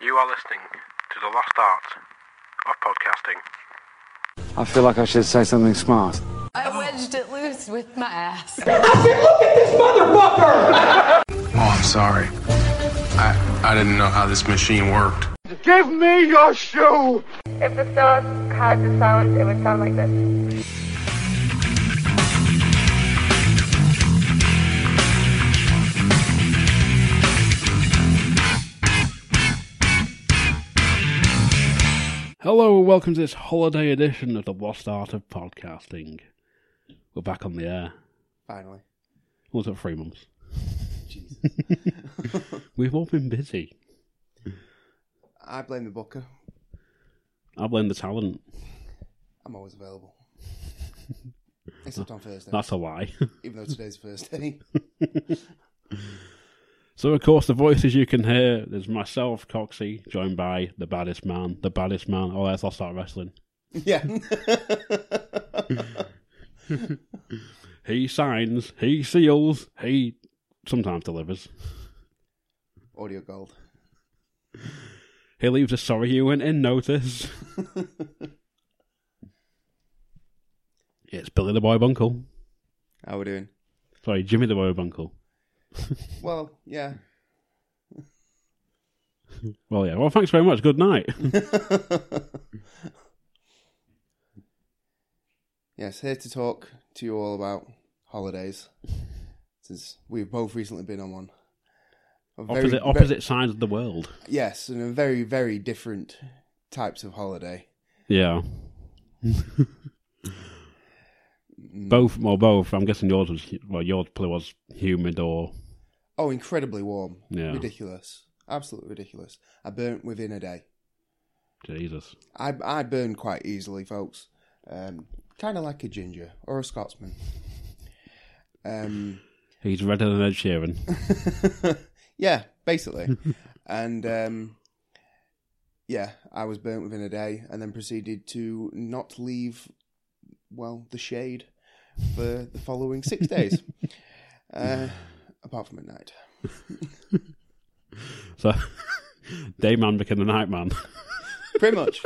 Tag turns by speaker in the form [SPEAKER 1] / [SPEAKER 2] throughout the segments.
[SPEAKER 1] You are listening to the lost art of podcasting.
[SPEAKER 2] I feel like I should say something smart.
[SPEAKER 3] I wedged it loose with my ass.
[SPEAKER 4] Oh, I'm sorry. I I didn't know how this machine worked.
[SPEAKER 2] Give me your shoe!
[SPEAKER 5] If the stars had the sound, it would sound like this.
[SPEAKER 6] Hello and welcome to this holiday edition of the Lost Art of Podcasting. We're back on the air.
[SPEAKER 7] Finally.
[SPEAKER 6] What was it, three months? We've all been busy.
[SPEAKER 7] I blame the booker.
[SPEAKER 6] I blame the talent.
[SPEAKER 7] I'm always available. Except on Thursday.
[SPEAKER 6] That's a lie.
[SPEAKER 7] Even though today's Thursday.
[SPEAKER 6] so, of course, the voices you can hear there's myself, Coxie, joined by the baddest man, the baddest man. Oh, that's Lost Art Wrestling.
[SPEAKER 7] yeah.
[SPEAKER 6] He signs, he seals, he sometimes delivers.
[SPEAKER 7] Audio gold.
[SPEAKER 6] He leaves a sorry you went in notice. it's Billy the Boy Bunkle.
[SPEAKER 7] How we doing?
[SPEAKER 6] Sorry, Jimmy the Boy Bunkle.
[SPEAKER 7] Well, yeah.
[SPEAKER 6] Well, yeah. Well, thanks very much. Good night.
[SPEAKER 7] Yes, here to talk to you all about holidays. Since we've both recently been on one. A very-
[SPEAKER 6] opposite
[SPEAKER 7] ve-
[SPEAKER 6] opposite sides of the world.
[SPEAKER 7] yes, and a very, very different types of holiday.
[SPEAKER 6] Yeah. both, well, both. I'm guessing yours was well, yours probably was humid or
[SPEAKER 7] Oh, incredibly warm.
[SPEAKER 6] Yeah.
[SPEAKER 7] Ridiculous. Absolutely ridiculous. I burnt within a day.
[SPEAKER 6] Jesus.
[SPEAKER 7] I, I burn quite easily, folks. Um, kind of like a ginger or a Scotsman. Um,
[SPEAKER 6] He's redder than Ed Sheeran.
[SPEAKER 7] yeah, basically. and um, yeah, I was burnt within a day, and then proceeded to not leave, well, the shade for the following six days, uh, apart from at night.
[SPEAKER 6] So, day man became the night man.
[SPEAKER 7] Pretty much.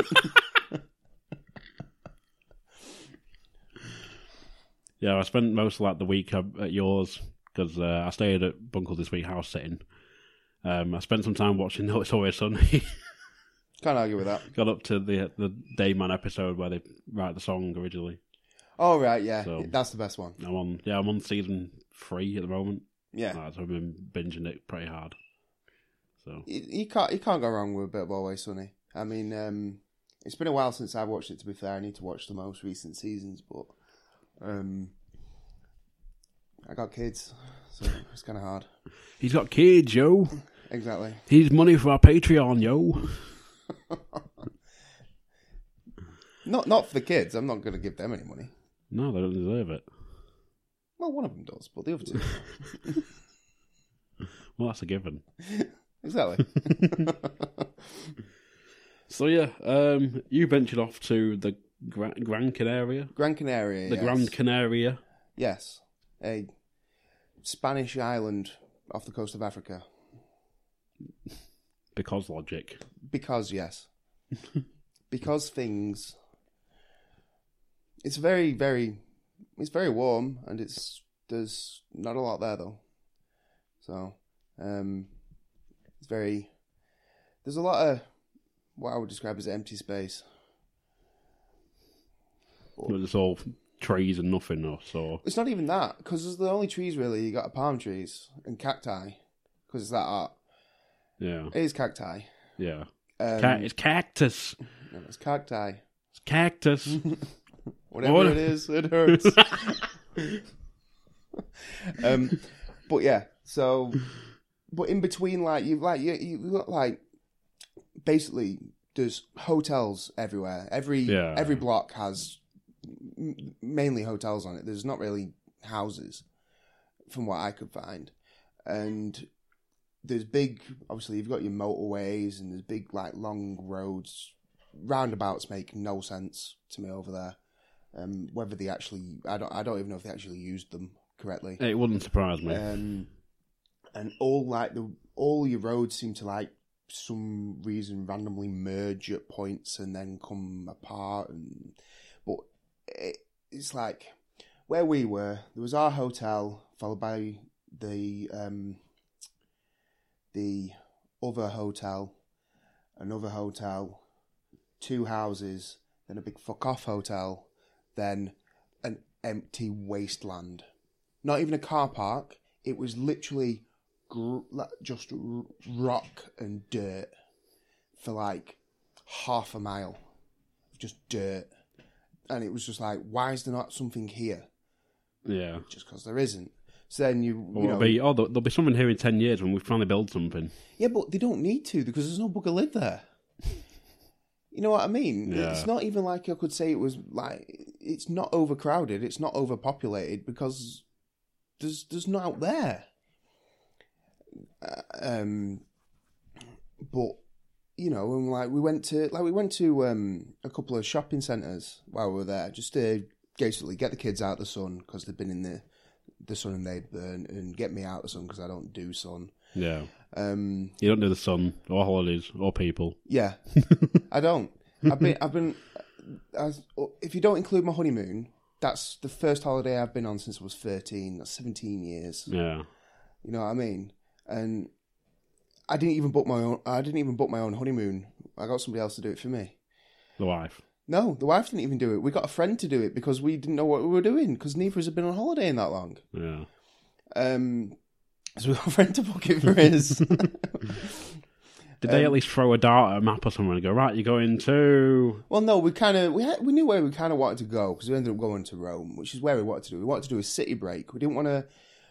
[SPEAKER 6] yeah, I spent most of like the week uh, at yours because uh, I stayed at Bunkle this week house sitting. Um, I spent some time watching No It's Always Sunny.
[SPEAKER 7] Can't argue with that.
[SPEAKER 6] Got up to the the day man episode where they write the song originally.
[SPEAKER 7] All right, yeah,
[SPEAKER 6] So-
[SPEAKER 7] that's the best one.
[SPEAKER 6] I'm on yeah, I'm on season three at the moment.
[SPEAKER 7] Yeah,
[SPEAKER 6] Like, so I've been binging it pretty hard. So
[SPEAKER 7] you, you can't you can't go wrong with a bit of Always Sunny. I mean, um, it's been a while since I watched it. To be fair, I need to watch the most recent seasons, but um, I got kids, so it's kind of hard.
[SPEAKER 6] he's got kids, yo.
[SPEAKER 7] Exactly.
[SPEAKER 6] He's money for our Patreon, yo.
[SPEAKER 7] Not not for the kids. I'm not going to give them any money.
[SPEAKER 6] No, they don't deserve it.
[SPEAKER 7] Well, one of them does, but the other two,
[SPEAKER 6] Well, that's a given.
[SPEAKER 7] exactly.
[SPEAKER 6] So yeah, um, you ventured off to the Gra- Gran Canaria,
[SPEAKER 7] Gran Canaria.
[SPEAKER 6] the
[SPEAKER 7] yes.
[SPEAKER 6] Gran Canaria.
[SPEAKER 7] Yes, a Spanish island off the coast of Africa.
[SPEAKER 6] Because logic.
[SPEAKER 7] Because yes, because things. It's very, very, it's very warm, and it's there's not a lot there though, so um, it's very. There's a lot of what I would describe as empty space. Oh.
[SPEAKER 6] It's all trees and nothing, or so.
[SPEAKER 7] It's not even that because there's the only trees really. You got are palm trees and cacti because it's that art.
[SPEAKER 6] Yeah,
[SPEAKER 7] It is cacti.
[SPEAKER 6] yeah.
[SPEAKER 7] Eh, Um,
[SPEAKER 6] Ca- it's cactus.
[SPEAKER 7] no, it's cacti.
[SPEAKER 6] It's cactus.
[SPEAKER 7] Whatever
[SPEAKER 6] What?
[SPEAKER 7] it is, it hurts. um, but yeah, so but in between, like you like you you got like basically there's hotels everywhere. Every
[SPEAKER 6] Yeah.
[SPEAKER 7] every block has m- mainly hotels on it. There's not really houses from what I could find, and there's big. Obviously, you've got your motorways and there's big like long roads. Roundabouts make no sense to me over there. Um, whether they actually, I don't, I don't even know if they actually used them correctly.
[SPEAKER 6] it wouldn't surprise me.
[SPEAKER 7] Um, and all like the all your roads seem to like some reason randomly merge at points and then come apart. And but it, it's like where we were. There was our hotel followed by the um, the other hotel, another hotel, two houses, then a big fuck off hotel, then an empty wasteland. Not even a car park. It was literally gr- like, just r- rock and dirt for like half a mile. Just dirt. And it was just like, why is there not something here?
[SPEAKER 6] Yeah.
[SPEAKER 7] Just because there isn't. So then you,
[SPEAKER 6] But
[SPEAKER 7] you know,
[SPEAKER 6] it'll be, oh, there'll there'll be something here in 10 years when we finally build something.
[SPEAKER 7] Yeah, but they don't need to because there's no bugger live there. You know what I mean?
[SPEAKER 6] Yeah.
[SPEAKER 7] It's not even like I could say it was like it's not overcrowded, it's not overpopulated because there's there's not out there. Uh, um, but you know, and like we went to like we went to um a couple of shopping centres while we were there, just to basically get the kids out of the sun because they've been in the the sun and they burn, and get me out of the sun because I don't do sun.
[SPEAKER 6] Yeah.
[SPEAKER 7] Um,
[SPEAKER 6] You don't do the sun or holidays or people.
[SPEAKER 7] Yeah, I don't. I've been. I've been. As, if you don't include my honeymoon, that's the first holiday I've been on since I was thirteen. That's seventeen years.
[SPEAKER 6] Yeah.
[SPEAKER 7] You know what I mean? And I didn't even book my own. I didn't even book my own honeymoon. I got somebody else to do it for me.
[SPEAKER 6] The wife.
[SPEAKER 7] No, the wife didn't even do it. We got a friend to do it because we didn't know what we were doing because neither of us had been on holiday in that long.
[SPEAKER 6] Yeah.
[SPEAKER 7] Um, so we got a friend to book it for us.
[SPEAKER 6] Did
[SPEAKER 7] Um,
[SPEAKER 6] they at least throw a dart at a map or something and go, right, you're going to.
[SPEAKER 7] Well, no, we kind of we had, we knew where we kind of wanted to go because we ended up going to Rome, which is where we wanted to do. We wanted to do a city break. We didn't want to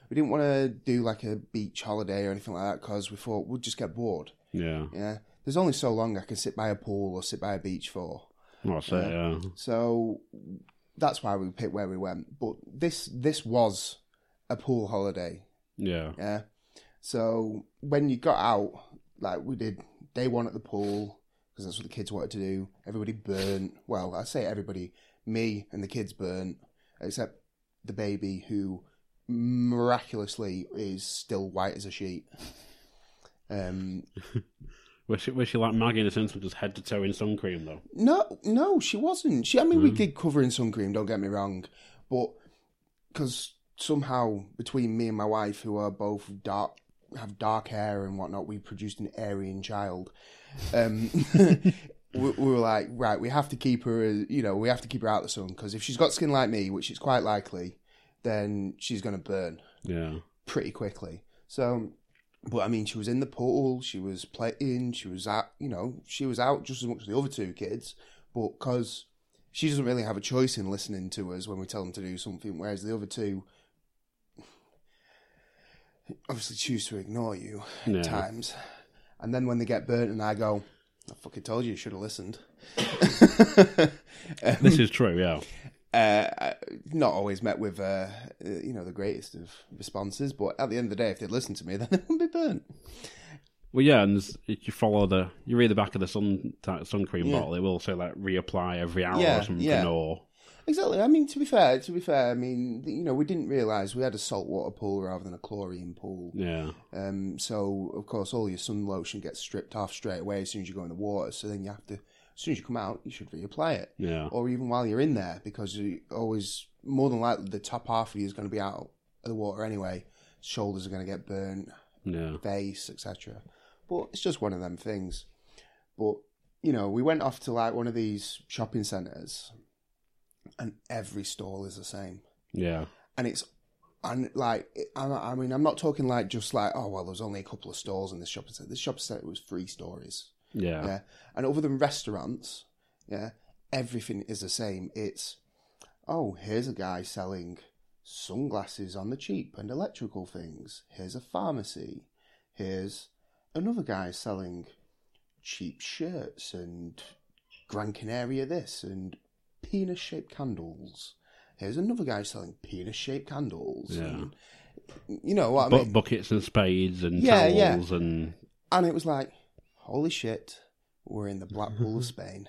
[SPEAKER 7] we didn't want to do like a beach holiday or anything like that because we thought we'd just get bored.
[SPEAKER 6] Yeah.
[SPEAKER 7] Yeah, there's only so long I can sit by a pool or sit by a beach for.
[SPEAKER 6] What's it? Yeah.
[SPEAKER 7] So that's why we picked where we went. But this this was a pool holiday.
[SPEAKER 6] Yeah.
[SPEAKER 7] Yeah. So when you got out, like we did day one at the pool because that's what the kids wanted to do. Everybody burnt. Well, I say everybody, me and the kids burnt, except the baby who miraculously is still white as a sheet. Um,
[SPEAKER 6] Was she, was she like Maggie in the Simpsons, just head to toe in sun cream, though?
[SPEAKER 7] No, no, she wasn't. She, I mean, we did cover in sun cream. Don't get me wrong, but because somehow between me and my wife, who are both dark, have dark hair and whatnot, we produced an Aryan child. Um, we, we were like, right, we have to keep her. uh, You know, we have to keep her out of the sun because if she's got skin like me, which is quite likely, then she's going to burn
[SPEAKER 6] Yeah.
[SPEAKER 7] pretty quickly. So, but I mean, she was in the pool, she was playing, she was out, you know, she was out just as much as the other two kids, but because she doesn't really have a choice in listening to us when we tell them to do something, whereas the other two obviously choose to ignore you
[SPEAKER 6] Yeah.
[SPEAKER 7] at times. And then when they get burnt, and I go, I fucking told you, you should have listened.
[SPEAKER 6] This is true, yeah.
[SPEAKER 7] uh, I- not always met with uh, uh, you know the greatest of responses, but at the end of the day, if they'd listened to me, then they wouldn't be burnt.
[SPEAKER 6] Well, yeah, and there's- if you follow the, you read the back of the sun ta- sun cream bottle, it will say like reapply every hour
[SPEAKER 7] Yeah,
[SPEAKER 6] or something,
[SPEAKER 7] yeah.
[SPEAKER 6] or
[SPEAKER 7] Exactly. I mean, to be fair, to be fair, I mean, you know, we didn't realise we had a saltwater pool rather than a chlorine pool.
[SPEAKER 6] yeah,
[SPEAKER 7] Um, so of course, all your sun lotion gets stripped off straight away as soon as you go in the water. So then you have to, as soon as you come out, you should reapply it,
[SPEAKER 6] yeah,
[SPEAKER 7] or even while you're in there, because you always more than likely the top half of you is going to be out of the water anyway. Shoulders are going to get burnt.
[SPEAKER 6] yeah,
[SPEAKER 7] face, etc. But it's just one of them things. But you know, we went off to like one of these shopping centres, and every stall is the same,
[SPEAKER 6] yeah,
[SPEAKER 7] and it's and like it- I I mean, I'm not talking like just like oh well, there's only a couple of stalls in this shopping centre. This shopping centre was three stories,
[SPEAKER 6] yeah,
[SPEAKER 7] yeah, and other than restaurants, yeah, everything is the same. It's oh, here's a guy selling sunglasses on the cheap and electrical things. Here's a pharmacy. Here's another guy selling cheap shirts and Gran Canaria this and penis shaped candles. Here's another guy selling penis shaped candles.
[SPEAKER 6] Yeah.
[SPEAKER 7] And, you know what I
[SPEAKER 6] Bu-
[SPEAKER 7] mean?
[SPEAKER 6] buckets and spades and
[SPEAKER 7] Yeah, yeah.
[SPEAKER 6] towels and
[SPEAKER 7] And it was like, holy shit, we're in the Blackpool of Spain.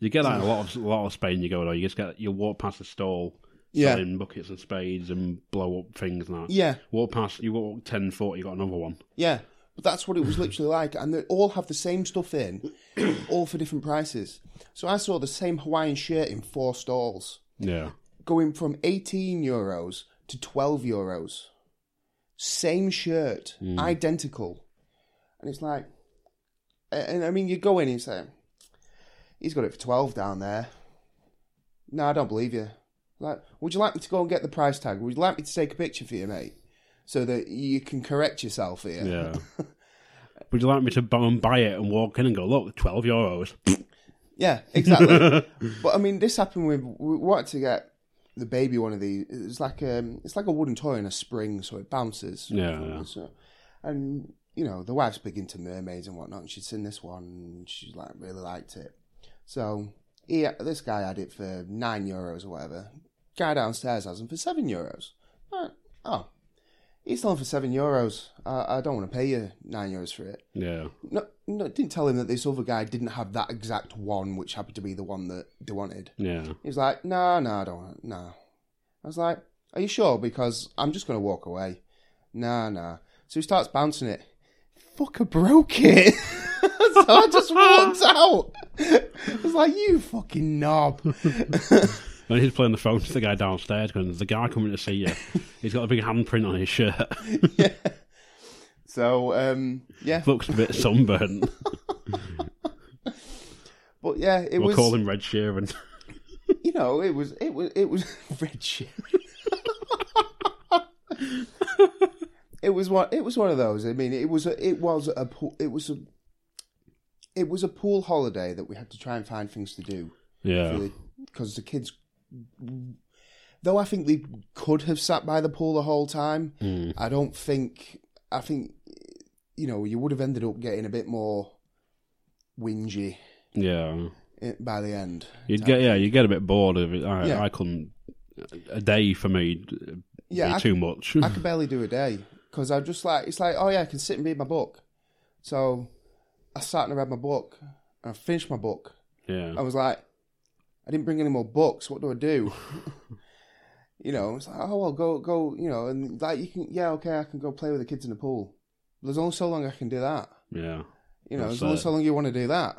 [SPEAKER 6] you get that in a lot of a lot of Spain. You go though, you just get you walk past a stall
[SPEAKER 7] Yeah.
[SPEAKER 6] selling buckets and spades and blow up things and that.
[SPEAKER 7] Yeah.
[SPEAKER 6] Walk past, you walk ten foot, you got another one.
[SPEAKER 7] Yeah, But that's what it was literally like, and they all have the same stuff in, all for different prices. So I saw the same Hawaiian shirt in four stalls,
[SPEAKER 6] Yeah.
[SPEAKER 7] going from 18 euros to 12 euros. Same shirt, identical. And it's like, and I mean, you go in and you say, he's got it for 12 down there. No, I don't believe you. Like, would you like me to go and get the price tag? Would you like me to take a picture for you, mate? So that you can correct yourself here.
[SPEAKER 6] Yeah. Would you like me to b- and buy it and walk in and go, look, 12 euros?
[SPEAKER 7] Yeah, exactly. but I mean, this happened with we wanted to get the baby one of these. It's like um, it's like a wooden toy in a spring, so it bounces.
[SPEAKER 6] Yeah, yeah.
[SPEAKER 7] So, and you know, the wife's big into mermaids and whatnot, and she'd seen this one, and she like really liked it. So he, this guy had it for nine euros or whatever. Guy downstairs has them for seven euros. Like, oh, he's selling for seven euros. I, I don't want to pay you nine euros for it.
[SPEAKER 6] Yeah.
[SPEAKER 7] No, no, didn't tell him that this other guy didn't have that exact one, which happened to be the one that they wanted.
[SPEAKER 6] Yeah.
[SPEAKER 7] He was like, no, no, I don't want it, no. I was like, are you sure? Because I'm just going to walk away. No, no. So he starts bouncing it. Fucker broke it. so I just walked out. I was like, you fucking knob.
[SPEAKER 6] And he's playing the phone to the guy downstairs going, there's a guy coming to see you. he's got a big handprint on his shirt.
[SPEAKER 7] so, um, yeah.
[SPEAKER 6] Looks a bit sunburnt.
[SPEAKER 7] But yeah, it
[SPEAKER 6] we'll
[SPEAKER 7] was,
[SPEAKER 6] call him Red Sheeran.
[SPEAKER 7] you know, it was, it was, it was red shit. it was one. It was one of those. I mean, it was a. It was a. pool- It was a. It was a pool holiday that we had to try and find things to do
[SPEAKER 6] Yeah.
[SPEAKER 7] because the kids. Though I think they could have sat by the pool the whole time,
[SPEAKER 6] Hmm.
[SPEAKER 7] I don't think. I think, you know, you would have ended up getting a bit more whingy
[SPEAKER 6] Yeah.
[SPEAKER 7] eh, by the end.
[SPEAKER 6] You'd get, yeah, you get a bit bored of it. I,
[SPEAKER 7] Yeah.
[SPEAKER 6] I couldn't. A day for me, would
[SPEAKER 7] Yeah, I
[SPEAKER 6] be too much.
[SPEAKER 7] I could barely do a day because I just like it's like oh yeah, I can sit and read my book. So I sat and read my book and I finished my book.
[SPEAKER 6] yeah.
[SPEAKER 7] I was like, I didn't bring any more books. What do I do? you know, it's like oh well, go go. You know, and like you can yeah okay, I can go play with the kids in the pool. There's only so long I can do that.
[SPEAKER 6] Yeah.
[SPEAKER 7] You know,
[SPEAKER 6] That's
[SPEAKER 7] there's only
[SPEAKER 6] it.
[SPEAKER 7] so long you want to do that.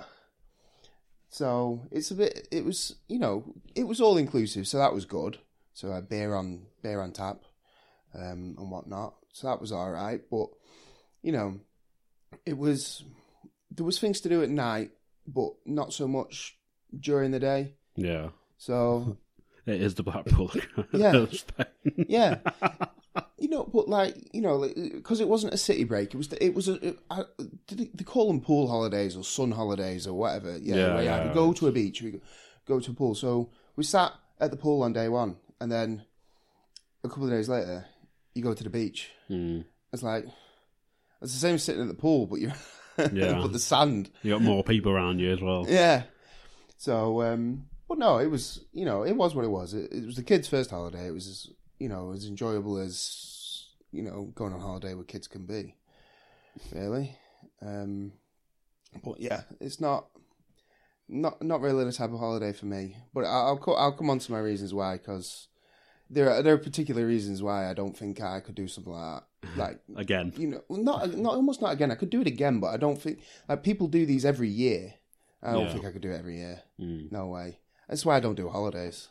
[SPEAKER 7] So it's a bit. It was you know it was all inclusive, so that was good. So I had beer on beer on tap, um, and whatnot. So that was all right. But you know, it was there was things to do at night, but not so much during the day.
[SPEAKER 6] Yeah.
[SPEAKER 7] So
[SPEAKER 6] It is the Blackpool.
[SPEAKER 7] Yeah.
[SPEAKER 6] Spain.
[SPEAKER 7] yeah, you know, but like you know, because it wasn't a city break. It was it was a I, did they- they call them pool holidays or sun holidays or whatever. Yeah,
[SPEAKER 6] Yeah,
[SPEAKER 7] where you
[SPEAKER 6] yeah,
[SPEAKER 7] either go to a beach, or you go to a pool. So we sat at the pool on day one, and then a couple of days later, you go to the beach.
[SPEAKER 6] Hmm.
[SPEAKER 7] It's like it's the same as sitting at the pool, but you're
[SPEAKER 6] Yeah.
[SPEAKER 7] but the sand.
[SPEAKER 6] You got more people around you as well.
[SPEAKER 7] Yeah. So, um, but no, it was you know it was what it was. It, it was the kids' first holiday. It was as, you know as enjoyable as you know going on holiday with kids can be, really. Um, but yeah, it's not not not really the type of holiday for me. But I, I'll co- I'll come on to my reasons why because there are there are particular reasons why I don't think I could do something like that. Like
[SPEAKER 6] Again.
[SPEAKER 7] you know, not not almost not again. I could do it again, but I don't think like people do these every year. I don't
[SPEAKER 6] Yeah. Mm.
[SPEAKER 7] think I could do it every year. No way. That's why I don't do holidays.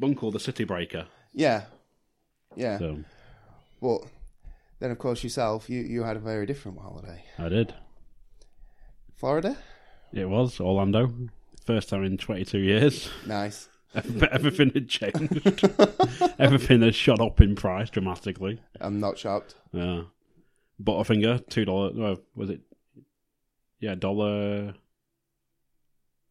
[SPEAKER 6] Bunkle the City Breaker.
[SPEAKER 7] Yeah, yeah.
[SPEAKER 6] So
[SPEAKER 7] But then, of course, yourself, you you had a very different holiday.
[SPEAKER 6] I did.
[SPEAKER 7] Florida,
[SPEAKER 6] It was Orlando. First time in 22 years.
[SPEAKER 7] nice.
[SPEAKER 6] Everything had changed. Everything had shot up in price dramatically.
[SPEAKER 7] I'm not shocked.
[SPEAKER 6] Yeah. Butterfinger, two dollar. Well, was it? Yeah, dollar.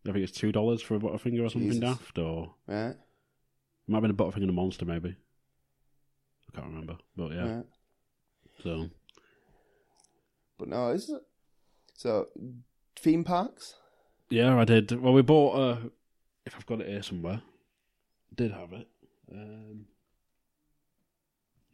[SPEAKER 6] I think it's two dollars for a Butterfinger or something
[SPEAKER 7] Jesus.
[SPEAKER 6] daft, or
[SPEAKER 7] Right.
[SPEAKER 6] it might have been a Butterfinger and a Monster, maybe. I can't remember, but yeah.
[SPEAKER 7] right.
[SPEAKER 6] So
[SPEAKER 7] But no, it's so theme parks.
[SPEAKER 6] yeah, I did. Well, we bought a. If I've got it here somewhere, did have it. Um,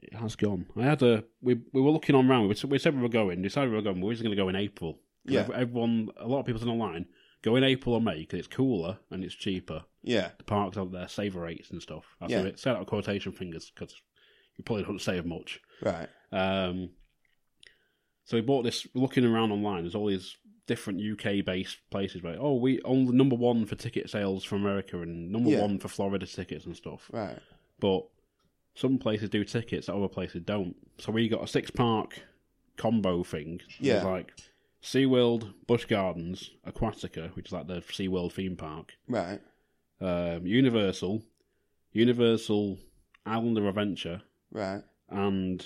[SPEAKER 6] it has gone. I had a. We we were looking on round. We, s- we said we were going. Decided we were going. We were just going to go in April. 'Cause
[SPEAKER 7] Yeah.
[SPEAKER 6] ev- Everyone, a lot of people said online, go in April or May because it's cooler and it's cheaper.
[SPEAKER 7] Yeah.
[SPEAKER 6] The parks out there, saver rates and stuff. I
[SPEAKER 7] Yeah.
[SPEAKER 6] yeah. set out quotation fingers because you probably don't save much.
[SPEAKER 7] Right.
[SPEAKER 6] Um, So he bought this. Looking around online, there's all these different UK-based places where oh, we on the number one for ticket sales for America and number
[SPEAKER 7] Yeah.
[SPEAKER 6] one for Florida tickets and stuff.
[SPEAKER 7] Right.
[SPEAKER 6] But some places do tickets, other places don't. So we got a six-park combo thing. It was
[SPEAKER 7] Yeah.
[SPEAKER 6] like SeaWorld, Busch Gardens, Aquatica, which is like the SeaWorld theme park,
[SPEAKER 7] Right.
[SPEAKER 6] um, Universal, Universal Islander Adventure,
[SPEAKER 7] Right.
[SPEAKER 6] and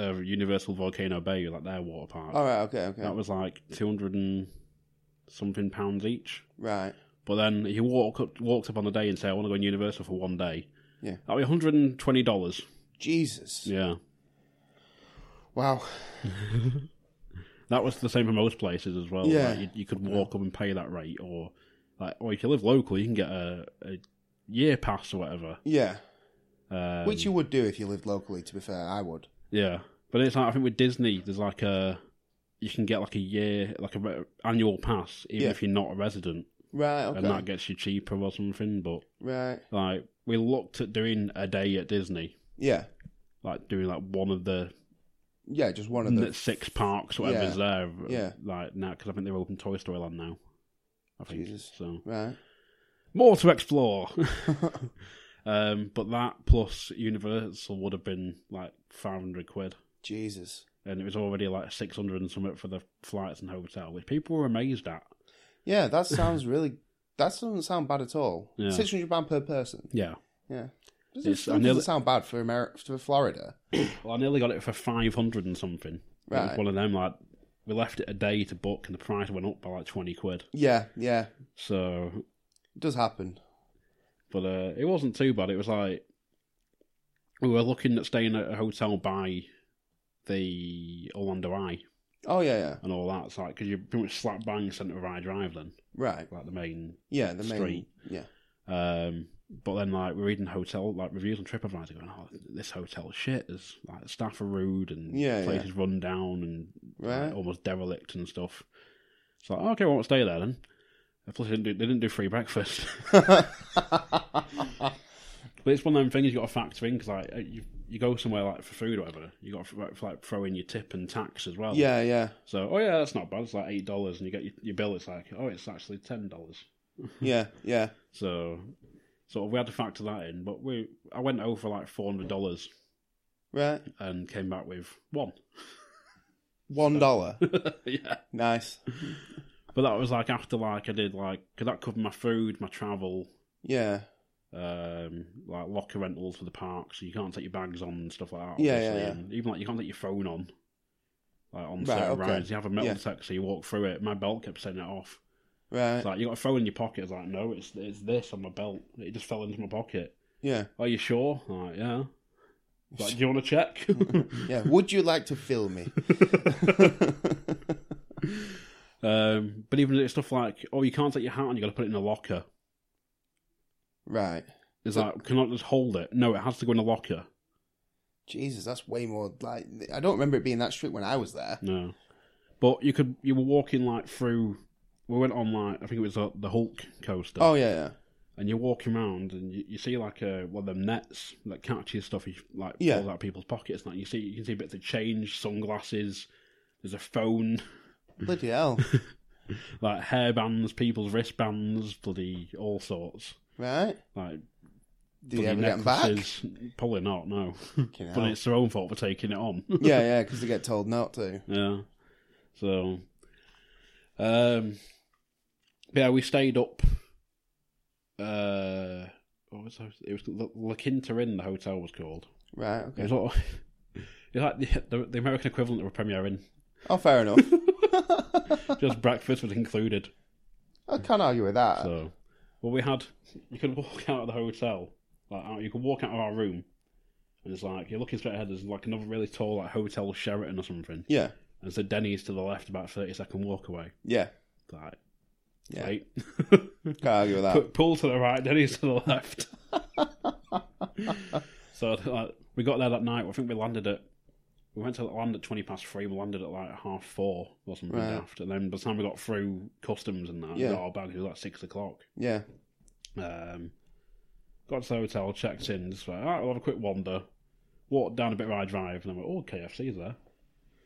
[SPEAKER 6] uh, Universal Volcano Bay, like their water park.
[SPEAKER 7] All right. Okay. Okay.
[SPEAKER 6] That was like two hundred and something pounds each.
[SPEAKER 7] Right.
[SPEAKER 6] But then if you walk up, walked up on the day and say, "I want to go in Universal for one day."
[SPEAKER 7] Yeah.
[SPEAKER 6] that'll be one hundred and twenty dollars.
[SPEAKER 7] Jesus.
[SPEAKER 6] Yeah,
[SPEAKER 7] Wow.
[SPEAKER 6] that was the same for most places as well.
[SPEAKER 7] Yeah.
[SPEAKER 6] Like, you, you could walk up and pay that rate, or like, or if you live local, you can get a, a year pass or whatever.
[SPEAKER 7] Yeah.
[SPEAKER 6] Um,
[SPEAKER 7] Which you would do if you lived locally. To be fair, I would.
[SPEAKER 6] Yeah, but it's like I think with Disney, there's like a you can get like a year, like a re- annual pass, even
[SPEAKER 7] Yeah.
[SPEAKER 6] if you're not a resident,
[SPEAKER 7] Right. Okay.
[SPEAKER 6] and that gets you cheaper or something. But
[SPEAKER 7] right.
[SPEAKER 6] like we looked at doing a day at Disney,
[SPEAKER 7] Yeah.
[SPEAKER 6] like doing like one of the
[SPEAKER 7] Yeah. Just one of the.
[SPEAKER 6] n- six parks, whatever's there.
[SPEAKER 7] Yeah.
[SPEAKER 6] like now because I think they're open Toy Story Land now. I think
[SPEAKER 7] Jesus.
[SPEAKER 6] so.
[SPEAKER 7] Right.
[SPEAKER 6] More to explore. um, but that plus Universal would have been like five hundred quid.
[SPEAKER 7] Jesus.
[SPEAKER 6] and it was already like 600 and something for the flights and hotel, which people were amazed at.
[SPEAKER 7] Yeah. That sounds really. That doesn't sound bad at all.
[SPEAKER 6] Yeah.
[SPEAKER 7] Six hundred pound per person.
[SPEAKER 6] Yeah.
[SPEAKER 7] Yeah. Doesn't,
[SPEAKER 6] It's- I
[SPEAKER 7] doesn't
[SPEAKER 6] nearly-
[SPEAKER 7] sound bad for America, for Florida.
[SPEAKER 6] Well, I nearly got it for 500 and something. It was
[SPEAKER 7] Right.
[SPEAKER 6] one of them, like, we left it a day to book and the price went up by like 20 quid.
[SPEAKER 7] Yeah. Yeah.
[SPEAKER 6] So,
[SPEAKER 7] It does happen.
[SPEAKER 6] but uh, it wasn't too bad. It was like, we were looking at staying at a hotel by the Orlando Eye
[SPEAKER 7] Oh yeah. Yeah.
[SPEAKER 6] and all that. It's like, because you're pretty much slap bang in the centre of Eye Drive then,
[SPEAKER 7] Right.
[SPEAKER 6] like the main
[SPEAKER 7] Yeah. The main.
[SPEAKER 6] Street.
[SPEAKER 7] Yeah.
[SPEAKER 6] Um, but then, like, we're reading hotel like reviews on TripAdvisor, going, "Oh, this hotel shit is like staff are rude and
[SPEAKER 7] Yeah,
[SPEAKER 6] places run down and like,
[SPEAKER 7] Right.
[SPEAKER 6] almost derelict and stuff." It's like, okay, I won't stay there then. And Plus, they didn't do, they didn't do free breakfast, but it's one of them things you got to factor in because, like, uh, you you go somewhere like for food or whatever, you got to like throw in your tip and tax as well.
[SPEAKER 7] yeah. Yeah.
[SPEAKER 6] So, oh yeah, that's not bad. It's like eight dollars, and you get your, your bill. It's like, oh, it's actually ten dollars.
[SPEAKER 7] Yeah. Yeah.
[SPEAKER 6] So, sort of, we had to factor that in. But we, I went over for like four hundred dollars
[SPEAKER 7] Right.
[SPEAKER 6] and came back with one.
[SPEAKER 7] One dollar.
[SPEAKER 6] yeah,
[SPEAKER 7] nice.
[SPEAKER 6] but that was like after like I did like because that covered my food, my travel,
[SPEAKER 7] Yeah.
[SPEAKER 6] um, like locker rentals for the park, so you can't take your bags on and stuff like that.
[SPEAKER 7] Yeah, yeah,
[SPEAKER 6] obviously,
[SPEAKER 7] yeah.
[SPEAKER 6] And even like you can't take your phone on. Like on
[SPEAKER 7] Right,
[SPEAKER 6] certain
[SPEAKER 7] okay.
[SPEAKER 6] rides, you have a metal
[SPEAKER 7] Yeah.
[SPEAKER 6] detector, so you walk through it. My belt kept sending it off.
[SPEAKER 7] Right.
[SPEAKER 6] It's like you got a phone in your pocket. It's like no, it's it's this on my belt. It just fell into my pocket.
[SPEAKER 7] yeah.
[SPEAKER 6] Are you sure? I'm Like yeah. Like, do you want to check?
[SPEAKER 7] Yeah. Would you like to film me?
[SPEAKER 6] um, but even it's stuff like, oh, you can't take your hat on, you got to put it in a locker.
[SPEAKER 7] right.
[SPEAKER 6] It's like, can I just hold it? No, it has to go in a locker.
[SPEAKER 7] Jesus, that's way more like I don't remember it being that strict when I was there.
[SPEAKER 6] No. But you could, you were walking like through, we went on like, I think it was uh, the Hulk coaster.
[SPEAKER 7] Oh yeah, yeah.
[SPEAKER 6] And you're walking around and you, you see like a, one of them nets that catches stuff, you, like
[SPEAKER 7] Yeah.
[SPEAKER 6] falls out of people's pockets. And that. you see, you can see bits of change, sunglasses, there's a phone,
[SPEAKER 7] Bloody hell.
[SPEAKER 6] like hairbands, people's wristbands, bloody all sorts.
[SPEAKER 7] right?
[SPEAKER 6] Like
[SPEAKER 7] Did you
[SPEAKER 6] bloody
[SPEAKER 7] ever get 'em back?
[SPEAKER 6] necklaces. Probably not, no. but
[SPEAKER 7] hell.
[SPEAKER 6] it's their own fault for taking it on.
[SPEAKER 7] yeah, yeah, because they get told not to.
[SPEAKER 6] yeah. So, um, yeah, we stayed up. Uh, what was that? it was La La Quinta Inn. The hotel was called.
[SPEAKER 7] Right,
[SPEAKER 6] It was
[SPEAKER 7] okay.
[SPEAKER 6] sort of, it's like the, the, the American equivalent of a Premier Inn.
[SPEAKER 7] Oh, fair enough.
[SPEAKER 6] Just breakfast was included.
[SPEAKER 7] I can't argue with that.
[SPEAKER 6] So, well, we had you could walk out of the hotel, like out, you could walk out of our room, and it's like you're looking straight ahead. There's like another really tall like hotel Sheraton or something,
[SPEAKER 7] Yeah,
[SPEAKER 6] and so Denny's to the left, about thirty second walk away.
[SPEAKER 7] yeah,
[SPEAKER 6] Like,
[SPEAKER 7] Yeah. Oh.
[SPEAKER 6] right,
[SPEAKER 7] can't argue with that.
[SPEAKER 6] Pu- pull to the right, Denny's to the left. so like, we got there that night. I think we landed at. We went to land at twenty past three. We landed at like half four or something
[SPEAKER 7] Right.
[SPEAKER 6] after. And then by the time we got through customs and that,
[SPEAKER 7] Yeah.
[SPEAKER 6] we got our bags. It was like six o'clock.
[SPEAKER 7] Yeah,
[SPEAKER 6] Um, got to the hotel, checked in, just like, all right, we'll have a quick wander. Walked down a bit of our drive, and I went, oh, KFC's there.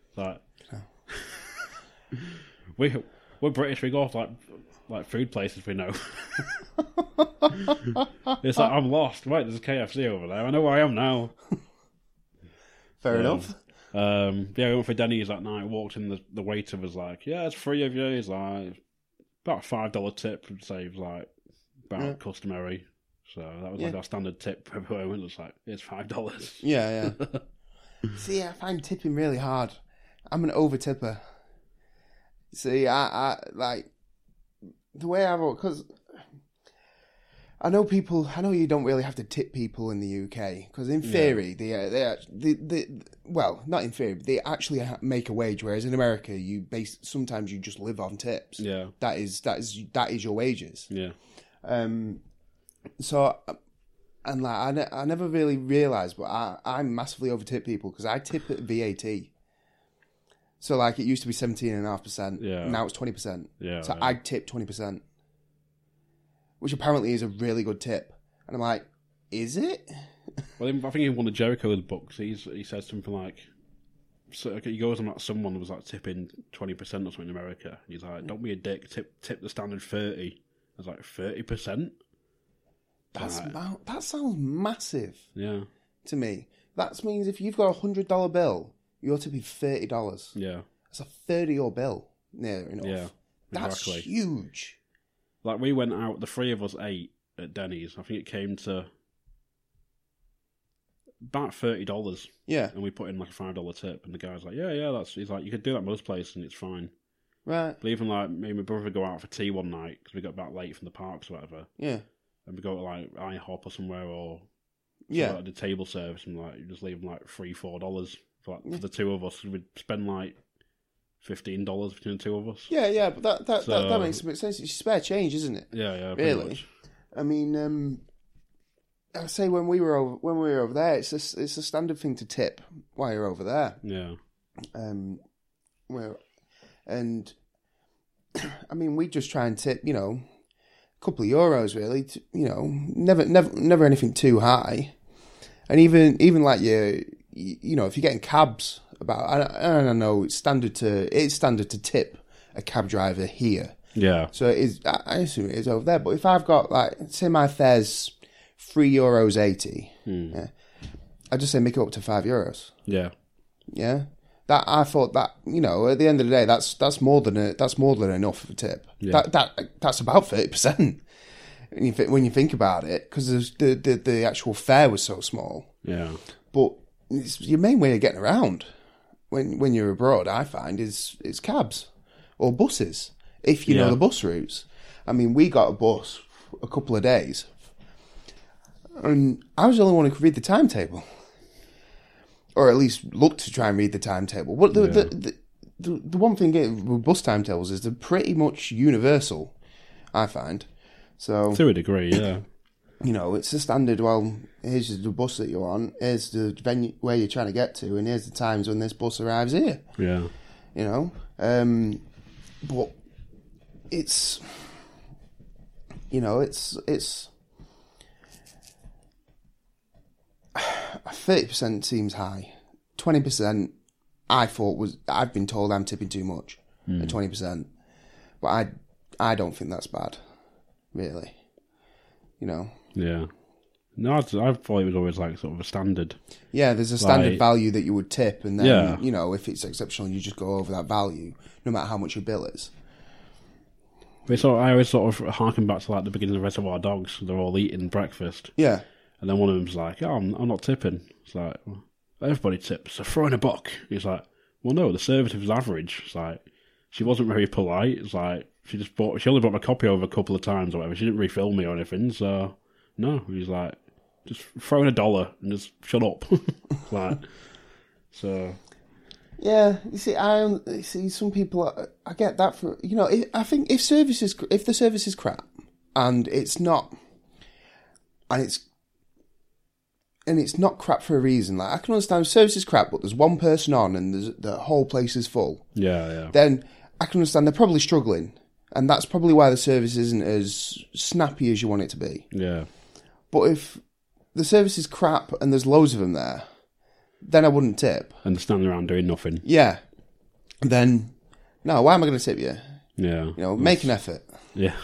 [SPEAKER 6] It's like, We we're British. We go off like like food places we know. it's like I'm lost. Wait, there's a KFC over there. I know where I am now.
[SPEAKER 7] Fair
[SPEAKER 6] Um,
[SPEAKER 7] enough.
[SPEAKER 6] Um, yeah, we went for Denny's that night. Walked in, the, the waiter was like, "Yeah, it's free of you." He's like, about a five dollar tip, and saves like about
[SPEAKER 7] Yeah.
[SPEAKER 6] customary. So that was like
[SPEAKER 7] Yeah.
[SPEAKER 6] our standard tip. Everywhere we went, it's like it's five dollars.
[SPEAKER 7] Yeah, yeah. See, I find tipping really hard. I'm an over tipper. See, I, I like the way I work because I know people. I know you don't really have to tip people in the UK because, in theory, they are- they, are- they they well, not in theory, but they actually ha- make a wage. Whereas in America, you base sometimes you just live on tips.
[SPEAKER 6] Yeah,
[SPEAKER 7] That is that is that is your wages.
[SPEAKER 6] yeah,
[SPEAKER 7] Um, so, uh, and like I, ne- I never really realised, but I I massively overtip people because I tip at VAT. So like it used to be seventeen and a half percent.
[SPEAKER 6] Yeah.
[SPEAKER 7] Now it's twenty percent.
[SPEAKER 6] Yeah,
[SPEAKER 7] So
[SPEAKER 6] yeah.
[SPEAKER 7] I tip twenty percent, which apparently is a really good tip. And I'm like, is it?
[SPEAKER 6] Well, in- I think in one of Jericho's books, he's he says something like, so, okay, he goes on that someone was like tipping twenty percent or something in America. He's like, "Don't be a dick. Tip tip the standard 30 I was like, 30 percent.
[SPEAKER 7] That's mou- that sounds massive
[SPEAKER 6] Yeah,
[SPEAKER 7] to me. That means if you've got a hundred dollar bill, you're tipping thirty dollars.
[SPEAKER 6] yeah,
[SPEAKER 7] That's a thirty dollar bill, near enough.
[SPEAKER 6] yeah.
[SPEAKER 7] That's
[SPEAKER 6] Exactly.
[SPEAKER 7] huge.
[SPEAKER 6] Like we went out, the three of us ate at Denny's. I think it came to about thirty dollars,
[SPEAKER 7] Yeah.
[SPEAKER 6] and we put in like a five dollar tip. And the guy's like, "Yeah, yeah, that's." He's like, "You could do that most places, and it's fine."
[SPEAKER 7] Right.
[SPEAKER 6] But even like me and my brother go out for tea one night because we got back late from the parks or whatever.
[SPEAKER 7] Yeah.
[SPEAKER 6] and we go to like IHOP or somewhere or
[SPEAKER 7] Yeah.
[SPEAKER 6] somewhere at the table service and like you just leave them like three four dollars for like for the two of us. We'd spend like fifteen dollars between the two of us.
[SPEAKER 7] Yeah, yeah, but that that, that,
[SPEAKER 6] So-
[SPEAKER 7] that makes a bit of sense. It's spare change, isn't it?
[SPEAKER 6] yeah, yeah pretty
[SPEAKER 7] Really?
[SPEAKER 6] much.
[SPEAKER 7] I mean, um, I say when we were over when we were over there, it's a, s- it's a standard thing to tip while you're over there.
[SPEAKER 6] Yeah,
[SPEAKER 7] Um, well, and I mean, we just try and tip, you know, a couple of euros really. To, you know, never, never, never anything too high. And even, even like you, you know, if you're getting cabs about, I, I don't know, it's standard to it's standard to tip a cab driver here.
[SPEAKER 6] yeah,
[SPEAKER 7] So it is. I I assume it is over there. But if I've got like, say my fare's three euros eighty, yeah, I just say make it up to five euros.
[SPEAKER 6] yeah,
[SPEAKER 7] Yeah, that I thought that you know at the end of the day that's that's more than a, that's more than enough of a tip. That that that's about thirty percent. When you think about it, because the, the the actual fare was so small,
[SPEAKER 6] yeah,
[SPEAKER 7] but it's your main way of getting around when when you're abroad. I find is is cabs or buses if you know
[SPEAKER 6] Yeah.
[SPEAKER 7] the bus routes. I mean, we got a bus a couple of days, and I was the only one who could read the timetable, or at least look to try and read the timetable. What the the, the the the one thing eh, with bus timetables is they're pretty much universal. I find so
[SPEAKER 6] to a degree. Yeah,
[SPEAKER 7] you know, it's the standard. Well, here's the bus that you're on. Here's the venue where you're trying to get to, and here's the times when this bus arrives here.
[SPEAKER 6] yeah,
[SPEAKER 7] You know, um, but it's, you know, it's it's thirty percent seems high. Twenty percent, I thought was I've been told I'm tipping too much at twenty percent, but I I don't think that's bad, really. You know,
[SPEAKER 6] yeah. No, I, I thought it was always like sort of a standard.
[SPEAKER 7] Yeah, there's a standard
[SPEAKER 6] Like-
[SPEAKER 7] value that you would tip, and then
[SPEAKER 6] Yeah.
[SPEAKER 7] you know if it's exceptional, you just go over that value, no matter how much your bill is.
[SPEAKER 6] But so I always sort of harken back to like the beginning of Reservoir Dogs. They're all eating breakfast,
[SPEAKER 7] Yeah,
[SPEAKER 6] and then one of them's like, "Oh, I'm, I'm not tipping." It's like well, everybody tips. So throw in a buck. He's like, "Well, no, the service was average." It's like she wasn't very polite. It's like she just bought. She only brought my copy over a couple of times or whatever. She didn't refill me or anything. So no, he's like, just throw in a dollar and just shut up. like so,
[SPEAKER 7] yeah. You see, I um, you see some people. are- I get that from you know. If, I think if service is cr- if the service is crap, and it's not, and it's and it's not crap for a reason. Like I can understand if service is crap, but there's one person on, and there's, the whole place is full.
[SPEAKER 6] yeah, yeah,
[SPEAKER 7] then I can understand they're probably struggling, and that's probably why the service isn't as snappy as you want it to be.
[SPEAKER 6] yeah,
[SPEAKER 7] But if the service is crap and there's loads of them there, then I wouldn't tip.
[SPEAKER 6] and they're standing around doing nothing.
[SPEAKER 7] Yeah, then no, why am I going to tip you?
[SPEAKER 6] Yeah.
[SPEAKER 7] You know, make an effort.
[SPEAKER 6] Yeah.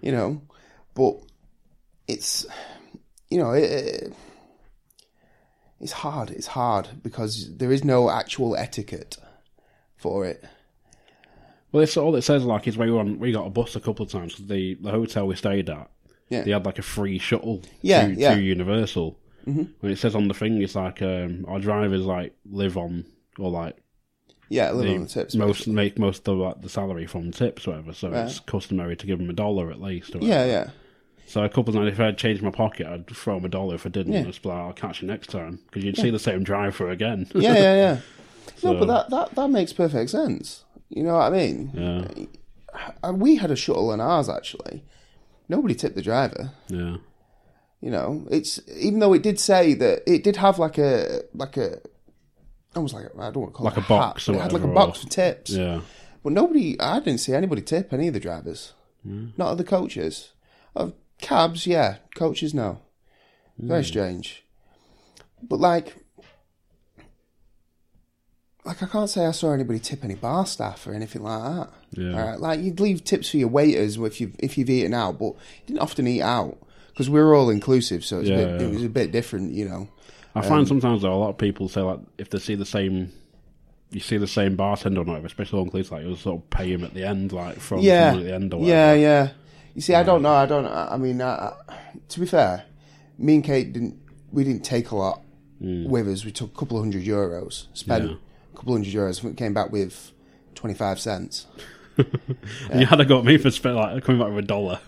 [SPEAKER 7] You know, but it's you know it, it- it's hard. It's hard because there is no actual etiquette for it.
[SPEAKER 6] Well, it's all it says. Like, is we were on, we got a bus a couple of times. 'cause The the hotel we stayed at,
[SPEAKER 7] Yeah.
[SPEAKER 6] they had like a free shuttle.
[SPEAKER 7] Yeah,
[SPEAKER 6] to,
[SPEAKER 7] yeah.
[SPEAKER 6] to Universal. Mm-hmm. And it says on the thing, it's like um, our drivers like live on or like
[SPEAKER 7] Yeah, live
[SPEAKER 6] they
[SPEAKER 7] on the tips.
[SPEAKER 6] most make most of like, the salary from tips, or whatever. So it's customary to give them a dollar at least. Or
[SPEAKER 7] Yeah,
[SPEAKER 6] whatever.
[SPEAKER 7] yeah,
[SPEAKER 6] So a couple of nights, if I'd changed my pocket, I'd throw him a dollar. If I didn't,
[SPEAKER 7] Yeah.
[SPEAKER 6] I'd just be like, I'll catch you next time because you'd see the same driver again.
[SPEAKER 7] yeah, yeah, yeah.
[SPEAKER 6] So,
[SPEAKER 7] No, but that, that that makes perfect sense. You know what I mean?
[SPEAKER 6] Yeah,
[SPEAKER 7] And we had a shuttle on ours actually. Nobody tipped the driver.
[SPEAKER 6] yeah,
[SPEAKER 7] You know, it's even though it did say that it did have like a like a almost like a, I don't want to call
[SPEAKER 6] Like
[SPEAKER 7] it
[SPEAKER 6] a box or
[SPEAKER 7] hat, but It had like a
[SPEAKER 6] whatever, or-
[SPEAKER 7] box for tips.
[SPEAKER 6] yeah.
[SPEAKER 7] But nobody, I didn't see anybody tip any of the drivers.
[SPEAKER 6] Hmm.
[SPEAKER 7] Not of the coaches. Of cabs, yeah. Coaches, no.
[SPEAKER 6] Hmm.
[SPEAKER 7] Very strange. But like, like I can't say I saw anybody tip any bar staff or anything like that.
[SPEAKER 6] Yeah.
[SPEAKER 7] All right, like you'd leave tips for your waiters if you if you've eaten out, but you didn't often eat out because we were all inclusive, so it's a
[SPEAKER 6] Yeah,
[SPEAKER 7] bit,
[SPEAKER 6] yeah.
[SPEAKER 7] it was a bit different, you know.
[SPEAKER 6] I
[SPEAKER 7] Um,
[SPEAKER 6] find sometimes though a lot of people say like if they see the same, you see the same bartender or whatever, especially on clues, like you'll sort of pay him at the end, like from
[SPEAKER 7] yeah,
[SPEAKER 6] someone at the end or
[SPEAKER 7] yeah,
[SPEAKER 6] whatever.
[SPEAKER 7] yeah. You see, I don't know. I don't. I I mean, I, I- to be fair, me and Kate didn't. We didn't take a lot with us. We took a couple of hundred euros. Spent
[SPEAKER 6] Mm. Yeah.
[SPEAKER 7] a couple of hundred euros. We came back with twenty five cents.
[SPEAKER 6] And you had to go at me for spend like coming back with a dollar.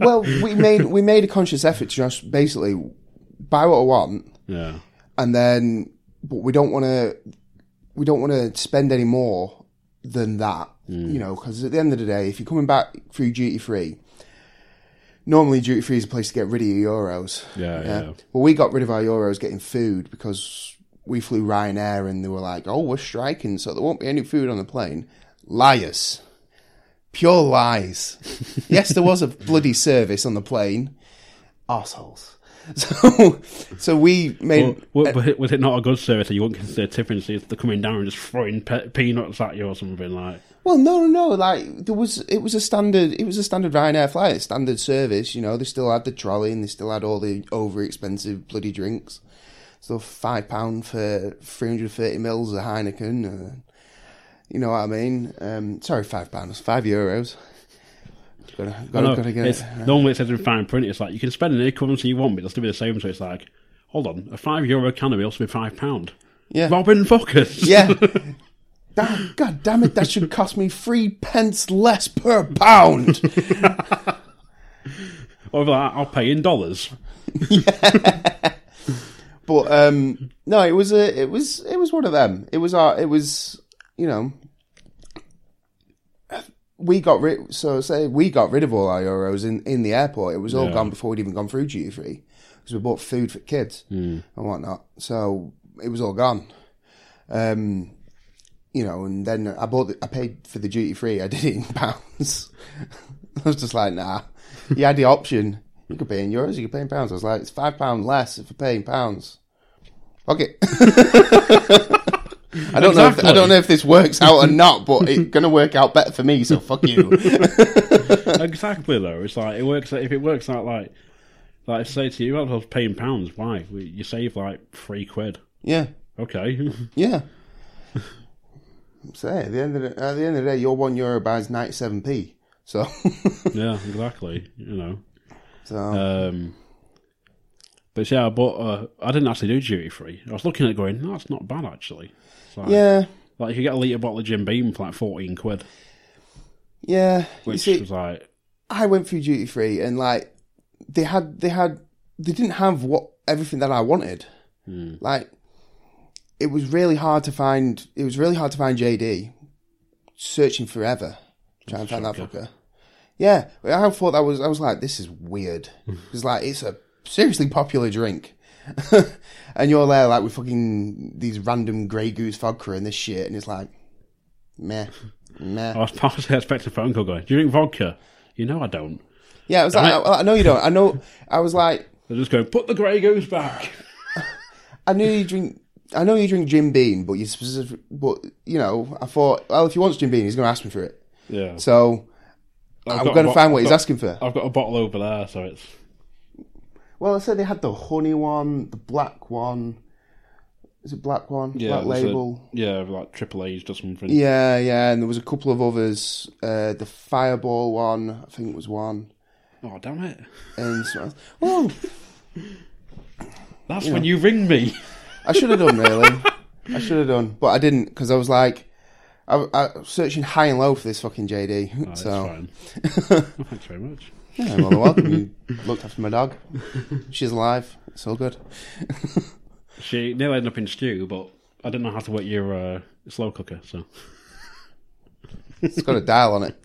[SPEAKER 7] well, we made we made a conscious effort to just basically buy what I want,
[SPEAKER 6] Yeah,
[SPEAKER 7] and then but we don't want to we don't want to spend any more than that
[SPEAKER 6] Mm.
[SPEAKER 7] you know because at the end of the day if you're coming back through duty free normally duty free is a place to get rid of your euros
[SPEAKER 6] Yeah, yeah.
[SPEAKER 7] well we got rid of our euros getting food because we flew Ryanair and they were like oh we're striking so there won't be any food on the plane liars pure lies yes there was a bloody service on the plane assholes so so we made
[SPEAKER 6] Well, wa- was it- was it not a good service that you wouldn't consider tipping? So they're coming down and just throwing pe- peanuts at you or something like.
[SPEAKER 7] Well, no, no, no. Like there was, it was a standard. It was a standard Ryanair flight, standard service. You know, they still had the trolley and they still had all the over expensive bloody drinks. So five pound for three hundred thirty mils of Heineken. Uh, you know what I mean? Um, sorry, five pounds, five euros. Gotta,
[SPEAKER 6] I
[SPEAKER 7] gotta,
[SPEAKER 6] know,
[SPEAKER 7] gotta get
[SPEAKER 6] it's,
[SPEAKER 7] it. uh,
[SPEAKER 6] Normally it says in fine print, it's like you can spend any currency you want, but it'll still be the same. So it's like, hold on, a five euro can will also be five pound.
[SPEAKER 7] Yeah.
[SPEAKER 6] Robin Focus.
[SPEAKER 7] Yeah. Da- God damn it! That should cost me three pence less per pound.
[SPEAKER 6] Or like, I'll pay in dollars.
[SPEAKER 7] But um, no, it was a, it was, it was one of them. It was our, it was, you know, we got rid. So say we got rid of all our euros in in the airport. It was all
[SPEAKER 6] Yeah.
[SPEAKER 7] gone before we'd even gone through duty free because we bought food for kids and whatnot. So it was all gone. Um, you know, and then I bought, the, I paid for the duty free. I did it in pounds. I was just like, nah. You had the option. You could pay in euros. You could pay in pounds. I was like, it's five pound less if I pay in pounds. Okay. I don't know. If, I
[SPEAKER 6] Exactly.
[SPEAKER 7] don't know if this works out or not, but it's gonna work out better for me. So fuck you.
[SPEAKER 6] exactly though. It's like it works if it works out like like if say to you, well, I was paying pounds. Why? Well, You save like three quid.
[SPEAKER 7] Yeah,
[SPEAKER 6] Okay.
[SPEAKER 7] yeah. So at the end of the, at the end of the day, your one euro buys ninety seven p. So,
[SPEAKER 6] yeah, exactly. You know.
[SPEAKER 7] so
[SPEAKER 6] Um, but yeah, I bought. Uh, I didn't actually do duty free. I was looking at it going, no, that's not bad actually. It's like,
[SPEAKER 7] yeah,
[SPEAKER 6] Like you could get a litre bottle of Jim Beam for like fourteen quid,
[SPEAKER 7] yeah. You
[SPEAKER 6] which
[SPEAKER 7] see,
[SPEAKER 6] was like
[SPEAKER 7] I went through duty free and like they had they had they didn't have what everything that I wanted. Like it was really hard to find. It was really hard to find JD. Searching forever, trying to find that fucker. Yeah, I thought that was. I was like, this is weird. It's like it's a seriously popular drink. and you're there like with fucking these random Grey Goose vodka and this shit, and it's like, meh, meh.
[SPEAKER 6] I was partially expecting a phone call going, "Do you drink vodka?" You know I don't.
[SPEAKER 7] Yeah, I was like,
[SPEAKER 6] Right.
[SPEAKER 7] I, I know you don't. I know. I was like,
[SPEAKER 6] They're just going, "Put the Grey Goose back."
[SPEAKER 7] I knew you drink I know you drink Jim Beam, but you specific, but you know, I thought, well, if he wants Jim Beam, he's going to ask me for it.
[SPEAKER 6] Yeah.
[SPEAKER 7] So
[SPEAKER 6] I've
[SPEAKER 7] I'm
[SPEAKER 6] got a
[SPEAKER 7] going to
[SPEAKER 6] bo-
[SPEAKER 7] find what
[SPEAKER 6] I've
[SPEAKER 7] he's
[SPEAKER 6] got-
[SPEAKER 7] asking for.
[SPEAKER 6] I've got a bottle over there, so it's
[SPEAKER 7] Well, I said they had the honey one, the black one. Is it black one?
[SPEAKER 6] yeah,
[SPEAKER 7] black
[SPEAKER 6] there's a-
[SPEAKER 7] label.
[SPEAKER 6] yeah, like Triple A's or something.
[SPEAKER 7] Yeah, yeah, and there was a couple of others. Uh, the fireball one, I think was one,
[SPEAKER 6] Oh damn it!
[SPEAKER 7] and so oh,
[SPEAKER 6] That's when you ring me.
[SPEAKER 7] I should have done really. I should have done, but I didn't because I was like, I, I was searching high and low for this fucking JD.
[SPEAKER 6] That's
[SPEAKER 7] so
[SPEAKER 6] fine. Oh, thanks very much.
[SPEAKER 7] yeah, well, welcome. You looked after my dog. She's alive. It's all good.
[SPEAKER 6] She nearly ended up in stew, but I didn't know how to work your uh, slow cooker, so
[SPEAKER 7] It's got a dial on it.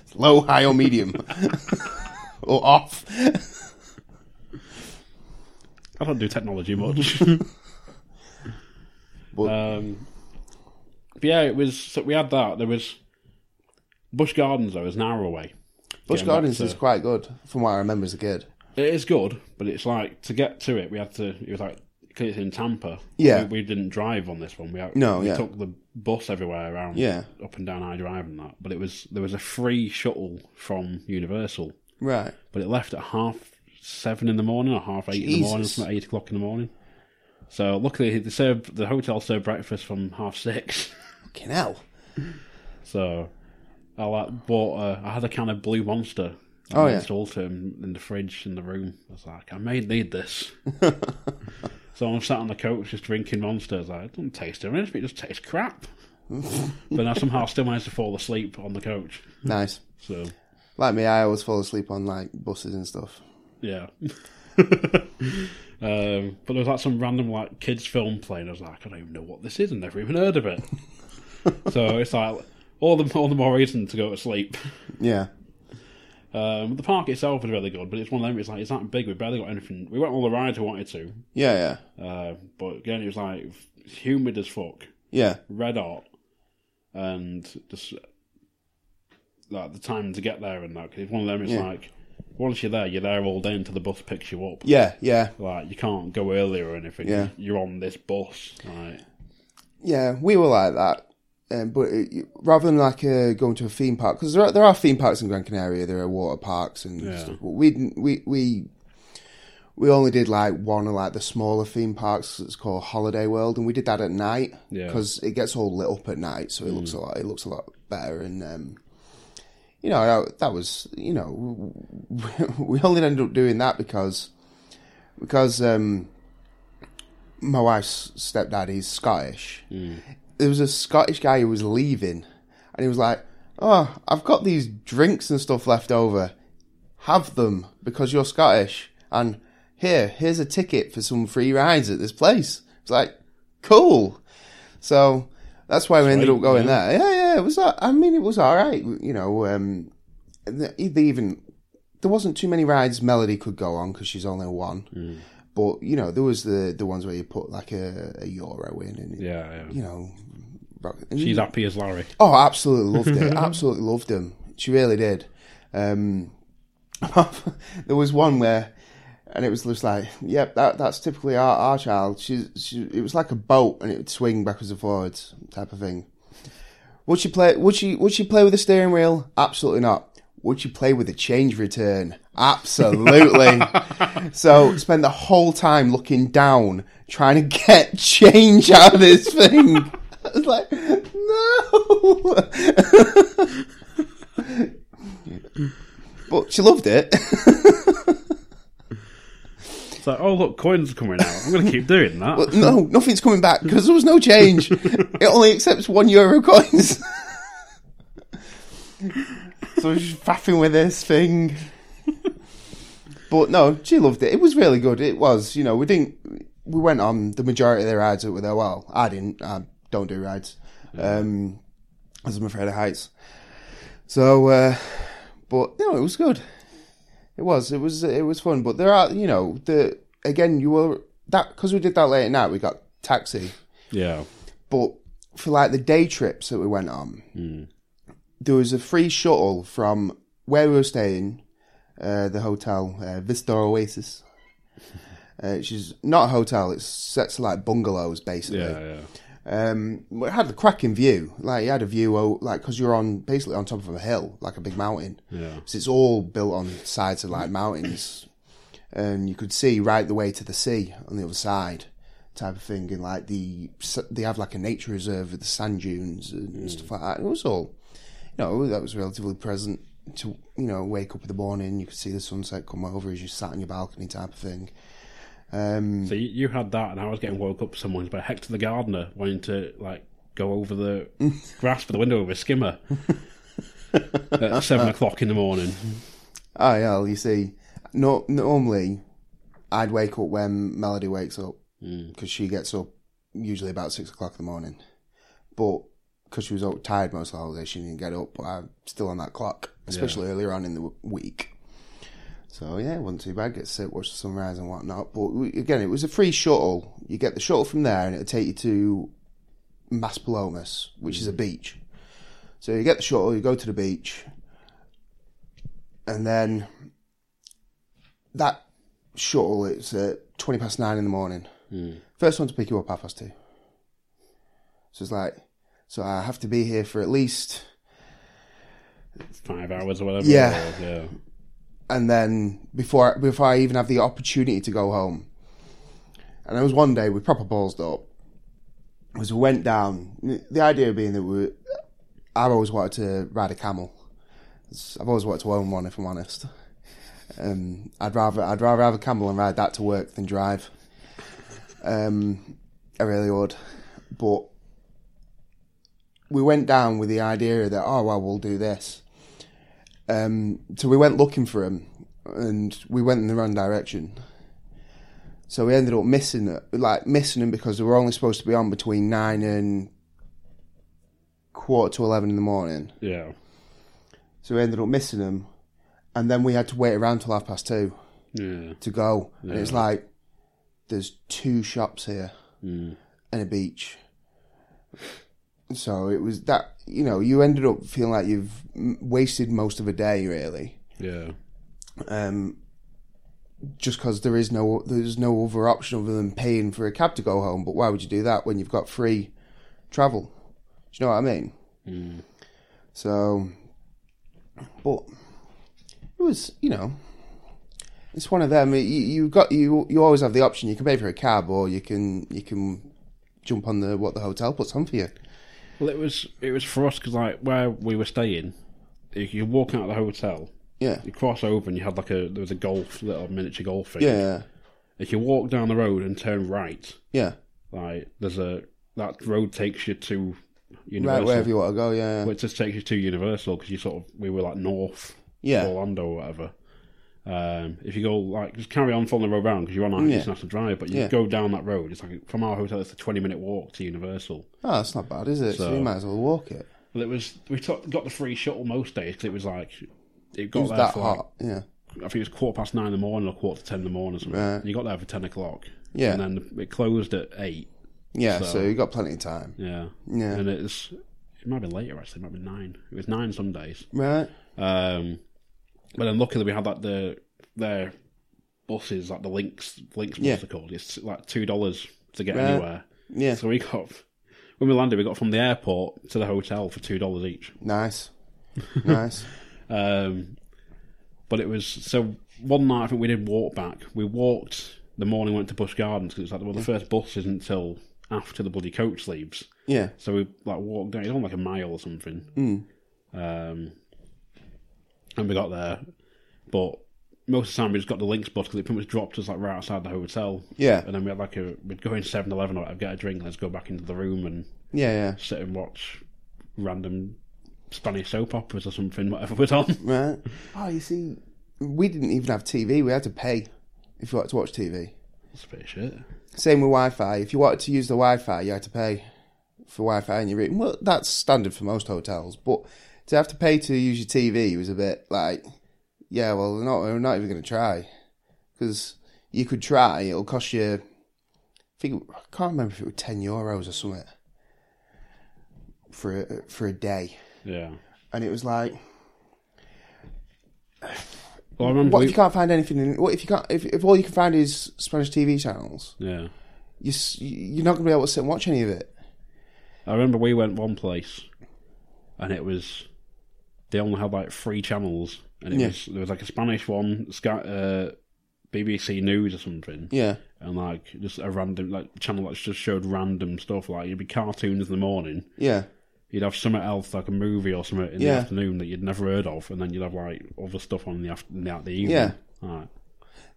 [SPEAKER 7] It's Low, high, or medium, or off.
[SPEAKER 6] I don't do technology much.
[SPEAKER 7] But-
[SPEAKER 6] um, but yeah, it was. So we had that. There was Bush Gardens though, is an hour away.
[SPEAKER 7] Bush
[SPEAKER 6] Getting back
[SPEAKER 7] Gardens
[SPEAKER 6] to-
[SPEAKER 7] is quite good, from what I remember as a kid.
[SPEAKER 6] It is good, but it's like to get to it, we had to. It was like because it's in Tampa.
[SPEAKER 7] Yeah.
[SPEAKER 6] we, we didn't drive on this one. We had,
[SPEAKER 7] No,
[SPEAKER 6] we
[SPEAKER 7] yeah.
[SPEAKER 6] took the bus everywhere around.
[SPEAKER 7] Yeah.
[SPEAKER 6] up and down I drive and that. But it was there was a free shuttle from Universal,
[SPEAKER 7] Right.
[SPEAKER 6] but it left at half seven in the morning or half eight in the morning,
[SPEAKER 7] Jesus.
[SPEAKER 6] from eight o'clock in the morning. So luckily, they served the hotel served breakfast from half six.
[SPEAKER 7] Fucking hell.
[SPEAKER 6] So I like bought. A, I had a can of Blue Monster. I
[SPEAKER 7] Oh, yeah.
[SPEAKER 6] Installed it in, in the fridge in the room. I was like, I may need this. so I'm sat on the couch just drinking Monster. I was like, it doesn't taste of anything. It just tastes crap. but I somehow still managed to fall asleep on the couch.
[SPEAKER 7] Nice.
[SPEAKER 6] So
[SPEAKER 7] Like me, I always fall asleep on like buses and stuff.
[SPEAKER 6] yeah. Um, but there was like some random like kids film playing. I was like, I don't even know what this is. I've never even heard of it. so it's like all the all the more reason to go to sleep.
[SPEAKER 7] Yeah.
[SPEAKER 6] Um, the park itself is really good, but it's one of them. It's like it's that big. We barely got anything. We went on all the rides we wanted to,
[SPEAKER 7] Yeah, yeah.
[SPEAKER 6] uh, but again, it was like it's humid as fuck,
[SPEAKER 7] Yeah.
[SPEAKER 6] red hot, and just like the time to get there and that. 'cause it's one of them. It's
[SPEAKER 7] Yeah.
[SPEAKER 6] like once you're there, you're there all day until the bus picks you up.
[SPEAKER 7] Yeah, yeah.
[SPEAKER 6] Like you can't go earlier or anything.
[SPEAKER 7] Yeah. Mm.
[SPEAKER 6] You're on this bus. Like
[SPEAKER 7] Yeah, we were like that. Um, but it, rather than like uh, going to a theme park, because there, are- there are theme parks in Gran Canaria, there are water parks and
[SPEAKER 6] Yeah.
[SPEAKER 7] stuff. But we didn't- we we we only did like one of like the smaller theme parks. It's called Holiday World, and we did that at night
[SPEAKER 6] Yeah. Mm.
[SPEAKER 7] because it gets all lit up at night, so it looks a lot it looks a lot better. And um, you know that, that was you know we only ended up doing that because because um, my wife's stepdad is Scottish.
[SPEAKER 6] Hmm.
[SPEAKER 7] There was a Scottish guy who was leaving, and he was like, "Oh, I've got these drinks and stuff left over. Have them because you're Scottish." And here, here's a ticket for some free rides at this place. It's like, cool. So that's why we ended
[SPEAKER 6] Sweet,
[SPEAKER 7] up going
[SPEAKER 6] yeah.
[SPEAKER 7] there. Yeah, yeah. It was. a- I mean, it was all right. You know, um, they they even there wasn't too many rides Melody could go on because she's only one.
[SPEAKER 6] Mm.
[SPEAKER 7] But you know, there was the the ones where you put like a, a euro in, and
[SPEAKER 6] yeah, yeah.
[SPEAKER 7] you know, rock- and-
[SPEAKER 6] She's happy as Larry.
[SPEAKER 7] oh, absolutely loved it. absolutely loved them. She really did. Um, there was one where, and it was just like, yep, that that's typically our, our child. She's she, it was like a boat, and it would swing backwards and forwards type of thing. Would she play? Would she? Would she play with the steering wheel? Absolutely not. Would she play with a change return? Absolutely. so spend the whole time looking down, trying to get change out of this thing. I was like, no. but she loved it.
[SPEAKER 6] It's like, oh look, coins are coming out. I'm gonna keep doing that.
[SPEAKER 7] But no, nothing's coming back because there was no change. it only accepts one euro coins. so I was just faffing with this thing. But no, she loved it. It was really good. It was, you know, we didn't. We went on the majority of the rides that were there. Well, I didn't. I don't do rides, um, as I'm afraid of heights. So, uh, but no, it was good. It was. It was. It was fun. But there are, you know, the again, you were that because we did that late at night. We got taxi,
[SPEAKER 6] Yeah,
[SPEAKER 7] but for like the day trips that we went on, there was a free shuttle from where we were staying, uh, the hotel uh, Vista Oasis, Uh, which is not a hotel. It's sets like bungalows basically.
[SPEAKER 6] Yeah, yeah.
[SPEAKER 7] Um, well, it had a cracking view. Like, it had a view, oh, like, because you're on basically on top of a hill, like a big mountain.
[SPEAKER 6] Yeah.
[SPEAKER 7] So it's all built on sides of like mountains, and you could see right the way to the sea on the other side, type of thing. And like the s- they have like a nature reserve with the sand dunes and stuff like that. It was all, you know, that was relatively present. To you know, wake up in the morning, you could see the sunset come over as you sat on your balcony, type of thing. Um,
[SPEAKER 6] So you, you had that, and I was getting woke up someone's by Hector the gardener wanting to like go over the grass for the window with a skimmer at seven o'clock in the morning.
[SPEAKER 7] Oh yeah, well, you see, no, normally I'd wake up when Melody wakes up because she gets up usually about six o'clock in the morning. But because she was all tired most of the holiday, she didn't get up. But I'm still on that clock, especially earlier on in the w- week. So yeah, it wasn't too bad. Get sit, watch the sunrise and whatnot. But we- again, it was a free shuttle. You get the shuttle from there, and it'll take you to Mas Palomas, which is a beach. So you get the shuttle, you go to the beach, and then that shuttle it's at 20 past nine in the morning first one to pick you up half past two so it's like so i have to be here for at least
[SPEAKER 6] Five hours or whatever.
[SPEAKER 7] Yeah.
[SPEAKER 6] It was, yeah.
[SPEAKER 7] and then before before I even have the opportunity to go home. And it was one day we proper balls up. Was we went down. The idea being that we, I've always wanted to ride a camel. It's- I've always wanted to own one, if I'm honest. Um, I'd rather I'd rather have a camel and ride that to work than drive. Um, I really would, but we went down with the idea that oh well we'll do this. Um, so we went looking for him, and we went in the wrong direction. So we ended up missing it, like missing him because we were only supposed to be on between nine and quarter to eleven in the morning.
[SPEAKER 6] Yeah.
[SPEAKER 7] So we ended up missing him, and then we had to wait around till half past two
[SPEAKER 6] Yeah.
[SPEAKER 7] to go. And it's like there's two shops here and a beach. So it was that you know you ended up feeling like you've mm, wasted most of a day really.
[SPEAKER 6] Yeah.
[SPEAKER 7] um, just because there is no there's no other option other than paying for a cab to go home. But why would you do that when you've got free travel? Do you know what I mean?
[SPEAKER 6] Hmm.
[SPEAKER 7] So, but it was you know, it's one of them. You, you got you you always have the option. You can pay for a cab, or you can you can jump on the what the hotel puts on for you.
[SPEAKER 6] Well, it was it was for us because like where we were staying, you you walk out of the hotel,
[SPEAKER 7] Yeah,
[SPEAKER 6] you cross over, and you had like a there was a golf little miniature golf thing.
[SPEAKER 7] yeah,
[SPEAKER 6] If you walk down the road and turn right,
[SPEAKER 7] yeah.
[SPEAKER 6] like there's a that road takes you to Universal.
[SPEAKER 7] Right wherever you want to go. Yeah,
[SPEAKER 6] Well, it just takes you to Universal because you sort of we were like north
[SPEAKER 7] Yeah.
[SPEAKER 6] Orlando or whatever. Um, if you go like just carry on following the road round because you're on like,
[SPEAKER 7] Yeah.
[SPEAKER 6] international drive, but you
[SPEAKER 7] Yeah.
[SPEAKER 6] go down that road. It's like from our hotel, it's a twenty minute walk to Universal.
[SPEAKER 7] oh, that's not bad, is it? So,
[SPEAKER 6] So-
[SPEAKER 7] you might as well walk it.
[SPEAKER 6] Well, it was we took, got the free shuttle most days because it was like it got
[SPEAKER 7] It was
[SPEAKER 6] there
[SPEAKER 7] that
[SPEAKER 6] for like,
[SPEAKER 7] hot. Yeah.
[SPEAKER 6] I think it was quarter past nine in the morning or quarter to ten in the morning. Or something.
[SPEAKER 7] Right.
[SPEAKER 6] You got there for ten o'clock.
[SPEAKER 7] Yeah.
[SPEAKER 6] and then it closed at eight.
[SPEAKER 7] Yeah, so,
[SPEAKER 6] So-
[SPEAKER 7] you got plenty of time.
[SPEAKER 6] Yeah,
[SPEAKER 7] Yeah.
[SPEAKER 6] and it's it might be later actually. It might be nine. It was nine some days.
[SPEAKER 7] Right?
[SPEAKER 6] Um, but then luckily we had like the their buses, like the links, links
[SPEAKER 7] Yeah.
[SPEAKER 6] what's they called? It's like two dollars to get
[SPEAKER 7] Right.
[SPEAKER 6] anywhere.
[SPEAKER 7] Yeah.
[SPEAKER 6] So we got when we landed, we got from the airport to the hotel for two dollars each.
[SPEAKER 7] Nice. nice.
[SPEAKER 6] Um, but it was so one night I think we did walk back. We walked the morning, went to Bush Gardens because it's like well the first bus isn't until after the bloody coach leaves.
[SPEAKER 7] Yeah.
[SPEAKER 6] So we like walked down. It's on like a mile or something.
[SPEAKER 7] Hmm.
[SPEAKER 6] Mm. Um, and we got there, but most of the time we just got the links bus because it pretty much dropped us like right outside the hotel.
[SPEAKER 7] Yeah.
[SPEAKER 6] And then we had like a we'd go in Seven Eleven or whatever, get a drink, and let's go back into the room and
[SPEAKER 7] Yeah,
[SPEAKER 6] sit and watch random Spanish soap operas or something, whatever was on.
[SPEAKER 7] yeah. Right. Oh, you see, we didn't even have TV. We had to pay if you wanted to watch TV.
[SPEAKER 6] That's a bit of shit.
[SPEAKER 7] Same with Wi Fi. If you wanted to use the Wi Fi, you had to pay for Wi Fi in your room. Well, that's standard for most hotels, but to have to pay to use your TV was a bit like, yeah, well, they're not, we're not even going to try. Because you could try, it'll cost you, I, think, I can't remember if it was 10 euros or something for a, for a day.
[SPEAKER 6] Yeah.
[SPEAKER 7] And it was like,
[SPEAKER 6] Well, I remember.
[SPEAKER 7] What if
[SPEAKER 6] We,
[SPEAKER 7] you can't find anything? In, what if you can't? If, if all you can find is Spanish TV channels,
[SPEAKER 6] yeah,
[SPEAKER 7] you, s- you're not going to be able to sit and watch any of it.
[SPEAKER 6] I remember we went one place, and it was they only had like three channels, and it
[SPEAKER 7] Yeah.
[SPEAKER 6] was there was like a Spanish one, Sky, uh, BBC News or something,
[SPEAKER 7] Yeah,
[SPEAKER 6] and like just a random like channel that just showed random stuff. Like it'd be cartoons in the morning,
[SPEAKER 7] yeah,
[SPEAKER 6] you'd have something else like a movie or something in
[SPEAKER 7] Yeah.
[SPEAKER 6] the afternoon that you'd never heard of, and then you'd have like other stuff on in the after in the, the evening.
[SPEAKER 7] Yeah.
[SPEAKER 6] Alright.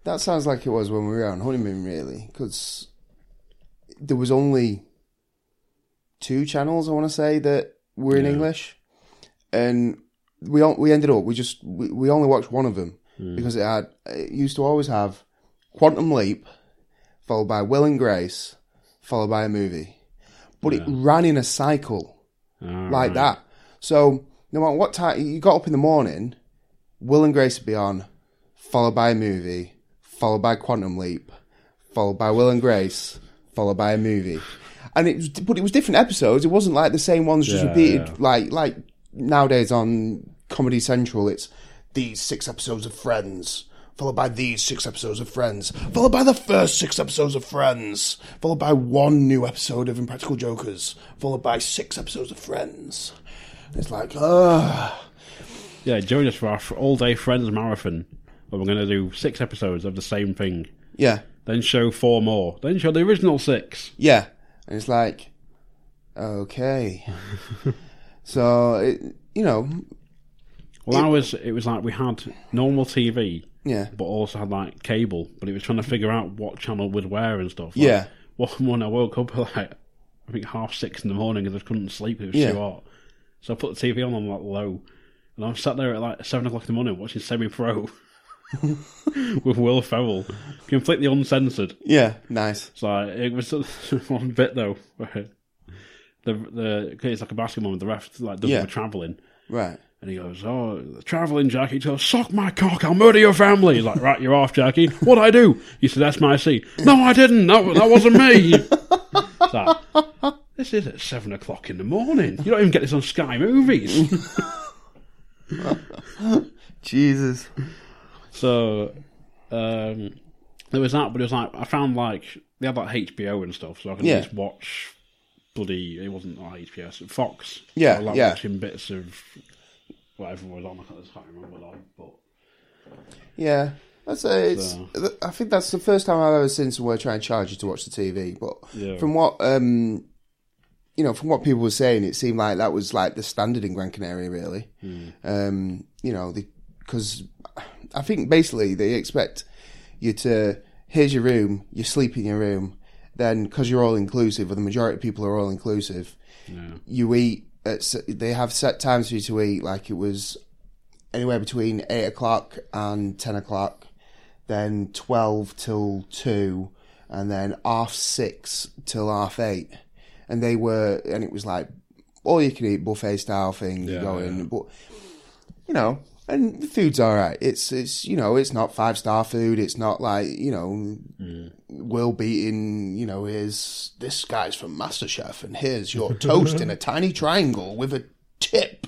[SPEAKER 7] that sounds like it was when we were on honeymoon, really, because there was only two channels. I want to say that were in English, and we on, we ended up we just we, we only watched one of them because it had it used to always have Quantum Leap, followed by Will and Grace, followed by a movie, but it ran in a cycle.
[SPEAKER 6] Alright.
[SPEAKER 7] like that. So no matter what time you got up in the morning, Will and Grace would be on, followed by a movie, followed by Quantum Leap, followed by Will and Grace, followed by a movie, and it was, but it was different episodes. It wasn't like the same ones just
[SPEAKER 6] Yeah,
[SPEAKER 7] repeated
[SPEAKER 6] yeah.
[SPEAKER 7] like like nowadays on Comedy Central. It's these six episodes of Friends. Followed by these six episodes of Friends, followed by the first six episodes of Friends, followed by one new episode of Impractical Jokers, followed by six episodes of Friends. It's like, ugh.
[SPEAKER 6] Yeah, join us for our all day friends marathon. Where we're going to do six episodes of the same thing,
[SPEAKER 7] Yeah,
[SPEAKER 6] then show four more, then show the original six.
[SPEAKER 7] yeah. And it's like, okay. so, it, you know,
[SPEAKER 6] Well, ours it was like we had normal TV,
[SPEAKER 7] yeah.
[SPEAKER 6] but also had like cable, but it was trying to figure out what channel would where and stuff. Like,
[SPEAKER 7] Yeah.
[SPEAKER 6] One morning I woke up at like I think half six in the morning because I couldn't sleep. It was
[SPEAKER 7] Yeah.
[SPEAKER 6] too hot, so I put the TV on on like low, and I'm sat there at like seven o'clock in the morning watching Semi Pro with Will Ferrell, completely uncensored.
[SPEAKER 7] Yeah, nice.
[SPEAKER 6] So it was one bit though. Where the the 'cause it's like a basketball and the ref like does
[SPEAKER 7] Yeah.
[SPEAKER 6] the traveling.
[SPEAKER 7] Right.
[SPEAKER 6] And he goes, Oh, traveling Jackie. He goes, Suck my cock, I'll murder your family. He's like, Right, you're off, Jackie. What'd I do? He said, That's my seat. No, I didn't. That, that wasn't me. It's like, this is at seven o'clock in the morning. You don't even get this on Sky Movies.
[SPEAKER 7] Jesus.
[SPEAKER 6] so, um, there was that, but it was like, I found like, they had like HBO and stuff, so I could
[SPEAKER 7] Yeah.
[SPEAKER 6] just watch bloody, it wasn't like HBO, so Fox.
[SPEAKER 7] Yeah,
[SPEAKER 6] I like
[SPEAKER 7] yeah.
[SPEAKER 6] watching bits of whatever was on. I can't, I can't remember what on, but.
[SPEAKER 7] Yeah. That's a, it's, th- I think that's the first time I've ever seen somewhere try and charge you to watch the TV. But
[SPEAKER 6] Yeah.
[SPEAKER 7] from what um, you know, from what people were saying, it seemed like that was like the standard in Gran Canaria, really. Um, you know, because I think basically they expect you to here's your room, you sleep in your room, then because you're all inclusive, or the majority of people are all inclusive, you eat. At, s- they have set times for you to eat, like it was anywhere between eight o'clock and ten o'clock, then twelve till two, and then half six till half eight. And they were, and it was like all you can eat buffet style thing. you
[SPEAKER 6] Yeah,
[SPEAKER 7] go
[SPEAKER 6] yeah.
[SPEAKER 7] in, but you know, and the food's all right. It's it's you know, it's not five star food. It's not like you know, Will beating. You know, here's this guy's from MasterChef, and here's your toast in a tiny triangle with a tip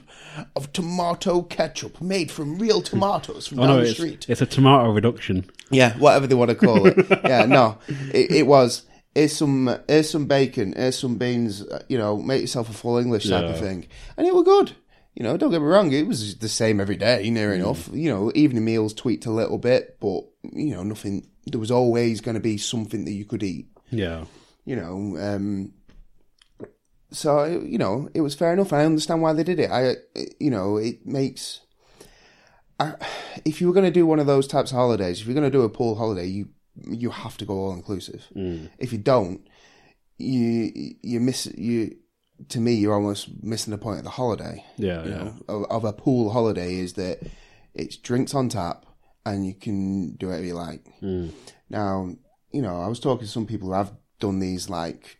[SPEAKER 7] of tomato ketchup made from real tomatoes from
[SPEAKER 6] Oh
[SPEAKER 7] down
[SPEAKER 6] no,
[SPEAKER 7] the
[SPEAKER 6] it's,
[SPEAKER 7] street.
[SPEAKER 6] it's a tomato reduction.
[SPEAKER 7] Yeah, whatever they want to call it. yeah, no, it, it was. Here's some, here's some bacon, here's some beans. uh, You know, make yourself a full English type of
[SPEAKER 6] Yeah.
[SPEAKER 7] thing, and it were good. You know, don't get me wrong, it was the same every day,
[SPEAKER 6] Mm.
[SPEAKER 7] near enough. You know, evening meals tweaked a little bit, but you know, nothing. There was always going to be something that you could eat.
[SPEAKER 6] Yeah.
[SPEAKER 7] You know, um, so you know, it was fair enough. I understand why they did it. I, you know, it makes if you were going to do one of those types of holidays, if you're going to do a pool holiday, you you have to go all inclusive.
[SPEAKER 6] Mm.
[SPEAKER 7] If you don't, you you miss you. To me, you're almost missing the point of the holiday.
[SPEAKER 6] Yeah,
[SPEAKER 7] you
[SPEAKER 6] yeah.
[SPEAKER 7] know, of, of a pool holiday is that it's drinks on tap and you can do whatever you like.
[SPEAKER 6] Mm.
[SPEAKER 7] Now, you know, I was talking to some people who have done these like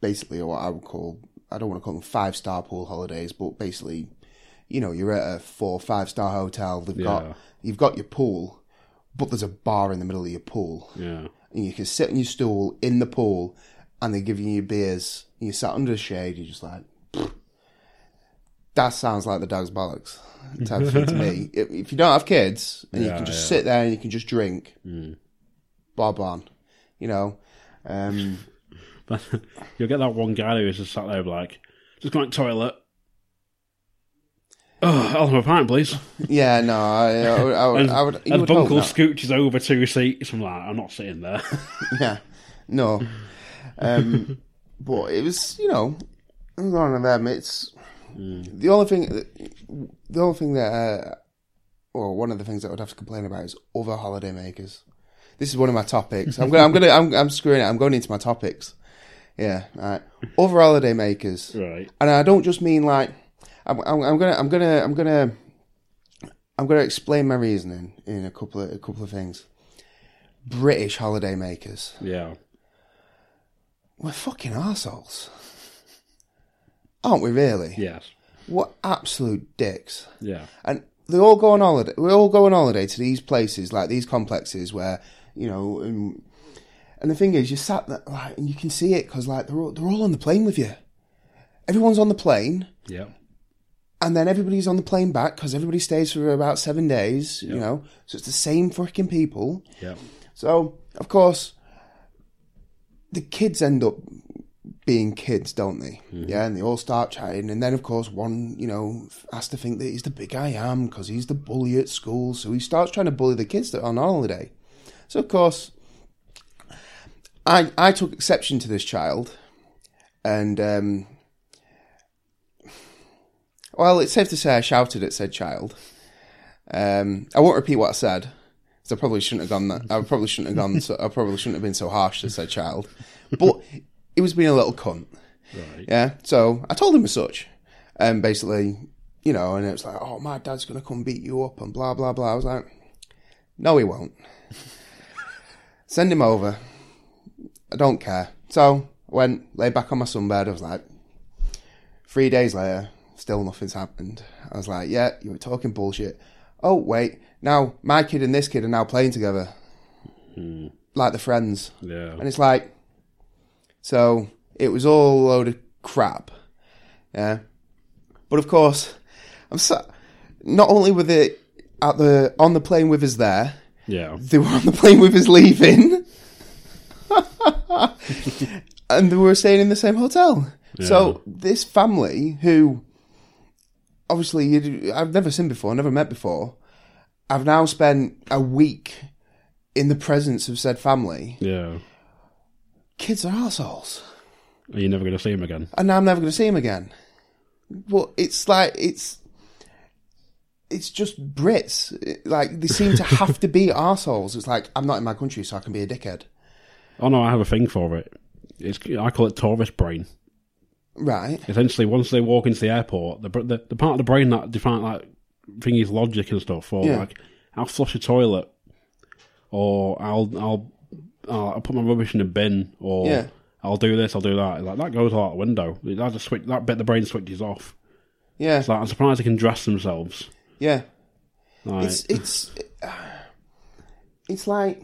[SPEAKER 7] basically what I would call I don't want to call them five star pool holidays, but basically, you know, you're at a four five star hotel. They've
[SPEAKER 6] Yeah.
[SPEAKER 7] got you've got your pool, but there's a bar in the middle of your pool,
[SPEAKER 6] Yeah.
[SPEAKER 7] and you can sit on your stool in the pool, and they're giving you beers. And you sat under a shade. You're just like. That sounds like the dog's bollocks type of thing to me. If, if you don't have kids and you
[SPEAKER 6] Yeah,
[SPEAKER 7] can just
[SPEAKER 6] yeah. Mm.
[SPEAKER 7] sit there and you can just drink, bob on, you know. Um,
[SPEAKER 6] But you'll get that one guy who's just sat there like, just going to the toilet. Oh, I'll have a pint, please.
[SPEAKER 7] yeah, no, I, I, would- I, would,
[SPEAKER 6] And,
[SPEAKER 7] I would. You
[SPEAKER 6] and
[SPEAKER 7] would hope
[SPEAKER 6] Bunkle
[SPEAKER 7] not.
[SPEAKER 6] scooches over two seats. I'm like, I'm not sitting there.
[SPEAKER 7] yeah, no. Um, but it was, you know, it was one of them. It's the only thing, the only thing that, uh, or one of the things that I would have to complain about is other holidaymakers. This is one of my topics. I'm gonna, I'm gonna, I'm, I'm screwing it. I'm going into my topics. Yeah, all right. Other holidaymakers
[SPEAKER 6] right.
[SPEAKER 7] and I don't just mean like I'm, I'm, I'm gonna I'm gonna I'm gonna I'm gonna explain my reasoning in a couple of a couple of things. British holidaymakers,
[SPEAKER 6] Yeah.
[SPEAKER 7] we're fucking assholes, aren't we? Really?
[SPEAKER 6] Yes.
[SPEAKER 7] We're absolute dicks,
[SPEAKER 6] Yeah.
[SPEAKER 7] and they all go on holiday. We all go on holiday to these places like these complexes where you know. And, and the thing is, you sat there, like, and you can see it because like they're all, they're all on the plane with you. Everyone's on the plane.
[SPEAKER 6] Yeah.
[SPEAKER 7] and then everybody's on the plane back because everybody stays for about seven days, you know. So it's the same freaking people.
[SPEAKER 6] Yeah.
[SPEAKER 7] So of course, the kids end up being kids, don't they? Yeah, and they all start chatting, and then of course one, you know, has to think that he's the big I am because he's the bully at school, so he starts trying to bully the kids that are on holiday. So of course, I I took exception to this child, and um, well, it's safe to say I shouted at said child. Um, I won't repeat what I said. So I probably shouldn't have gone that. I probably shouldn't have gone. So, I probably shouldn't have been so harsh to said child. But he was being a little cunt.
[SPEAKER 6] Right.
[SPEAKER 7] Yeah. So I told him as such. And basically, you know, and it was like, oh, my dad's going to come beat you up and blah, blah, blah. I was like, no, he won't. Send him over. I don't care. So I went, lay back on my sunbed. I was like, three days later, still nothing's happened. I was like, yeah, you were talking bullshit. Oh, wait. Now my kid and this kid are now playing together. Like the friends.
[SPEAKER 6] Yeah.
[SPEAKER 7] And it's like, so it was all a load of crap. Yeah. But of course, I'm so, not only were they at the, on the plane with us there,
[SPEAKER 6] Yeah.
[SPEAKER 7] they were on the plane with us leaving. and they were staying in the same hotel. So this family, who obviously you'd, I've never seen before, never met before, I've now spent a week in the presence of said family.
[SPEAKER 6] Yeah.
[SPEAKER 7] Kids are assholes,
[SPEAKER 6] Are you never going to see him again?
[SPEAKER 7] and now I'm never going to see him again. Well, it's like it's it's just Brits. It- like they seem to have to be assholes. It's like I'm not in my country, so I can be a dickhead.
[SPEAKER 6] Oh no, I have a thing for it. It's I call it tourist brain.
[SPEAKER 7] Right.
[SPEAKER 6] Essentially, once they walk into the airport, the br- the, the part of the brain that defines like thingies logic and stuff, or
[SPEAKER 7] Yeah.
[SPEAKER 6] like I'll flush a toilet, or I'll I'll I'll, I'll put my rubbish in a bin, or
[SPEAKER 7] Yeah.
[SPEAKER 6] I'll do this, I'll do that. Like that goes out the window. That just switch that bit of the brain switches off.
[SPEAKER 7] Yeah.
[SPEAKER 6] It's like I'm surprised they can dress themselves.
[SPEAKER 7] yeah.
[SPEAKER 6] Like,
[SPEAKER 7] It's it's it's like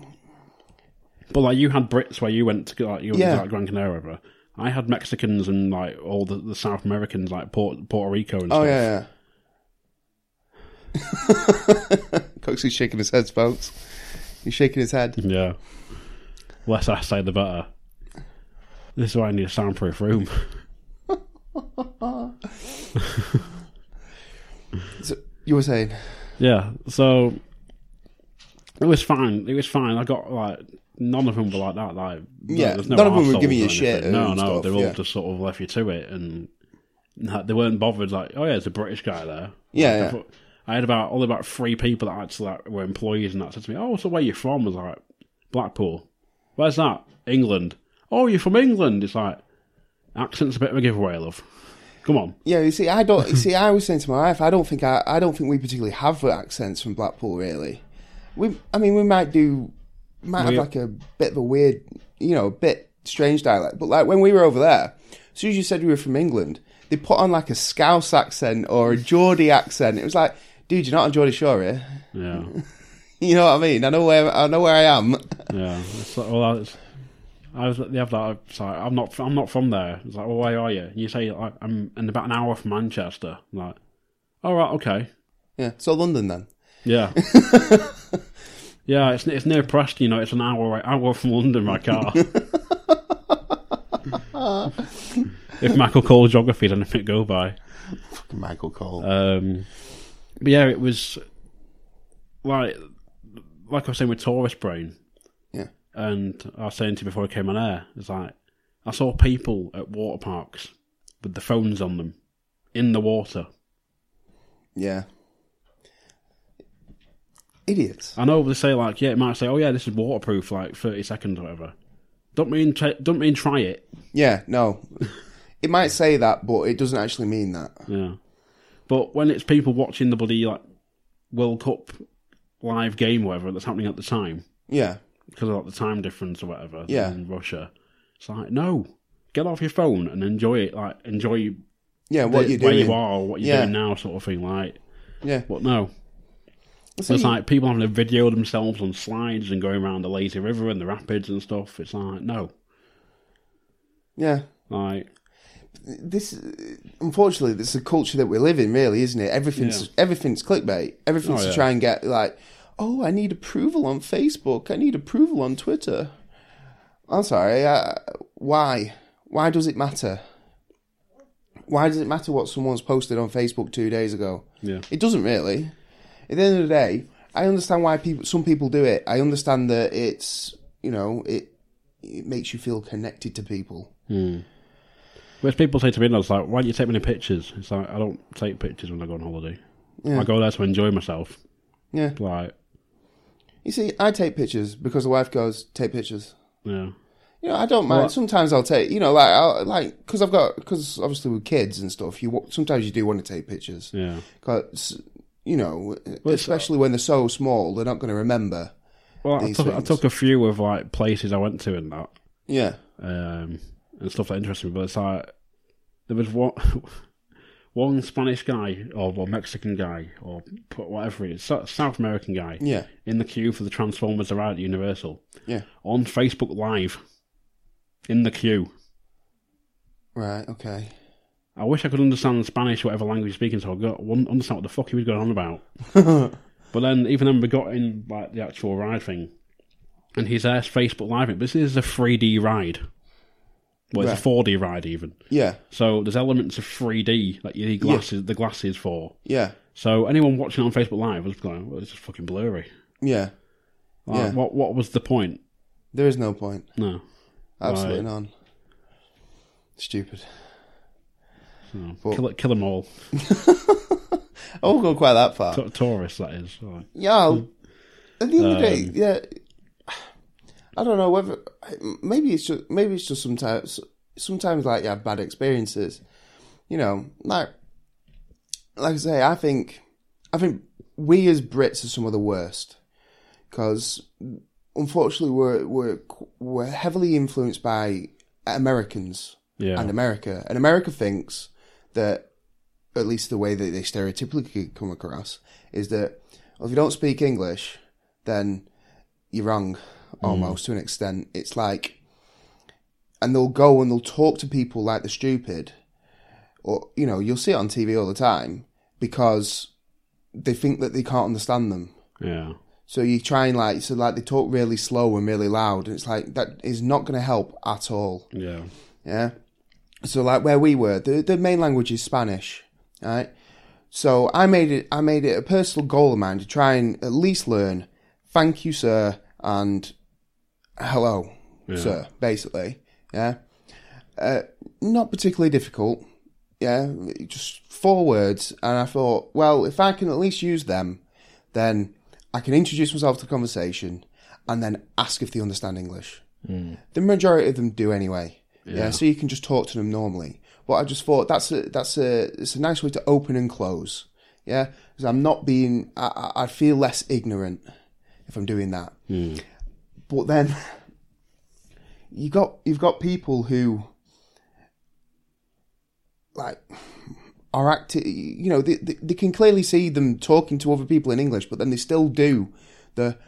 [SPEAKER 6] But like you had Brits where you went to like you went
[SPEAKER 7] Yeah.
[SPEAKER 6] to like, Gran Canaria. Bro. I had Mexicans and like all the, the South Americans like Port, Puerto Rico and
[SPEAKER 7] oh
[SPEAKER 6] stuff.
[SPEAKER 7] yeah. yeah. Coxie's shaking his head, folks. He's shaking his head.
[SPEAKER 6] Yeah. Less I say, the better. This is why I need a soundproof room.
[SPEAKER 7] So, you were saying,
[SPEAKER 6] yeah. So it was fine. It was fine. I got like none of them were like that. Like no-
[SPEAKER 7] Yeah,
[SPEAKER 6] there's no
[SPEAKER 7] none of them were
[SPEAKER 6] arseholes
[SPEAKER 7] giving you
[SPEAKER 6] or anything.
[SPEAKER 7] shit and
[SPEAKER 6] No, no,
[SPEAKER 7] stuff,
[SPEAKER 6] they all
[SPEAKER 7] yeah.
[SPEAKER 6] just sort of left you to it, and like, they weren't bothered. Like, oh yeah, there's a British guy there.
[SPEAKER 7] Yeah,
[SPEAKER 6] Like,
[SPEAKER 7] yeah.
[SPEAKER 6] I, thought- I had about only about three people that actually like, were employees, and that said to me, "Oh, so where you from?" I was like, "Blackpool." Where's that? England. Oh, you're from England. It's like accent's a bit of a giveaway, love. Come on.
[SPEAKER 7] yeah, you see, I don't you see. I was saying to my wife, I don't think I, I don't think we particularly have accents from Blackpool, really. We, I mean, we might do, might have
[SPEAKER 6] yeah.
[SPEAKER 7] like a bit of a weird, you know, a bit strange dialect. But like when we were over there, as soon as you said you were from England, they put on like a Scouse accent or a Geordie accent. It was like, dude, you're not on Geordie Shore, eh? here.
[SPEAKER 6] Yeah.
[SPEAKER 7] You know what I mean? I know where I know where I am.
[SPEAKER 6] Yeah, it's like, well, it's, I was, they have that. It's like, I'm not, I'm not from there. It's like, well, where are you? And you say, like, I'm in about an hour from Manchester. I'm like, all right, okay,
[SPEAKER 7] Yeah. So London then.
[SPEAKER 6] yeah, yeah. It's it's near Preston. You know, it's an hour hour from London by car. if Michael Cole geography doesn't fit go by.
[SPEAKER 7] Michael Cole.
[SPEAKER 6] Um, but yeah, it was like like I was saying with tourist brain.
[SPEAKER 7] Yeah.
[SPEAKER 6] And I was saying to you before I came on air, it's like I saw people at water parks with the phones on them in the water.
[SPEAKER 7] yeah. Idiots.
[SPEAKER 6] I know they say like, yeah, it might say, oh yeah, this is waterproof, like thirty seconds or whatever. Don't mean t- don't mean try it.
[SPEAKER 7] Yeah. No. it might say that, but it doesn't actually mean that.
[SPEAKER 6] Yeah. But when it's people watching the bloody like World Cup live game, or whatever that's happening at the time,
[SPEAKER 7] Yeah.
[SPEAKER 6] because of like, the time difference or whatever
[SPEAKER 7] Yeah.
[SPEAKER 6] in Russia. It's like no, get off your phone and enjoy it. Like enjoy
[SPEAKER 7] Yeah. What
[SPEAKER 6] the-
[SPEAKER 7] you're
[SPEAKER 6] where
[SPEAKER 7] doing.
[SPEAKER 6] you are, or what you're
[SPEAKER 7] Yeah.
[SPEAKER 6] doing now, sort of thing. Like,
[SPEAKER 7] Yeah.
[SPEAKER 6] but no,
[SPEAKER 7] That's
[SPEAKER 6] it's
[SPEAKER 7] it.
[SPEAKER 6] like people having to video themselves on slides and going around the lazy river and the rapids and stuff. It's like no,
[SPEAKER 7] yeah.
[SPEAKER 6] like
[SPEAKER 7] This unfortunately, this is a culture that we live in, really, isn't it? Everything's
[SPEAKER 6] Yeah.
[SPEAKER 7] everything's clickbait. Everything's
[SPEAKER 6] Oh,
[SPEAKER 7] to
[SPEAKER 6] yeah.
[SPEAKER 7] try and get like, oh, I need approval on Facebook. I need approval on Twitter. I'm sorry. Uh, why? Why does it matter? Why does it matter what someone's posted on Facebook two days ago?
[SPEAKER 6] Yeah.
[SPEAKER 7] It doesn't really. At the end of the day, I understand why people. Some people do it. I understand that it's you know it it makes you feel connected to people.
[SPEAKER 6] whereas people say to me, "It's like why don't you take many pictures?" It's like I don't take pictures when I go on holiday. I go there to enjoy myself.
[SPEAKER 7] Yeah.
[SPEAKER 6] Like
[SPEAKER 7] You see, I take pictures because the wife goes, take pictures.
[SPEAKER 6] yeah,
[SPEAKER 7] You know, I don't mind.
[SPEAKER 6] Well-
[SPEAKER 7] sometimes I'll take, you know, like, I'll, like, because I've got, because obviously with kids and stuff, you wa- sometimes you do want to take pictures.
[SPEAKER 6] yeah.
[SPEAKER 7] 'Cause, you know,
[SPEAKER 6] it's- uh,
[SPEAKER 7] especially when they're so small, they're not going to remember.
[SPEAKER 6] Well, I
[SPEAKER 7] These
[SPEAKER 6] took, I
[SPEAKER 7] things.
[SPEAKER 6] took a few of like places I went to in that.
[SPEAKER 7] Yeah,
[SPEAKER 6] um, and stuff that interested me. But it's like there was one one Spanish guy or, or Mexican guy or p- whatever it is, Sou- South American guy,
[SPEAKER 7] yeah,
[SPEAKER 6] in the queue for the Transformers ride at Universal
[SPEAKER 7] yeah.
[SPEAKER 6] on Facebook Live in the queue.
[SPEAKER 7] Right, okay.
[SPEAKER 6] I wish I could understand Spanish, whatever language he's speaking, so I got wouldn't understand what the fuck he was going on about. but then, even then, we got in like the actual ride thing, and he's there Facebook Live. But this is a 3D ride. Well,
[SPEAKER 7] Right.
[SPEAKER 6] it's a 4D ride, even.
[SPEAKER 7] Yeah,
[SPEAKER 6] So there's elements of 3D that you need glasses, the glasses for.
[SPEAKER 7] yeah,
[SPEAKER 6] So anyone watching on Facebook Live was going, well, it's just fucking blurry.
[SPEAKER 7] yeah.
[SPEAKER 6] Like,
[SPEAKER 7] Yeah.
[SPEAKER 6] What what was the point?
[SPEAKER 7] There is no point.
[SPEAKER 6] No.
[SPEAKER 7] Absolutely
[SPEAKER 6] Right.
[SPEAKER 7] none. Stupid.
[SPEAKER 6] no.
[SPEAKER 7] But-
[SPEAKER 6] Kill, kill them all.
[SPEAKER 7] I won't go quite that far.
[SPEAKER 6] T- tourists, that is. Like,
[SPEAKER 7] Yeah, I'll- at the end of the day, yeah. I don't know whether maybe it's just maybe it's just sometimes sometimes like you have bad experiences, you know. Like like I say, I think I think we as Brits are some of the worst because unfortunately we're we're qu- we're heavily influenced by Americans
[SPEAKER 6] yeah.
[SPEAKER 7] and America. And America thinks that, at least the way that they stereotypically come across, is that well, if you don't speak English, then you're wrong, almost to an extent. It's like, and they'll go and they'll talk to people like the stupid, or you know, you'll see it on TV all the time because they think that they can't understand them.
[SPEAKER 6] yeah.
[SPEAKER 7] So you try and like, so like they talk really slow and really loud, and it's like that is not going to help at all.
[SPEAKER 6] Yeah.
[SPEAKER 7] Yeah. So like where we were, the the main language is Spanish, right? So I made it I made it a personal goal of mine to try and at least learn thank you sir and hello sir basically, yeah. Uh, not particularly difficult, yeah, just four words and I thought, well, if I can at least use them, then I can introduce myself to the conversation and then ask if they understand English. The majority of them do anyway. Yeah. so you can just talk to them normally. But I just thought that's a that's a it's a nice way to open and close. Yeah, because I'm not being I, I I feel less ignorant if I'm doing that. But then you got you've got people who like are acting. You know, they, they they can clearly see them talking to other people in English, but then they still do the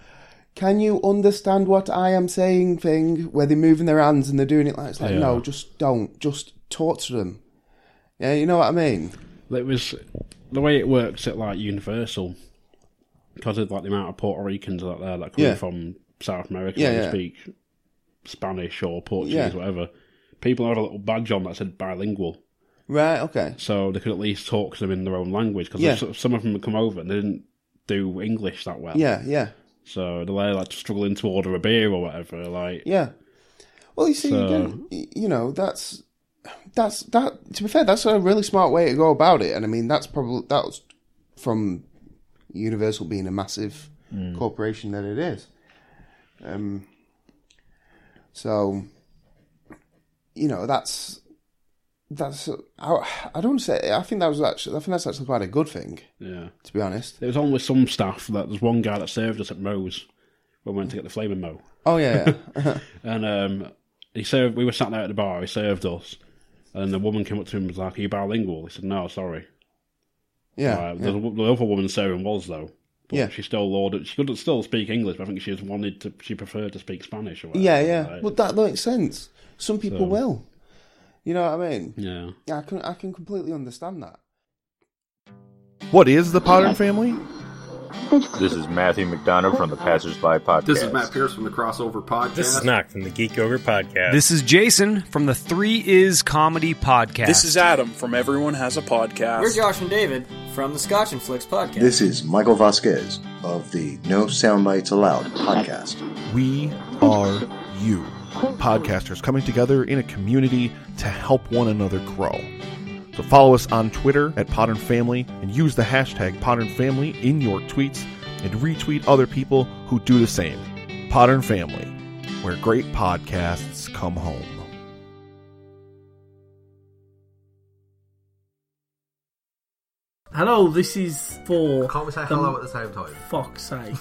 [SPEAKER 7] can you understand what I am saying thing where they're moving their hands and they're doing it like it's like
[SPEAKER 6] Yeah.
[SPEAKER 7] no, just don't, just torture them. Yeah, you know what I mean.
[SPEAKER 6] It was the way it works at like Universal because of like the amount of Puerto Ricans out there that come
[SPEAKER 7] Yeah.
[SPEAKER 6] from South America
[SPEAKER 7] Yeah,
[SPEAKER 6] and
[SPEAKER 7] yeah.
[SPEAKER 6] speak Spanish or Portuguese,
[SPEAKER 7] Yeah.
[SPEAKER 6] whatever. People had a little badge on that said bilingual,
[SPEAKER 7] Right? Okay.
[SPEAKER 6] so they could at least talk to them in their own language. Because
[SPEAKER 7] Yeah.
[SPEAKER 6] some of them would come over and they didn't do English that well.
[SPEAKER 7] Yeah, yeah,
[SPEAKER 6] So they're there, like struggling to order a beer or whatever. Like,
[SPEAKER 7] yeah. Well, you see,
[SPEAKER 6] So-
[SPEAKER 7] again, y- you know that's that's that. To be fair, that's a really smart way to go about it, and I mean that's probably that's from Universal being a massive
[SPEAKER 6] Mm.
[SPEAKER 7] corporation that it is. Um, so you know that's that's I, I don't say I think that was actually I think that's actually quite a good thing
[SPEAKER 6] yeah.
[SPEAKER 7] to be honest.
[SPEAKER 6] There was only some staff that there's one guy that served us at Moe's when we went to get the flaming Moe.
[SPEAKER 7] Oh yeah, yeah.
[SPEAKER 6] And um, he served. We were sat there at the bar. He served us, and the woman came up to him and was like, "Are you bilingual?" He said, "No, sorry."
[SPEAKER 7] yeah,
[SPEAKER 6] Uh, the, the other woman serving was though. But
[SPEAKER 7] Yeah.
[SPEAKER 6] She still ordered. She could still speak English, but I think she just wanted to. She preferred to speak Spanish. Or whatever,
[SPEAKER 7] yeah, yeah.
[SPEAKER 6] like,
[SPEAKER 7] Well, that makes sense. Some people
[SPEAKER 6] So-
[SPEAKER 7] will. You know what I mean?
[SPEAKER 6] yeah.
[SPEAKER 7] Yeah, I can I can completely understand that.
[SPEAKER 8] What is the Potter family?
[SPEAKER 9] This is Matthew McDonough from the Passersby Podcast.
[SPEAKER 10] This is Matt Pierce from the Crossover Podcast.
[SPEAKER 11] This is Knock from the Geek Ogre Podcast.
[SPEAKER 10] This is Jason from the Three Is Comedy Podcast.
[SPEAKER 11] This
[SPEAKER 10] is
[SPEAKER 11] Adam from Everyone Has a Podcast.
[SPEAKER 10] We're Josh and David from the Scotch and Flicks Podcast.
[SPEAKER 9] This is Michael Vasquez of the No Soundbites Allowed podcast.
[SPEAKER 8] We are you. Podcasters coming together in a community to help one another grow. So follow us on Twitter at Podern Family and use the hashtag Podern Family in your tweets and retweet other people who do the same. Podern Family, where great podcasts come home.
[SPEAKER 11] Hello, this is for.
[SPEAKER 10] Can't we say hello at the same time?
[SPEAKER 11] Fuck's sake.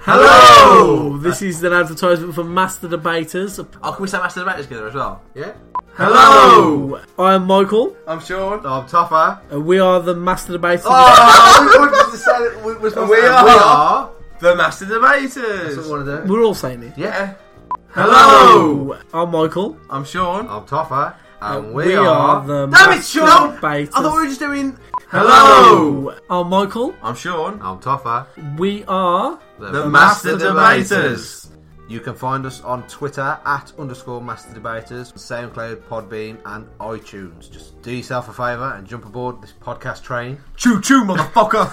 [SPEAKER 10] Hello!
[SPEAKER 11] This is an advertisement for Master Debaters.
[SPEAKER 10] Oh, can we say Master Debate together as well? Yeah?
[SPEAKER 11] Hello! I am Michael,
[SPEAKER 10] I'm Sean. I'm Toffer.
[SPEAKER 11] and we are the Master Debaters.
[SPEAKER 10] Oh, we, we, we, are, we are the Master Debaters. That's what we want to do.
[SPEAKER 11] We're all saying it.
[SPEAKER 10] Yeah. Hello!
[SPEAKER 11] Oh. I'm Michael.
[SPEAKER 10] I'm Sean. I'm Toffer. And Uh, we,
[SPEAKER 11] we
[SPEAKER 10] are,
[SPEAKER 11] are the
[SPEAKER 10] Damn it, Sean!
[SPEAKER 11] Masturbators.
[SPEAKER 10] I thought we were just doing.
[SPEAKER 11] Um, I'm Michael.
[SPEAKER 10] I'm Sean. I'm Toffer.
[SPEAKER 11] We are.
[SPEAKER 10] The, Master, Debaters. You can find us on Twitter at underscore Master Debaters, SoundCloud, Podbean, and iTunes. Just do yourself a favour and jump aboard this podcast train. Choo choo, motherfucker!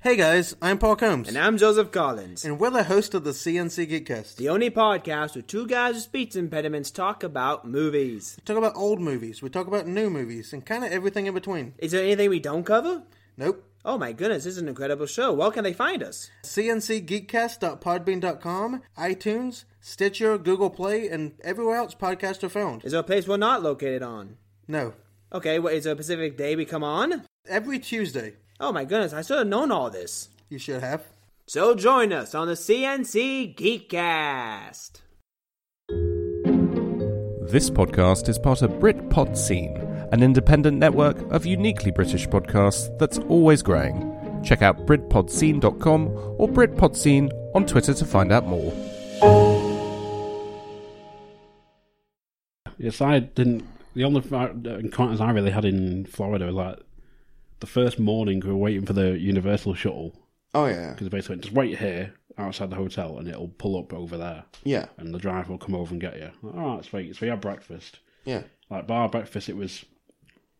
[SPEAKER 11] Hey guys, I'm Paul Combs.
[SPEAKER 10] and I'm Joseph Collins,
[SPEAKER 11] And we're the host of the CNC Geekcast.
[SPEAKER 10] the only podcast where two guys with speech impediments talk about movies.
[SPEAKER 11] We talk about old movies, we talk about new movies, and kind of everything in between.
[SPEAKER 10] Is there anything we don't cover?
[SPEAKER 11] Nope.
[SPEAKER 10] Oh my goodness, this is an incredible show. Where can they find us?
[SPEAKER 11] CNCGeekcast.podbean.com, iTunes, Stitcher, Google Play, and everywhere else podcasts are found.
[SPEAKER 10] Is there a place we're not located on?
[SPEAKER 11] No.
[SPEAKER 10] Okay, what is there a specific day we come on?
[SPEAKER 11] Every Tuesday,
[SPEAKER 10] Oh my goodness, I should have known all this.
[SPEAKER 11] you should have.
[SPEAKER 10] So join us on the CNC Geekcast.
[SPEAKER 8] This podcast is part of Brit Pod Scene, an independent network of uniquely British podcasts that's always growing. Check out BritPodScene.com or BritPodScene on Twitter to find out more.
[SPEAKER 6] Yes, I didn't. The only fi- encounters I really had in Florida was like the first morning we were waiting for the Universal shuttle
[SPEAKER 7] Oh yeah,
[SPEAKER 6] because basically just wait here outside the hotel and it'll pull up over there
[SPEAKER 7] yeah,
[SPEAKER 6] and the driver will come over and get you. Like, All right, sweet. So we had breakfast.
[SPEAKER 7] yeah,
[SPEAKER 6] Like bar breakfast, it was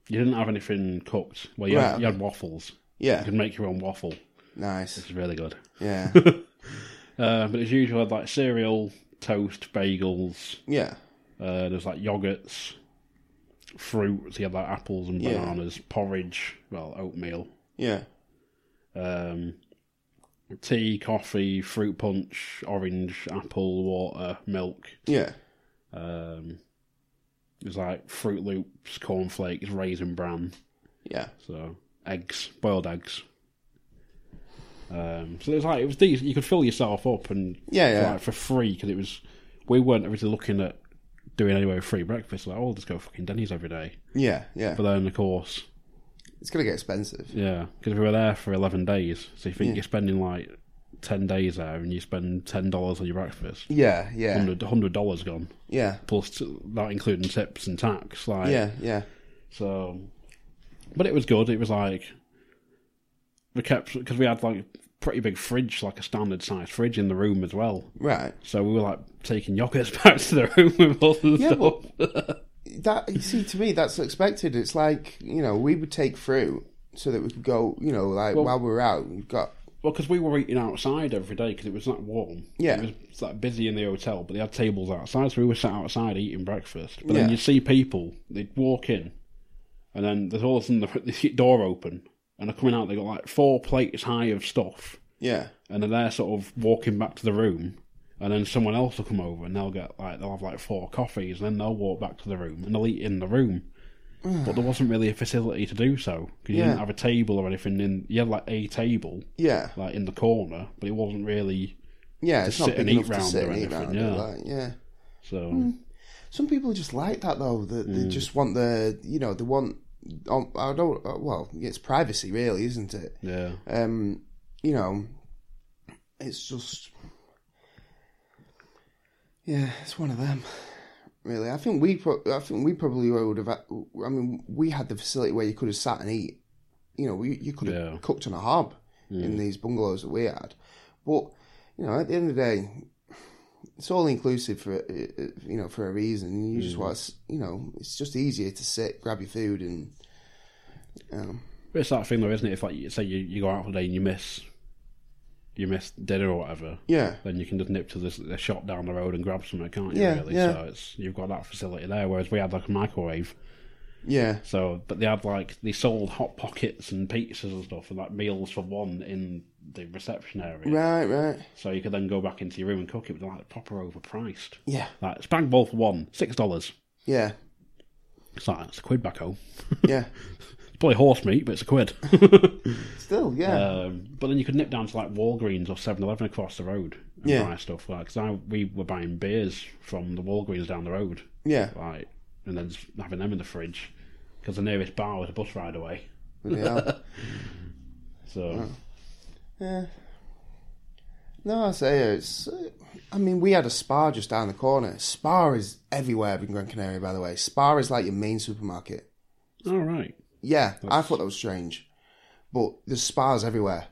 [SPEAKER 6] you didn't have anything cooked. Well, you,
[SPEAKER 7] Right.
[SPEAKER 6] had, you had waffles. You
[SPEAKER 7] yeah.
[SPEAKER 6] could make your own waffle.
[SPEAKER 7] Nice.
[SPEAKER 6] It's really good.
[SPEAKER 7] Yeah,
[SPEAKER 6] Uh, but as usual, I had like cereal, toast, bagels.
[SPEAKER 7] yeah,
[SPEAKER 6] Uh, there's like yogurts, fruits. You had like apples and
[SPEAKER 7] Yeah.
[SPEAKER 6] bananas, porridge, well oatmeal,
[SPEAKER 7] yeah,
[SPEAKER 6] um, tea, coffee, fruit punch, orange, apple, water, milk.
[SPEAKER 7] yeah.
[SPEAKER 6] Um, it was like Fruit Loops, cornflakes, raisin bran,
[SPEAKER 7] Yeah,
[SPEAKER 6] so eggs, boiled eggs. Um, so it was like it was decent. You could fill yourself up and
[SPEAKER 7] Yeah, yeah.
[SPEAKER 6] like, for free because it was we weren't really looking at doing anyway free breakfast. Like, oh, I'll just go fucking Denny's every day.
[SPEAKER 7] yeah, yeah.
[SPEAKER 6] But then of course
[SPEAKER 7] It's going to get expensive.
[SPEAKER 6] Yeah, because we were there for 11 days. So you think
[SPEAKER 7] Yeah.
[SPEAKER 6] you're spending like 10 days there and you spend $10 on your breakfast.
[SPEAKER 7] Yeah, yeah.
[SPEAKER 6] $100, $100 gone.
[SPEAKER 7] Yeah.
[SPEAKER 6] Plus, t- not including tips and tax. Like,
[SPEAKER 7] Yeah, yeah.
[SPEAKER 6] So, but it was good. It was like we kept because we had like a pretty big fridge, like a standard size fridge in the room as well.
[SPEAKER 7] Right.
[SPEAKER 6] So we were like taking yogurts back to the room with us and
[SPEAKER 7] Yeah,
[SPEAKER 6] stuff.
[SPEAKER 7] That you see, to me, that's expected. It's like you know, we would take fruit so that we could go. You know, like
[SPEAKER 6] Well-
[SPEAKER 7] while we were out, we've got
[SPEAKER 6] Well, because we were eating outside every day because it was that warm.
[SPEAKER 7] Yeah.
[SPEAKER 6] It was like busy in the hotel, but they had tables outside, so we were sat outside eating breakfast. But
[SPEAKER 7] Yeah.
[SPEAKER 6] then you'd see people, they'd walk in, and then there's all of a sudden the, the door open, and they're coming out, they got like four plates high of stuff.
[SPEAKER 7] yeah,
[SPEAKER 6] and then they're sort of walking back to the room, and then someone else will come over and they'll get like they'll have like four coffees, and then they'll walk back to the room and they'll eat in the room. but there wasn't really a facility to do so because you
[SPEAKER 7] Yeah.
[SPEAKER 6] didn't have a table or anything. In you had like a table
[SPEAKER 7] yeah,
[SPEAKER 6] like in the corner, but it wasn't really
[SPEAKER 7] yeah.
[SPEAKER 6] to
[SPEAKER 7] It's not
[SPEAKER 6] sit and
[SPEAKER 7] big
[SPEAKER 6] eat
[SPEAKER 7] enough to
[SPEAKER 6] round
[SPEAKER 7] sit
[SPEAKER 6] or
[SPEAKER 7] and eat
[SPEAKER 6] anything,
[SPEAKER 7] round.
[SPEAKER 6] yeah.
[SPEAKER 7] Yeah. Like, yeah.
[SPEAKER 6] so.
[SPEAKER 7] Hmm. Some people just like that though. That they just want the you know they want. um, I don't. uh, Well, it's privacy, really, isn't it?
[SPEAKER 6] Yeah,
[SPEAKER 7] Um, you know, it's just. Yeah, it's one of them. Really, I think we. Pro- I think we probably would have. had- I mean, we had the facility where you could have sat and eat. You know, we, you could have
[SPEAKER 6] Yeah.
[SPEAKER 7] cooked on a hob in these bungalows that we had, but you know, at the end of the day, it's all inclusive for uh, uh, you know for a reason. You just want, to s- you know, it's just easier to sit, grab your food, and um,
[SPEAKER 6] but it's that thing though, isn't it? If like you say you, you go out today and you miss, you miss dinner or whatever,
[SPEAKER 7] yeah,
[SPEAKER 6] then you can just nip to this the shop down the road and grab something, can't you?
[SPEAKER 7] Yeah,
[SPEAKER 6] really,
[SPEAKER 7] yeah.
[SPEAKER 6] so it's you've got that facility there. Whereas we had like a microwave,
[SPEAKER 7] yeah,
[SPEAKER 6] So, but they had like they sold hot pockets and pizzas and stuff, and like meals for one in the reception area.
[SPEAKER 7] right, right,
[SPEAKER 6] So you could then go back into your room and cook it, but like proper overpriced.
[SPEAKER 7] yeah.
[SPEAKER 6] Like spag bol for one, six dollars.
[SPEAKER 7] Yeah,
[SPEAKER 6] It's like it's a quid back home.
[SPEAKER 7] yeah.
[SPEAKER 6] It's probably horse meat, but it's a quid.
[SPEAKER 7] Still, yeah.
[SPEAKER 6] um, but then you could nip down to like Walgreens or 7-Eleven across the road and
[SPEAKER 7] Yeah.
[SPEAKER 6] buy stuff. Like, 'cause I we were buying beers from the Walgreens down the road,
[SPEAKER 7] yeah.
[SPEAKER 6] like, and then just having them in the fridge because the nearest bar was a bus ride away.
[SPEAKER 7] Bloody hell.
[SPEAKER 6] So.
[SPEAKER 7] yeah. No, I say it's. uh, I mean, we had a spa just down the corner. Spa is everywhere in Gran Canaria, by the way. Spa is like your main supermarket.
[SPEAKER 6] All right.
[SPEAKER 7] Yeah, I thought that was strange, but there's spas everywhere,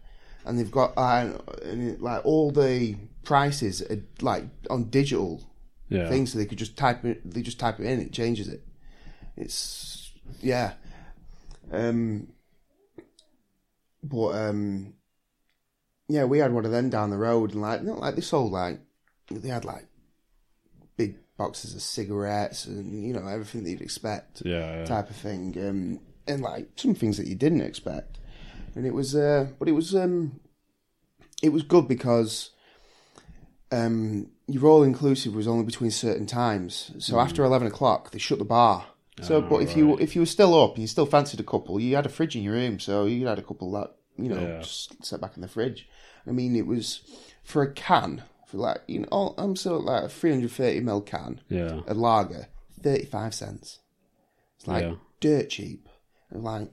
[SPEAKER 7] and they've got uh, and it- like all the prices are like on digital
[SPEAKER 6] Yeah.
[SPEAKER 7] thing, so they could just type it. They just type it in, it changes it. It's yeah. Um, but um, yeah, we had one of them down the road, and like not like they sold like they had like big boxes of cigarettes and you know everything that you'd expect
[SPEAKER 6] Yeah, yeah.
[SPEAKER 7] type of thing, um, and like some things that you didn't expect. And it was, uh, but it was, um, it was good because um, your all inclusive was only between certain times.
[SPEAKER 6] Hmm.
[SPEAKER 7] So after eleven o'clock, they shut the bar. So,
[SPEAKER 6] Oh,
[SPEAKER 7] but if you if you were still up and you still fancied a couple, you had a fridge in your room, so you had a couple that you know
[SPEAKER 6] Yeah.
[SPEAKER 7] just set back in the fridge. I mean, it was for a can for like you know all- I'm so like a three hundred thirty ml can
[SPEAKER 6] Yeah.
[SPEAKER 7] a lager thirty five cents. It's like
[SPEAKER 6] Yeah.
[SPEAKER 7] dirt cheap. And like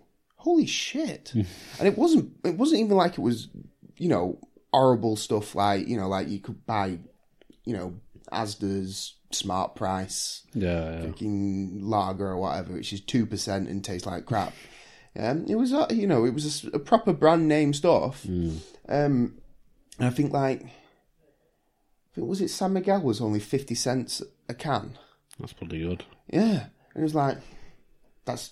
[SPEAKER 7] holy shit, and it wasn't it wasn't even like it was you know horrible stuff like you know like you could buy you know Asda's smart price
[SPEAKER 6] Yeah, yeah.
[SPEAKER 7] fucking lager or whatever, which is two percent and tastes like crap. Um, it was uh, you know it was a s- a, proper brand name stuff.
[SPEAKER 6] Mm.
[SPEAKER 7] Um, and I think like, I think was it San Miguel was only fifty cents a can.
[SPEAKER 6] That's pretty good.
[SPEAKER 7] Yeah, and it was like, that's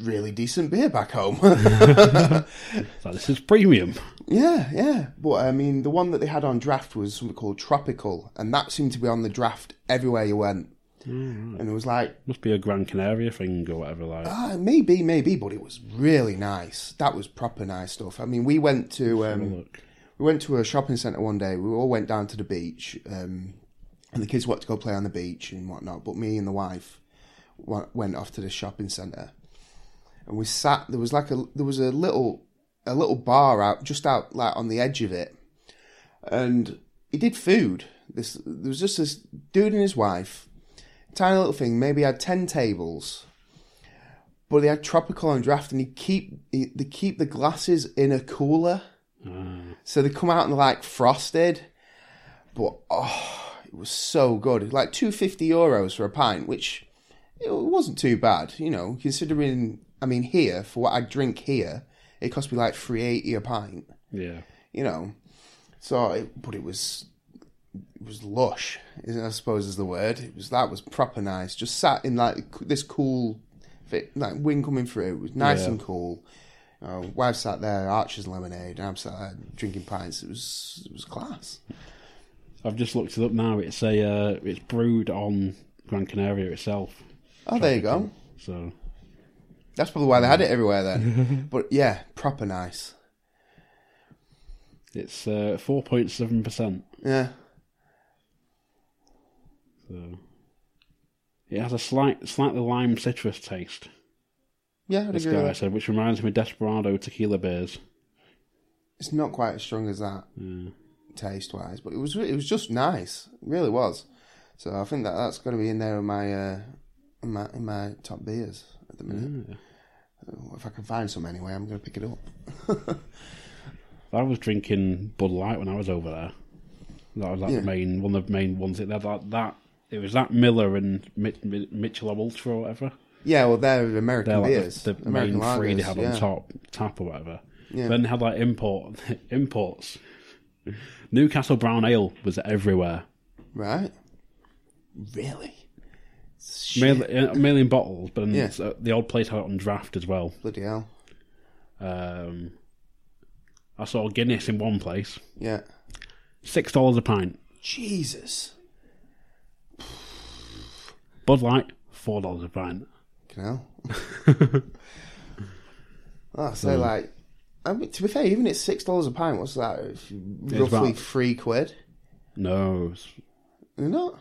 [SPEAKER 7] really decent beer back home.
[SPEAKER 6] It's like, this is premium.
[SPEAKER 7] yeah, yeah. But I mean, the one that they had on draft was something called Tropical, and that seemed to be on the draft everywhere you went. And it was like,
[SPEAKER 6] Must be a Gran Canaria thing or whatever. Like,
[SPEAKER 7] Ah, maybe, maybe, but it was really nice. That was proper nice stuff. I mean, we went to um,
[SPEAKER 6] look.
[SPEAKER 7] we went to a shopping centre one day. We all went down to the beach, um, and the kids wanted to go play on the beach and whatnot. But me and the wife wa- went off to the shopping centre, and we sat. There was like a there was a little a little bar out just out like on the edge of it, and he did food. This there was just this dude and his wife, tiny little thing. Maybe had ten tables But he had tropical on draft, and he keep he, they keep the glasses in a cooler, so they come out and they're like frosted. But oh, it was so good. Like two fifty euros for a pint, which it wasn't too bad, you know, considering. I mean, here for what I drink here, it cost me like three eighty a pint
[SPEAKER 6] Yeah.
[SPEAKER 7] you know. So, it, but it was it was lush, is I suppose is the word. It was that was proper nice. Just sat in like this cool, fit, like wind coming through. It was nice
[SPEAKER 6] Yeah.
[SPEAKER 7] and cool. Uh, wife sat there, Archer's lemonade, and I'm sat there drinking pints. It was it was class.
[SPEAKER 6] I've just looked it up now. It's a uh, it's brewed on Gran Canaria itself.
[SPEAKER 7] Oh, there you go.
[SPEAKER 6] So
[SPEAKER 7] That's probably why they had it everywhere then. but yeah, proper nice.
[SPEAKER 6] it's uh, four point seven percent.
[SPEAKER 7] Yeah,
[SPEAKER 6] So it has a slight, slightly lime citrus taste.
[SPEAKER 7] yeah, I'd
[SPEAKER 6] This
[SPEAKER 7] agree with
[SPEAKER 6] guy
[SPEAKER 7] that.
[SPEAKER 6] said, which reminds me of Desperado tequila beers.
[SPEAKER 7] It's not quite as strong as that.
[SPEAKER 6] Hmm.
[SPEAKER 7] taste wise, but it was it was just nice, it really was. So I think that that's going to be in there in my uh, in my in my top beers at the minute.
[SPEAKER 6] Hmm.
[SPEAKER 7] Uh, If I can find some anyway, I'm going to pick it up.
[SPEAKER 6] I was drinking Bud Light when I was over there. That was like
[SPEAKER 7] Yeah.
[SPEAKER 6] the main one of the main ones. It had that, that it was that Miller and Mi- Mi- Michelob Ultra or whatever.
[SPEAKER 7] Yeah, well, they're American
[SPEAKER 6] They're like
[SPEAKER 7] beers,
[SPEAKER 6] the, the
[SPEAKER 7] American
[SPEAKER 6] main three they
[SPEAKER 7] lagers,
[SPEAKER 6] had
[SPEAKER 7] yeah.
[SPEAKER 6] on top tap or whatever.
[SPEAKER 7] Yeah.
[SPEAKER 6] Then they had like import imports. Newcastle Brown Ale was everywhere,
[SPEAKER 7] right? Really?
[SPEAKER 6] mainly, uh, mainly in bottles, but then
[SPEAKER 7] Yeah.
[SPEAKER 6] s- uh, the old place had it on draft as well.
[SPEAKER 7] Bloody hell!
[SPEAKER 6] Um, I saw Guinness in one place,
[SPEAKER 7] Yeah,
[SPEAKER 6] six dollars a pint.
[SPEAKER 7] Jesus.
[SPEAKER 6] Bud Light, four dollars a pint.
[SPEAKER 7] Fucking hell. oh, so
[SPEAKER 6] Hmm.
[SPEAKER 7] like, I mean, to be fair, even at six dollars a pint, what's that? If you-
[SPEAKER 6] It's
[SPEAKER 7] Roughly
[SPEAKER 6] about-
[SPEAKER 7] three quid.
[SPEAKER 6] No, it's-
[SPEAKER 7] They're not.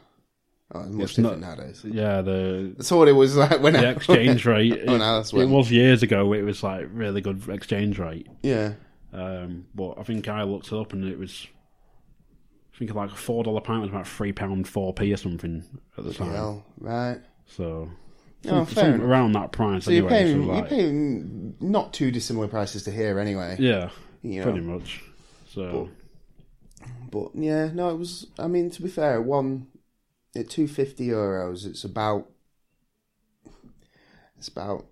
[SPEAKER 7] Oh, it's much
[SPEAKER 6] It's
[SPEAKER 7] different
[SPEAKER 6] not-
[SPEAKER 7] nowadays.
[SPEAKER 6] yeah, the
[SPEAKER 7] That's what it was like when
[SPEAKER 6] the
[SPEAKER 7] I
[SPEAKER 6] exchange rate. It,
[SPEAKER 7] Oh, no, that's
[SPEAKER 6] it
[SPEAKER 7] when-
[SPEAKER 6] was years ago. It was like really good exchange rate.
[SPEAKER 7] Yeah,
[SPEAKER 6] Um, but I think I looked it up and it was, I think like a four dollar pint was about three pound four p or something at the time.
[SPEAKER 7] well, right.
[SPEAKER 6] So
[SPEAKER 7] Oh,
[SPEAKER 6] some-
[SPEAKER 7] fair
[SPEAKER 6] some
[SPEAKER 7] enough.
[SPEAKER 6] around that price
[SPEAKER 7] So you're
[SPEAKER 6] anyway.
[SPEAKER 7] paying,
[SPEAKER 6] so
[SPEAKER 7] you're
[SPEAKER 6] like,
[SPEAKER 7] paying not too dissimilar prices to here anyway.
[SPEAKER 6] yeah,
[SPEAKER 7] you
[SPEAKER 6] pretty
[SPEAKER 7] know.
[SPEAKER 6] much. So
[SPEAKER 7] But yeah, no, it was. I mean, to be fair, one at two fifty euros, it's about it's about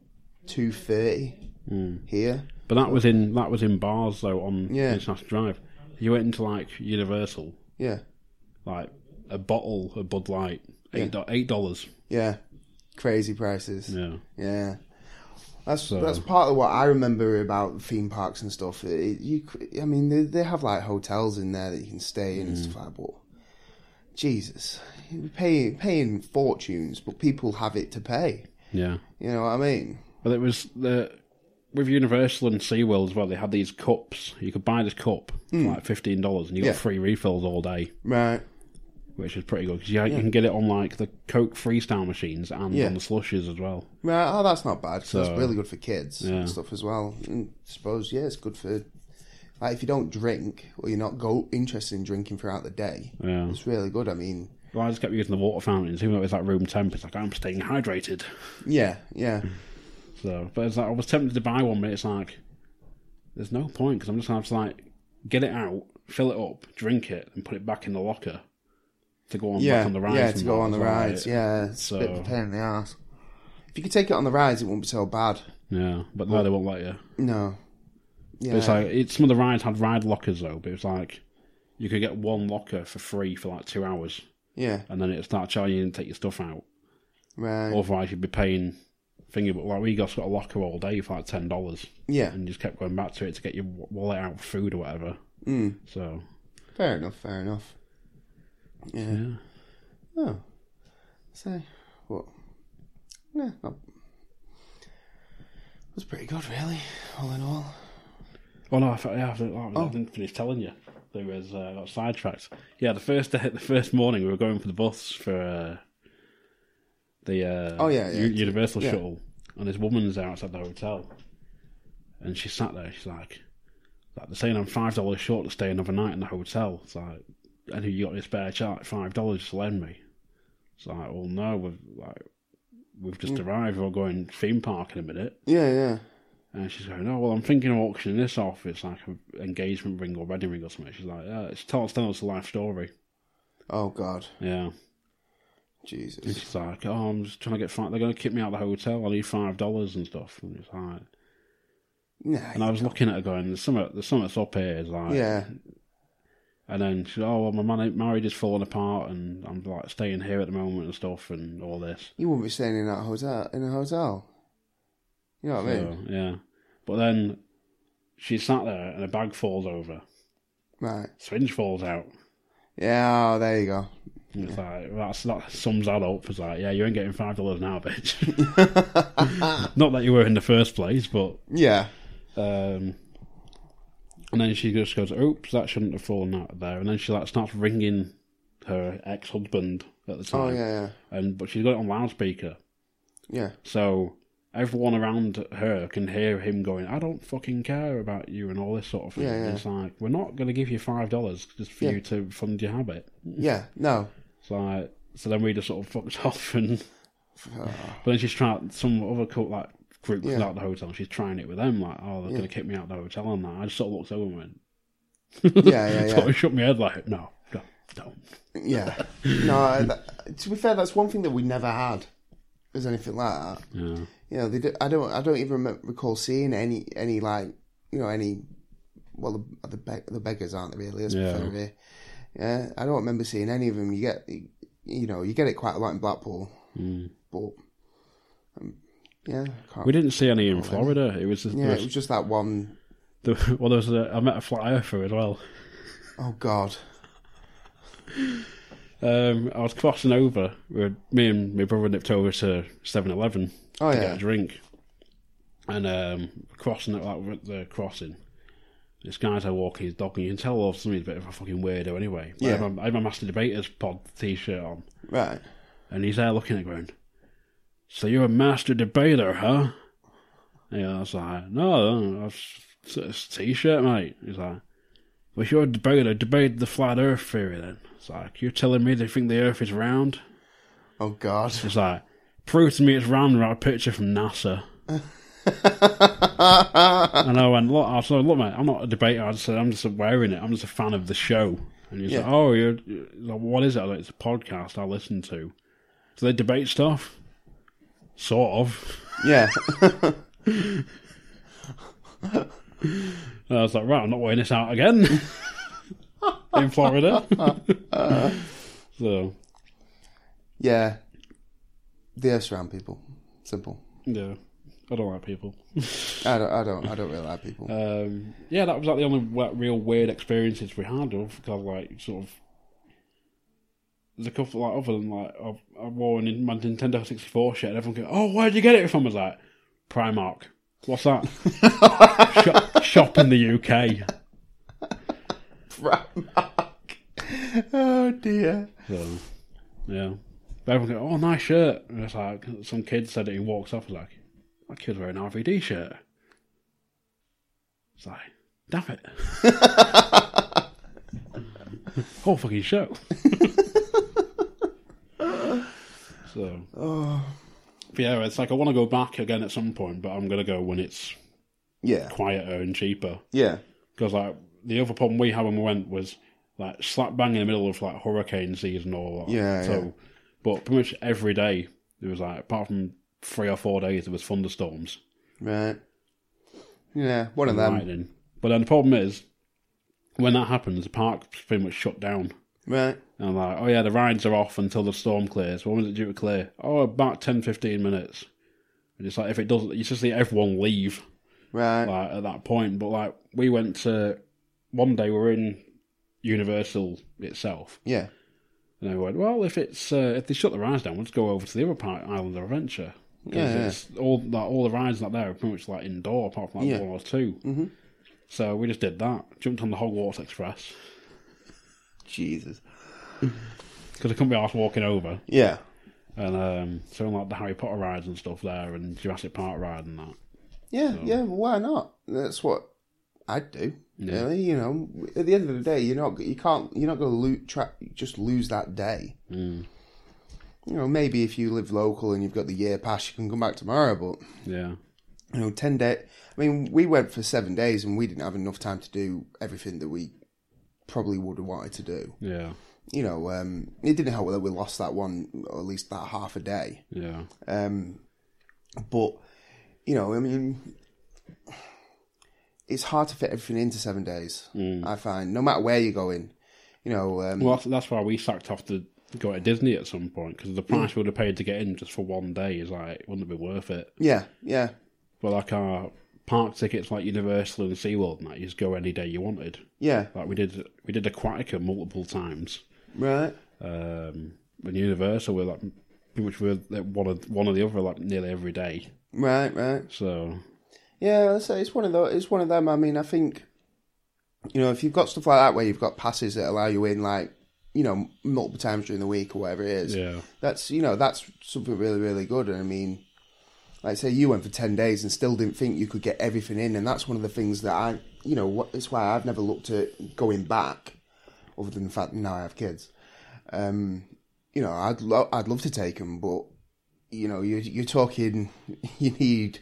[SPEAKER 7] two thirty
[SPEAKER 6] Hmm.
[SPEAKER 7] here.
[SPEAKER 6] but, that was in that was in bars though on
[SPEAKER 7] Yeah.
[SPEAKER 6] International Drive. You went into like Universal,
[SPEAKER 7] Yeah,
[SPEAKER 6] like a bottle of Bud Light, eight do- eight dollars.
[SPEAKER 7] yeah, crazy prices.
[SPEAKER 6] Yeah.
[SPEAKER 7] Yeah. That's
[SPEAKER 6] So-
[SPEAKER 7] that's part of what I remember about theme parks and stuff. It, you, c- I mean, they, they have like hotels in there that you can stay
[SPEAKER 6] Hmm.
[SPEAKER 7] in and stuff like. But Jesus, you're paying paying fortunes, but people have it to pay.
[SPEAKER 6] Yeah.
[SPEAKER 7] You know what I mean?
[SPEAKER 6] But it was the with Universal and SeaWorld as well, they had these cups. You could buy this cup for like fifteen dollars and you
[SPEAKER 7] Hmm. Yeah.
[SPEAKER 6] got free refills all day,
[SPEAKER 7] Right?
[SPEAKER 6] which is pretty good because you, you can get it on like the Coke freestyle machines and
[SPEAKER 7] Yeah.
[SPEAKER 6] on the slushes as well.
[SPEAKER 7] Right? Oh, that's not bad. 'cause
[SPEAKER 6] So-
[SPEAKER 7] that's really good for kids
[SPEAKER 6] Yeah.
[SPEAKER 7] and stuff as well. And I suppose yeah, it's good for like if you don't drink or you're not go interested in drinking throughout the day.
[SPEAKER 6] Yeah.
[SPEAKER 7] It's really good. I mean,
[SPEAKER 6] Well, I just kept using the water fountains, even though it's like room temp. It's like I'm staying hydrated.
[SPEAKER 7] yeah, yeah,
[SPEAKER 6] So, but it's like I was tempted to buy one, but it's like there's no point because I'm just gonna have to like get it out, fill it up, drink it, and put it back in the locker to go on
[SPEAKER 7] yeah,
[SPEAKER 6] back on the rides.
[SPEAKER 7] yeah. To
[SPEAKER 6] and
[SPEAKER 7] go
[SPEAKER 6] that
[SPEAKER 7] on the
[SPEAKER 6] as well, right?
[SPEAKER 7] rides, yeah. It's a bit of a
[SPEAKER 6] So-
[SPEAKER 7] pain in the ass. If you could take it on the rides, it wouldn't be so bad.
[SPEAKER 6] Yeah, but no, they won't let you.
[SPEAKER 7] No. Yeah.
[SPEAKER 6] But it's like it, some of the rides had ride lockers though, but it was like you could get one locker for free for like two hours,
[SPEAKER 7] yeah.
[SPEAKER 6] and then it'd start charging you and take your stuff out.
[SPEAKER 7] Right.
[SPEAKER 6] Otherwise, you'd be paying thingy. But like we just got a locker all day for like ten dollars,
[SPEAKER 7] yeah.
[SPEAKER 6] and just kept going back to it to get your wa- wallet out for food or whatever. Mm. So
[SPEAKER 7] Fair enough. Fair enough. Yeah. Oh. So, what? Yeah. Not... It was pretty good, really. All in all.
[SPEAKER 6] Oh no! I, thought- yeah, I, thought- oh, I didn't finish telling you. There was uh, I got sidetracked. Yeah, the first day, the first morning, we were going for the bus for uh, the uh,
[SPEAKER 7] Oh, yeah, yeah.
[SPEAKER 6] U- Universal
[SPEAKER 7] Yeah.
[SPEAKER 6] shuttle, and this woman's there outside the hotel, and she sat there. She's like, like "They're saying I'm five dollars short to stay another night in the hotel." It's like, "And you got any spare chart? Five dollars to lend me?" It's like, "Well, no, we've like." we've just
[SPEAKER 7] Hmm.
[SPEAKER 6] arrived, we're going theme park in a minute.
[SPEAKER 7] Yeah, yeah.
[SPEAKER 6] And she's going, oh, well, I'm thinking of auctioning this off. It's like an engagement ring or wedding ring or something. She's like, oh, it's tell, tell us a life story.
[SPEAKER 7] Oh God,
[SPEAKER 6] Yeah. And
[SPEAKER 7] Jesus.
[SPEAKER 6] she's like, oh, I'm just trying to get five. They're going to kick me out of the hotel. I need $5 and stuff. And it's like, and
[SPEAKER 7] Nah.
[SPEAKER 6] I was looking at her going, there's something, there's something up here. It's like,
[SPEAKER 7] Yeah.
[SPEAKER 6] And then she said, oh, well, my man- marriage is falling apart and I'm like staying here at the moment and stuff and all this.
[SPEAKER 7] You wouldn't be staying in that hotel. In a hotel. You know what I mean?
[SPEAKER 6] So, yeah. But then she sat there and a bag falls over.
[SPEAKER 7] Right.
[SPEAKER 6] Syringe falls out.
[SPEAKER 7] Yeah. Oh, there you go.
[SPEAKER 6] And It's like that's, that sums that up. It's like, yeah, you ain't getting five dollars now, bitch. Not that you were in the first place, but
[SPEAKER 7] Yeah.
[SPEAKER 6] um, and then she just goes, "Oops, that shouldn't have fallen out of there." And then she like starts ringing her ex husband at the time.
[SPEAKER 7] Oh yeah.
[SPEAKER 6] And but she's got it on loudspeaker,
[SPEAKER 7] Yeah.
[SPEAKER 6] so everyone around her can hear him going, "I don't fucking care about you" and all this sort of thing.
[SPEAKER 7] Yeah, yeah.
[SPEAKER 6] And It's like we're not going to give you five dollars just for
[SPEAKER 7] Yeah.
[SPEAKER 6] you to fund your habit.
[SPEAKER 7] Yeah. Yeah. No.
[SPEAKER 6] So, like, so then we just sort of fucked off, and but then she's trying some other co like group was
[SPEAKER 7] Ah. Yeah.
[SPEAKER 6] out the hotel. and She's trying it with them, like, oh, they're gonna kick me out the hotel and that. I just sort of looked over and went,
[SPEAKER 7] Yeah. Yeah.
[SPEAKER 6] sort
[SPEAKER 7] Yeah.
[SPEAKER 6] of shook my head like, no, no, don't.
[SPEAKER 7] Yeah. No, I- that, to be fair, that's one thing that we never had. Was anything like that?
[SPEAKER 6] Yeah,
[SPEAKER 7] You know, they do, I don't. I don't even remem- recall seeing any any like you know any. Well, the the, beg the beggars aren't they really? That's
[SPEAKER 6] Yeah.
[SPEAKER 7] fair, really. yeah. I don't remember seeing any of them. You get you know you get it quite a lot in Blackpool, but um, yeah, I can't-
[SPEAKER 6] Hmm. we didn't see any in Florida. It was just,
[SPEAKER 7] Oh, Yeah,
[SPEAKER 6] there
[SPEAKER 7] it was
[SPEAKER 6] was,
[SPEAKER 7] just that one
[SPEAKER 6] there- well, there was a, I met a flat earther as well.
[SPEAKER 7] oh God.
[SPEAKER 6] Um, I was crossing over. We were, me and my brother nipped over to 7-Eleven
[SPEAKER 7] Oh,
[SPEAKER 6] to
[SPEAKER 7] yeah.
[SPEAKER 6] get a drink, and um, crossing it like we're at the crossing. This guy's out walking his dog, and you can tell all of a sudden he's a bit of a fucking weirdo anyway. But I,
[SPEAKER 7] Yeah.
[SPEAKER 6] had my, I had my Master Debaters pod t-shirt on,
[SPEAKER 7] Right.
[SPEAKER 6] and he's there looking at going, "So you're a master debater, huh?" And I was like, "No, no, that's it's a t-shirt, mate." He's like, "Well, if you're a debater, debate the flat Earth theory then." It's like you're telling me they think the Earth is round.
[SPEAKER 7] Oh God.
[SPEAKER 6] It's like prove to me it's round without a picture from NASA. and I went, look, I said, look, mate, I'm not a debater. I said, I'm just wearing it. I'm just a fan of the show. And he's like,
[SPEAKER 7] Yeah.
[SPEAKER 6] oh, you're, you're- like, what is it? I was like, it's a podcast I listen to. Do they debate stuff? Sort of.
[SPEAKER 7] Yeah.
[SPEAKER 6] And I was like, right, I'm not wearing this out again in Florida. so,
[SPEAKER 7] yeah. The Earth's round people. Simple.
[SPEAKER 6] yeah, I don't like people.
[SPEAKER 7] I don't. I don't. I don't really like people.
[SPEAKER 6] Um, yeah, that was like the only we- real weird experiences we had of kind of like sort of. There's a couple like other than like I, I wore an, my Nintendo 64 shirt and everyone go, "Oh, where'd you get it from?" I was like, "Primark." What's that? shop, shop in the UK.
[SPEAKER 7] oh dear.
[SPEAKER 6] So, yeah. Everyone go, "Oh, nice shirt." And it's like some kid said it. He walks off. I was like, "That kid's wearing an RVD shirt." It's like, damn it. Whole fucking show. so.
[SPEAKER 7] Oh,
[SPEAKER 6] But yeah, it's like I want to go back again at some point, but I'm gonna go when it's
[SPEAKER 7] Yeah.
[SPEAKER 6] quieter and cheaper.
[SPEAKER 7] Yeah.
[SPEAKER 6] Because like the other problem we had when we went was like slap bang in the middle of like hurricane season or
[SPEAKER 7] Yeah,
[SPEAKER 6] so.
[SPEAKER 7] yeah.
[SPEAKER 6] But pretty much every day there was like apart from three or four days there was thunderstorms
[SPEAKER 7] Right. Yeah. One of
[SPEAKER 6] and
[SPEAKER 7] them.
[SPEAKER 6] lightning. But then the problem is when that happens, the park's pretty much shut down.
[SPEAKER 7] Right.
[SPEAKER 6] And I'm like, oh yeah, the rides are off until the storm clears. When was it due to clear? Oh, about 10, 15 minutes. And it's like if it doesn't, you just see everyone leave.
[SPEAKER 7] Right.
[SPEAKER 6] like at that point. But like we went to one day we were in Universal itself,
[SPEAKER 7] Yeah.
[SPEAKER 6] and I went, well, if it's uh, if they shut the rides down, we'll just go over to the other part, Island of Adventure. 'Cause
[SPEAKER 7] Yeah, yeah.
[SPEAKER 6] it's all like, all the rides not there are pretty much like indoor, apart from like
[SPEAKER 7] Yeah.
[SPEAKER 6] one or 2 Mm-hmm. So we just did that. Jumped on the Hogwarts Express
[SPEAKER 7] Jesus.
[SPEAKER 6] because I couldn't be asked walking over,
[SPEAKER 7] Yeah.
[SPEAKER 6] and um, so like the Harry Potter rides and stuff there, and Jurassic Park ride and that.
[SPEAKER 7] Yeah. Yeah. well, Why not? That's what I'd do. Really. You know. At the end Mm. of the day, you're not. You can't. You're not going to lo- tra- just lose that day. you know, maybe if you live local and you've got the year pass, you can come back tomorrow. But
[SPEAKER 6] Yeah.
[SPEAKER 7] you know, ten day. I mean, we went for seven days and we didn't have enough time to do everything that we probably would have wanted to do.
[SPEAKER 6] Yeah.
[SPEAKER 7] You know, um, it didn't help that we lost that one, or at least that half a day.
[SPEAKER 6] Yeah.
[SPEAKER 7] Um, but you know, I mean, it's hard to fit everything into seven days. I find, no matter where you're going, you know, um,
[SPEAKER 6] Well, that's, that's why we sacked off to go to Disney at some point because the price we would have paid to get in just for one day is like it wouldn't be worth it.
[SPEAKER 7] yeah, yeah,
[SPEAKER 6] But like our park tickets, like Universal and SeaWorld, and that you just go any day you wanted.
[SPEAKER 7] yeah,
[SPEAKER 6] Like we did, we did Aquatica multiple times.
[SPEAKER 7] right,
[SPEAKER 6] Um, and Universal were like pretty much were like, one of one or the other like nearly every day.
[SPEAKER 7] right, right.
[SPEAKER 6] So
[SPEAKER 7] Yeah, so it's one of those. It's one of them. I mean, I think you know if you've got stuff like that where you've got passes that allow you in, like you know, multiple times during the week or whatever it is.
[SPEAKER 6] yeah,
[SPEAKER 7] That's you know that's something really really good. And I mean, like say you went for ten days and still didn't think you could get everything in, and that's one of the things that I you know what it's why I've never looked at going back, other than the fact that now I have kids. Um, you know, I'd lo- I'd love to take them, but you know you you're talking you need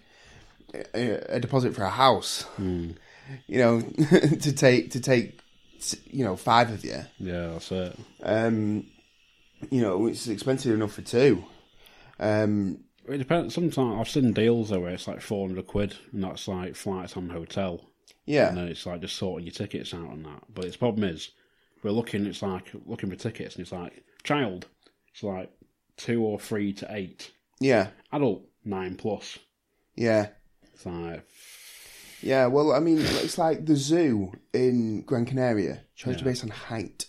[SPEAKER 7] a, a deposit for a house, you know, to take to take you know five of you
[SPEAKER 6] yeah, that's it.
[SPEAKER 7] um, you know, it's expensive enough for two. Um,
[SPEAKER 6] It depends. Sometimes I've seen deals though where it's like four hundred quid, and that's like flights and hotel, and
[SPEAKER 7] yeah,
[SPEAKER 6] then it's like just sorting your tickets out and that. But its problem is, we're looking. It's like looking for tickets, and it's like child. It's like two or three to eight.
[SPEAKER 7] yeah,
[SPEAKER 6] Adult nine plus.
[SPEAKER 7] yeah,
[SPEAKER 6] It's like
[SPEAKER 7] yeah. Well, I mean, it's like the zoo in Gran Canaria charged based on height.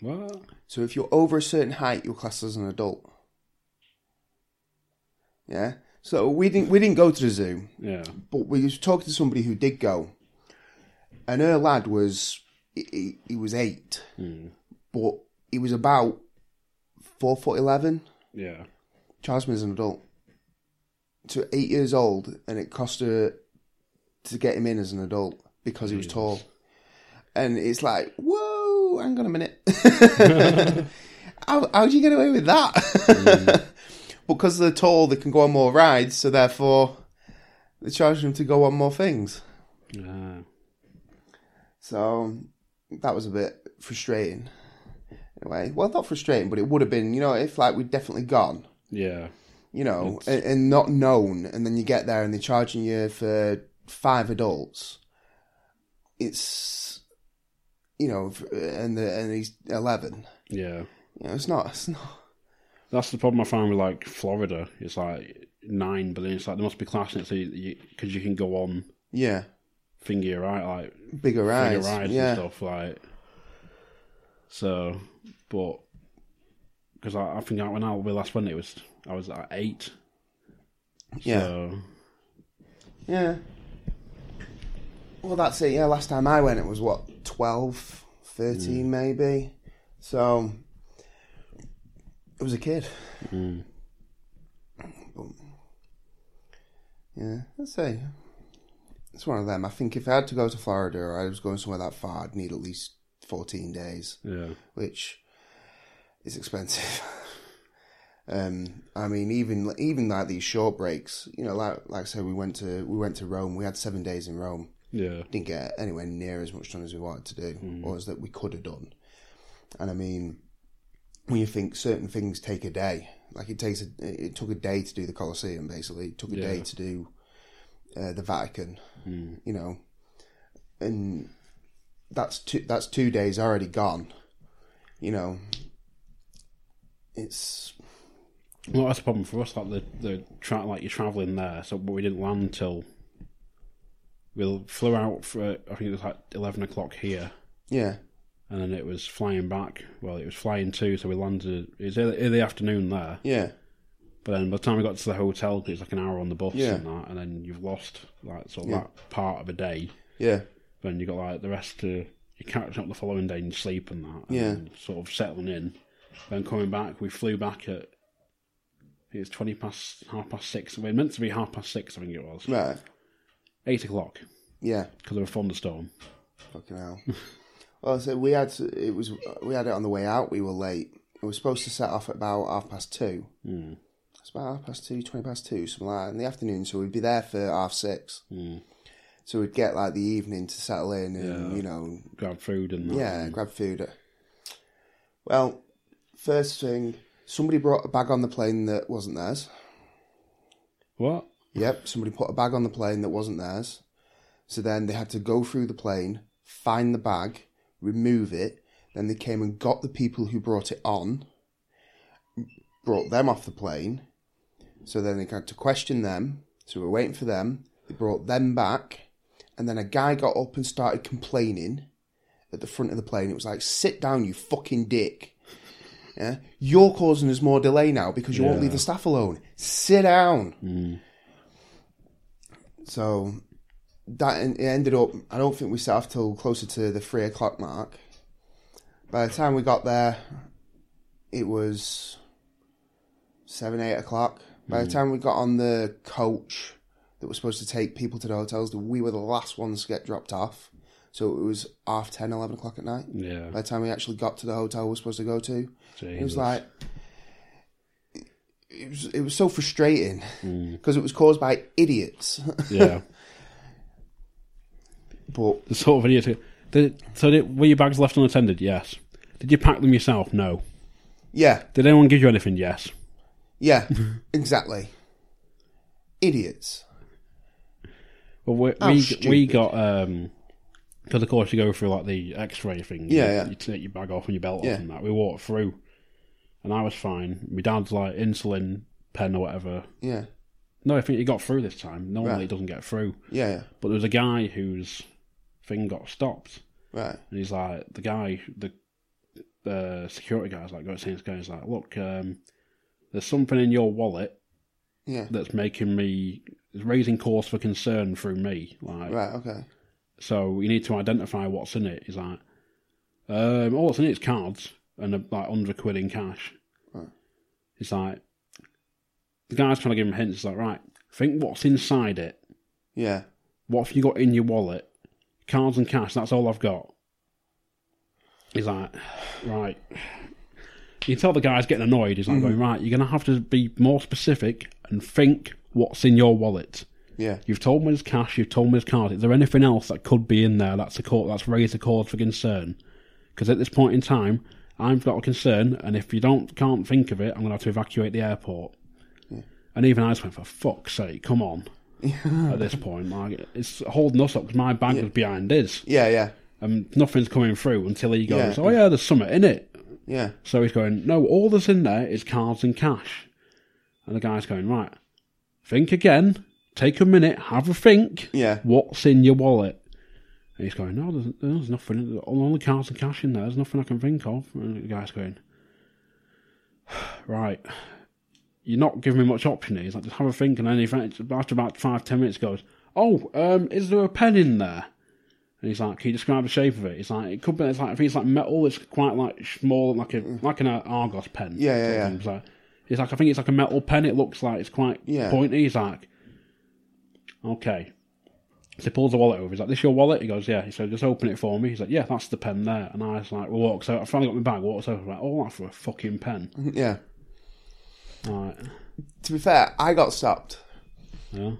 [SPEAKER 6] what?
[SPEAKER 7] So if you're over a certain height, you're classed as an adult. Yeah. So we didn't we didn't go to the zoo,
[SPEAKER 6] Yeah,
[SPEAKER 7] but we was talking to somebody who did go, and her lad was he- he, he was eight, but he was about four foot eleven.
[SPEAKER 6] yeah,
[SPEAKER 7] charged me as an adult to eight years old, and it cost her to get him in as an adult because he was tall. And it's like, whoa, hang on a minute. how how do you get away with that? because they're tall, they can go on more rides, so therefore they charge them to go on more things.
[SPEAKER 6] yeah.
[SPEAKER 7] So that was a bit frustrating. In a way, well, not frustrating, but it would have been, you know, if like we'd definitely gone,
[SPEAKER 6] Yeah,
[SPEAKER 7] you know, and, and not known, and then you get there and they're charging you for five adults. It's, you know, f- and the, and he's eleven.
[SPEAKER 6] yeah.
[SPEAKER 7] You know, it's not. It's not.
[SPEAKER 6] That's the problem I find with like Florida. It's like nine, but then it's like there must be classing it so you because you, can go on
[SPEAKER 7] Yeah,
[SPEAKER 6] finger right like
[SPEAKER 7] bigger
[SPEAKER 6] finger
[SPEAKER 7] rides.
[SPEAKER 6] rides
[SPEAKER 7] yeah,
[SPEAKER 6] and stuff like. So, but because I, I think I, when I we last went, it was I was at eight.
[SPEAKER 7] yeah,
[SPEAKER 6] So,
[SPEAKER 7] yeah. Well, that's it. Yeah, last time I went, it was what 12, 13 maybe. So it was a kid. Yeah, I'd say it's one of them. I think if I had to go to Florida or I was going somewhere that far, I'd need at least 14 days,
[SPEAKER 6] yeah,
[SPEAKER 7] which is expensive. um, I mean, even even like these short breaks, you know, like like I said, we went to we went to Rome. We had seven days in Rome.
[SPEAKER 6] yeah,
[SPEAKER 7] Didn't get anywhere near as much done as we wanted to do, or as that we could have done. And I mean, when you think certain things take a day, like it takes a, it took a day to do the Colosseum, basically. It took a day
[SPEAKER 6] Yeah.
[SPEAKER 7] to do uh, the Vatican, you know, and that's two that's two days already gone. You know, it's
[SPEAKER 6] well, that's the problem for us. Like the the tra- like you're traveling there, so but we didn't land till we flew out for I think it was like eleven o'clock here.
[SPEAKER 7] yeah,
[SPEAKER 6] and then it was flying back. Well, it was flying too, so we landed. It was early, early afternoon there,
[SPEAKER 7] yeah,
[SPEAKER 6] but then by the time we got to the hotel, it was like an hour on the bus
[SPEAKER 7] Yeah.
[SPEAKER 6] and that, and then you've lost like sort of
[SPEAKER 7] Yeah.
[SPEAKER 6] that part of a day.
[SPEAKER 7] yeah,
[SPEAKER 6] Then you got like the rest to you catch up the following day and sleep and that, and
[SPEAKER 7] Yeah.
[SPEAKER 6] then sort of settling in. Then coming back, we flew back at it was twenty past half past six. We were meant to be half past six, I think it was
[SPEAKER 7] right,
[SPEAKER 6] eight o'clock
[SPEAKER 7] yeah.
[SPEAKER 6] because of a thunderstorm.
[SPEAKER 7] Fucking hell. well, so we had to, it was we had it on the way out. We were late. We were supposed to set off at about half past two.
[SPEAKER 6] Mm.
[SPEAKER 7] It's about half past two, twenty past two, something like that, in the afternoon. So we'd be there for half six.
[SPEAKER 6] Mm.
[SPEAKER 7] So we'd get like the evening to settle in and,
[SPEAKER 6] Yeah.
[SPEAKER 7] you know,
[SPEAKER 6] Grab food and that.
[SPEAKER 7] yeah, grab food. Well, first thing, somebody brought a bag on the plane that wasn't theirs.
[SPEAKER 6] What?
[SPEAKER 7] Yep, somebody put a bag on the plane that wasn't theirs. So then they had to go through the plane, find the bag, remove it. Then they came and got the people who brought it on, brought them off the plane. So then they had to question them. So we were waiting for them. They brought them back. And then a guy got up and started complaining at the front of the plane. It was like, sit down, you fucking dick. Yeah? You're causing us more delay now because you won't leave the staff alone. Sit down. So that en- it ended up. I don't think we set off till closer to the three o'clock mark. By the time we got there, it was seven, eight o'clock. By the time we got on the coach that was supposed to take people to the hotels, we were the last ones to get dropped off. So it was half 10, 11 o'clock at night.
[SPEAKER 6] Yeah.
[SPEAKER 7] By the time we actually got to the hotel we're supposed to go to, it
[SPEAKER 6] Jesus.
[SPEAKER 7] was like it- it was it was so frustrating because it was caused by idiots.
[SPEAKER 6] Yeah.
[SPEAKER 7] but
[SPEAKER 6] the sort of idiot. Did, so did, were your bags left unattended? Yes. Did you pack them yourself? No.
[SPEAKER 7] yeah,
[SPEAKER 6] Did anyone give you anything? Yes.
[SPEAKER 7] yeah, exactly. Idiots.
[SPEAKER 6] Well, we
[SPEAKER 7] How
[SPEAKER 6] we, we
[SPEAKER 7] stupid.
[SPEAKER 6] got um because of course you go through like the X-ray thing.
[SPEAKER 7] Yeah,
[SPEAKER 6] you,
[SPEAKER 7] yeah.
[SPEAKER 6] you take your bag off and your belt
[SPEAKER 7] Yeah.
[SPEAKER 6] off and that. We walked through, and I was fine. My dad's like insulin pen or whatever.
[SPEAKER 7] Yeah,
[SPEAKER 6] No, I think he got through this time. Normally
[SPEAKER 7] Right.
[SPEAKER 6] he doesn't get through.
[SPEAKER 7] yeah, yeah.
[SPEAKER 6] But there was a guy whose thing got stopped,
[SPEAKER 7] Right.
[SPEAKER 6] and he's like the guy the uh, security guy's like got saying this guy's like look um, there's something in your wallet
[SPEAKER 7] Yeah.
[SPEAKER 6] that's making me is raising cause for concern through me like
[SPEAKER 7] Right. Okay.
[SPEAKER 6] so you need to identify what's in it. He's like, um, all that's in it's cards and uh, like hundred quid in cash.
[SPEAKER 7] Right.
[SPEAKER 6] It's like the guy's trying to give him hints. He's like, right, think what's inside it.
[SPEAKER 7] Yeah.
[SPEAKER 6] What have you got in your wallet? Cards and cash. That's all I've got. He's like, right. You can tell the guy's getting annoyed. He's like, going, right, you're gonna have to be more specific and think what's in your wallet.
[SPEAKER 7] Yeah.
[SPEAKER 6] You've told me his cash. You've told me his card. Is there anything else that could be in there that's a cause, that's raised a cause for concern? Because at this point in time, I've got a concern, and if you don't can't think of it, I'm going to have to evacuate the airport. And even I just went for fuck's sake, come on. at this point, like it's holding us up 'cause my bag was behind his,
[SPEAKER 7] Yeah. Yeah.
[SPEAKER 6] and nothing's coming through until he goes,
[SPEAKER 7] Yeah.
[SPEAKER 6] "Oh yeah, there's something in it."
[SPEAKER 7] Yeah.
[SPEAKER 6] So he's going, no, all that's in there is cards and cash. And the guy's going, right, think again, take a minute, have a think.
[SPEAKER 7] Yeah.
[SPEAKER 6] What's in your wallet? And he's going, no, there's, there's nothing, there's only cards and cash in there, there's nothing I can think of. And the guy's going, right, you're not giving me much option here. He's like, just have a think. And then he, after about five, ten minutes, goes, oh, um, is there a pen in there? And he's like, "Can you describe the shape of it?" It's like it could be. It's like I think it's like metal. It's quite like small, like a like an Argos pen.
[SPEAKER 7] Yeah, yeah,
[SPEAKER 6] sort of
[SPEAKER 7] yeah.
[SPEAKER 6] thing. It's like, it's like I think it's like a metal pen. It looks like it's quite
[SPEAKER 7] Yeah.
[SPEAKER 6] pointy. He's like, "Okay." So he pulls the wallet over. He's like, "This your wallet?" He goes, "Yeah." He said, "Just open it for me." He's like, "Yeah, that's the pen there." And I was like, "Well, walks out." I finally got my bag. Walks over. Like, "All that for a fucking pen."
[SPEAKER 7] Yeah. Mm-hmm.
[SPEAKER 6] Like,
[SPEAKER 7] To be fair, I got stopped.
[SPEAKER 6] yeah.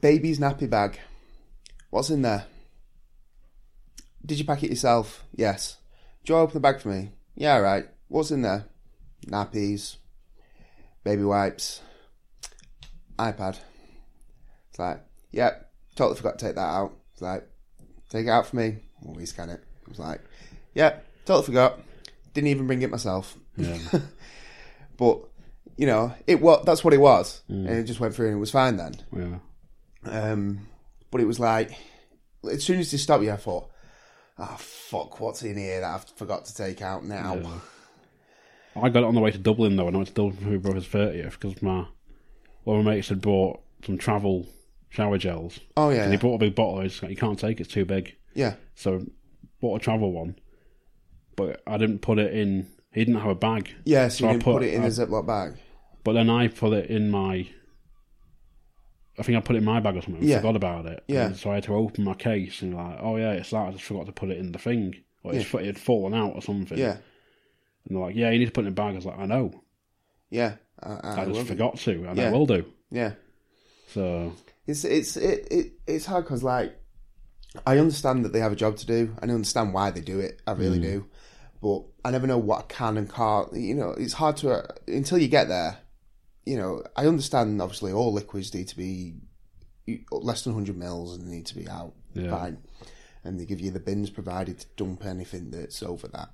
[SPEAKER 7] Baby's nappy bag. What's in there? Did you pack it yourself? Yes. Do you want to open the bag for me? Yeah, all right. What's in there? Nappies, baby wipes, iPad. It's like, yep, totally forgot to take that out. It's like, take it out for me. We'll rescan it. I was like, yep, totally forgot. Didn't even bring it myself. but, you know, it was, that's what it was. And it just went through and it was fine then.
[SPEAKER 6] Yeah.
[SPEAKER 7] Um, but it was like, as soon as they stopped you, I thought, ah, fuck, what's in here that I forgot to take out now?
[SPEAKER 6] I got it on the way to Dublin though, and I went to Dublin for my brother's thirtieth because my one of my mates had bought some travel shower gels.
[SPEAKER 7] Oh, yeah.
[SPEAKER 6] And he bought a big bottle. He's like, you can't take it; it's too big.
[SPEAKER 7] Yeah,
[SPEAKER 6] So bought a travel one, but I didn't put it in. He didn't have a bag.
[SPEAKER 7] yeah, so,
[SPEAKER 6] I
[SPEAKER 7] you didn't put, it in
[SPEAKER 6] I-
[SPEAKER 7] a Ziploc bag.
[SPEAKER 6] But then I put it in my. I think I put it in my bag or something. and
[SPEAKER 7] Yeah.
[SPEAKER 6] Forgot about it.
[SPEAKER 7] Yeah.
[SPEAKER 6] And so I had to open my case and like, oh yeah, it's that. I just forgot to put it in the thing, or it's, it had fallen out or something.
[SPEAKER 7] Yeah,
[SPEAKER 6] And they're like, yeah, you need to put it in a bag. I was like, I know.
[SPEAKER 7] Yeah, I, I,
[SPEAKER 6] I,
[SPEAKER 7] will
[SPEAKER 6] just
[SPEAKER 7] do.
[SPEAKER 6] forgot to, and
[SPEAKER 7] Yeah.
[SPEAKER 6] I will do.
[SPEAKER 7] Yeah,
[SPEAKER 6] So,
[SPEAKER 7] it's it's it, it it's hard because like I understand that they have a job to do. and I understand why they do it. I really do, but I never know what I can and can't. You know, it's hard to uh, until you get there. You know, I understand obviously all liquids need to be less than hundred mils and need to be out
[SPEAKER 6] Yeah.
[SPEAKER 7] fine, and they give you the bins provided to dump anything that's over that.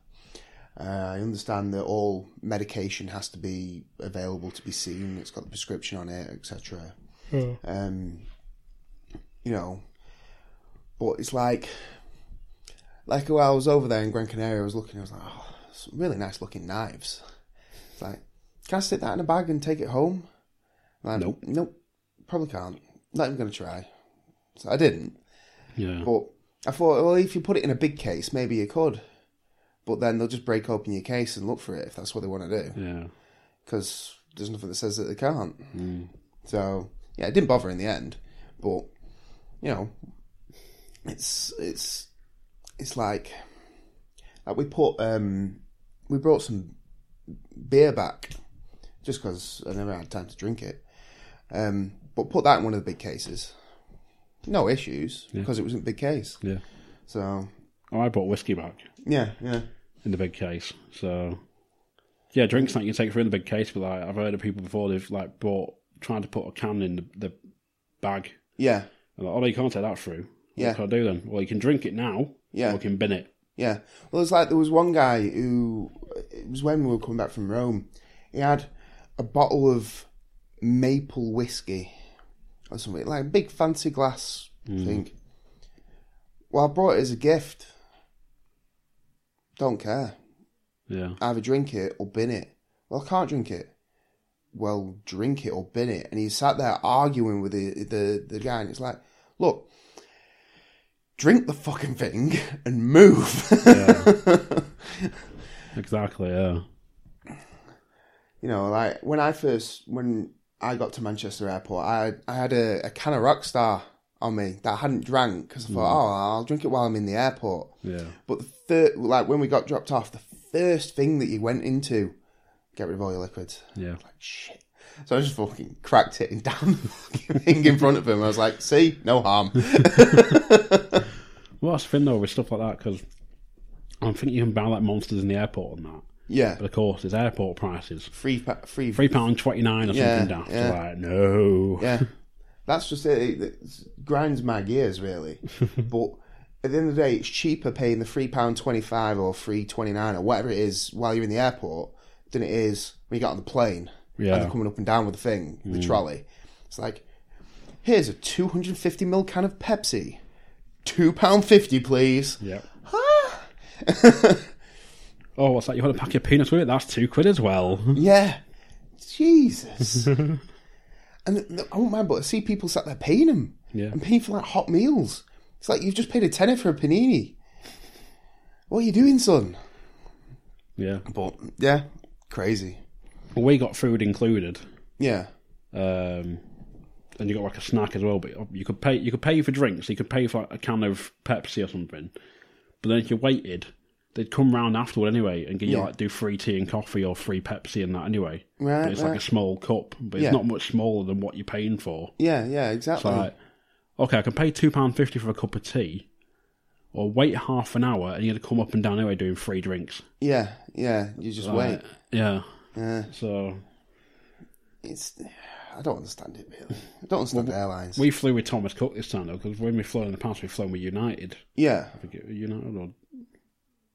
[SPEAKER 7] Uh, I understand that all medication has to be available to be seen. It's got the prescription on it, etc. Um, you know, but it's like, like when I was over there in Gran Canaria, I was looking, I was like, oh, some really nice looking knives. It's like, can I stick that in a bag and take it home? Like,
[SPEAKER 6] Nope.
[SPEAKER 7] Nope. Probably can't. Not even going to try. So I didn't.
[SPEAKER 6] yeah.
[SPEAKER 7] But I thought, well, if you put it in a big case, maybe you could. But then they'll just break open your case and look for it if that's what they want to do.
[SPEAKER 6] yeah.
[SPEAKER 7] Because there's nothing that says that they can't. So yeah, it didn't bother in the end. But you know, it's it's it's like like we put um we brought some beer back just because I never had time to drink it. Um, but put that in one of the big cases. No issues because it wasn't a big case.
[SPEAKER 6] Yeah.
[SPEAKER 7] So
[SPEAKER 6] Oh, I bought whiskey back
[SPEAKER 7] yeah, yeah,
[SPEAKER 6] in the big case. So, yeah, drinks that you take through in the big case, but like, I've heard of people before they've like bought, trying to put a can in the, the bag.
[SPEAKER 7] yeah,
[SPEAKER 6] And like, oh, no, you can't take that through. What
[SPEAKER 7] Yeah.
[SPEAKER 6] can I do then? Well, you can drink it now,
[SPEAKER 7] Yeah.
[SPEAKER 6] or you can bin it.
[SPEAKER 7] yeah. Well, it's like there was one guy who it was when we were coming back from Rome. He had a bottle of maple whiskey or something like a big fancy glass thing. Well, I brought it as a gift. Don't care.
[SPEAKER 6] Yeah.
[SPEAKER 7] either drink it or bin it. Well, I can't drink it. Well, drink it or bin it. And he sat there arguing with the the, the guy, and it's like, look, drink the fucking thing and move.
[SPEAKER 6] Exactly, yeah.
[SPEAKER 7] you know, like when I first when I got to Manchester Airport, I I had a, a can of Rockstar on me that I hadn't drank because I thought, oh, I'll drink it while I'm in the airport.
[SPEAKER 6] Yeah.
[SPEAKER 7] But the third, like when we got dropped off, the first thing that you went into, get rid of all your liquids.
[SPEAKER 6] Yeah.
[SPEAKER 7] shit. So I just fucking cracked it and down the fucking thing in front of him. I was like, see, no harm.
[SPEAKER 6] Well, that's the thing though with stuff like that because I think you can buy like monsters in the airport and that.
[SPEAKER 7] yeah.
[SPEAKER 6] But of course, it's airport prices
[SPEAKER 7] Free, pa- free,
[SPEAKER 6] three pound twenty nine or
[SPEAKER 7] Yeah,
[SPEAKER 6] something daft.
[SPEAKER 7] yeah.
[SPEAKER 6] Like no,
[SPEAKER 7] Yeah. That's just it. It grinds my gears, really. but at the end of the day, it's cheaper paying the £3.25 or three twenty nine or whatever it is while you're in the airport than it is when you get on the plane.
[SPEAKER 6] Yeah. Mm.
[SPEAKER 7] And they're coming up and down with the thing, the trolley. It's like, here's a 250ml can of Pepsi. £2.50, please.
[SPEAKER 6] Yep. oh, what's that? You want a pack of peanuts with it? That's two quid as well.
[SPEAKER 7] Yeah. Jesus. and th- th- I won't mind, but I see people sat there paying them.
[SPEAKER 6] Yeah.
[SPEAKER 7] And paying for like hot meals. It's like you've just paid a tenner for a panini. What are you doing, son?
[SPEAKER 6] yeah.
[SPEAKER 7] But yeah, crazy.
[SPEAKER 6] Well, we got food included,
[SPEAKER 7] Yeah.
[SPEAKER 6] um, and you got like a snack as well. But you could pay. You could pay for drinks. You could pay for like, a can of Pepsi or something. But then if you waited, they'd come round afterward anyway and get you
[SPEAKER 7] Yeah.
[SPEAKER 6] like do free tea and coffee or free Pepsi and that anyway.
[SPEAKER 7] Right,
[SPEAKER 6] But it's like
[SPEAKER 7] right.
[SPEAKER 6] a small cup, but
[SPEAKER 7] Yeah.
[SPEAKER 6] it's not much smaller than what you're paying for.
[SPEAKER 7] Yeah, yeah, exactly.
[SPEAKER 6] So like, okay, I can pay two pound fifty for a cup of tea, or wait half an hour and you're gonna come up and down anyway doing free drinks.
[SPEAKER 7] yeah, yeah. You just wait.
[SPEAKER 6] Like, yeah.
[SPEAKER 7] Yeah.
[SPEAKER 6] So
[SPEAKER 7] It's I don't understand it really. I don't understand airlines.
[SPEAKER 6] we flew with Thomas Cook this time though, because when we flew in the past, we've flown with United.
[SPEAKER 7] yeah.
[SPEAKER 6] I think it- United or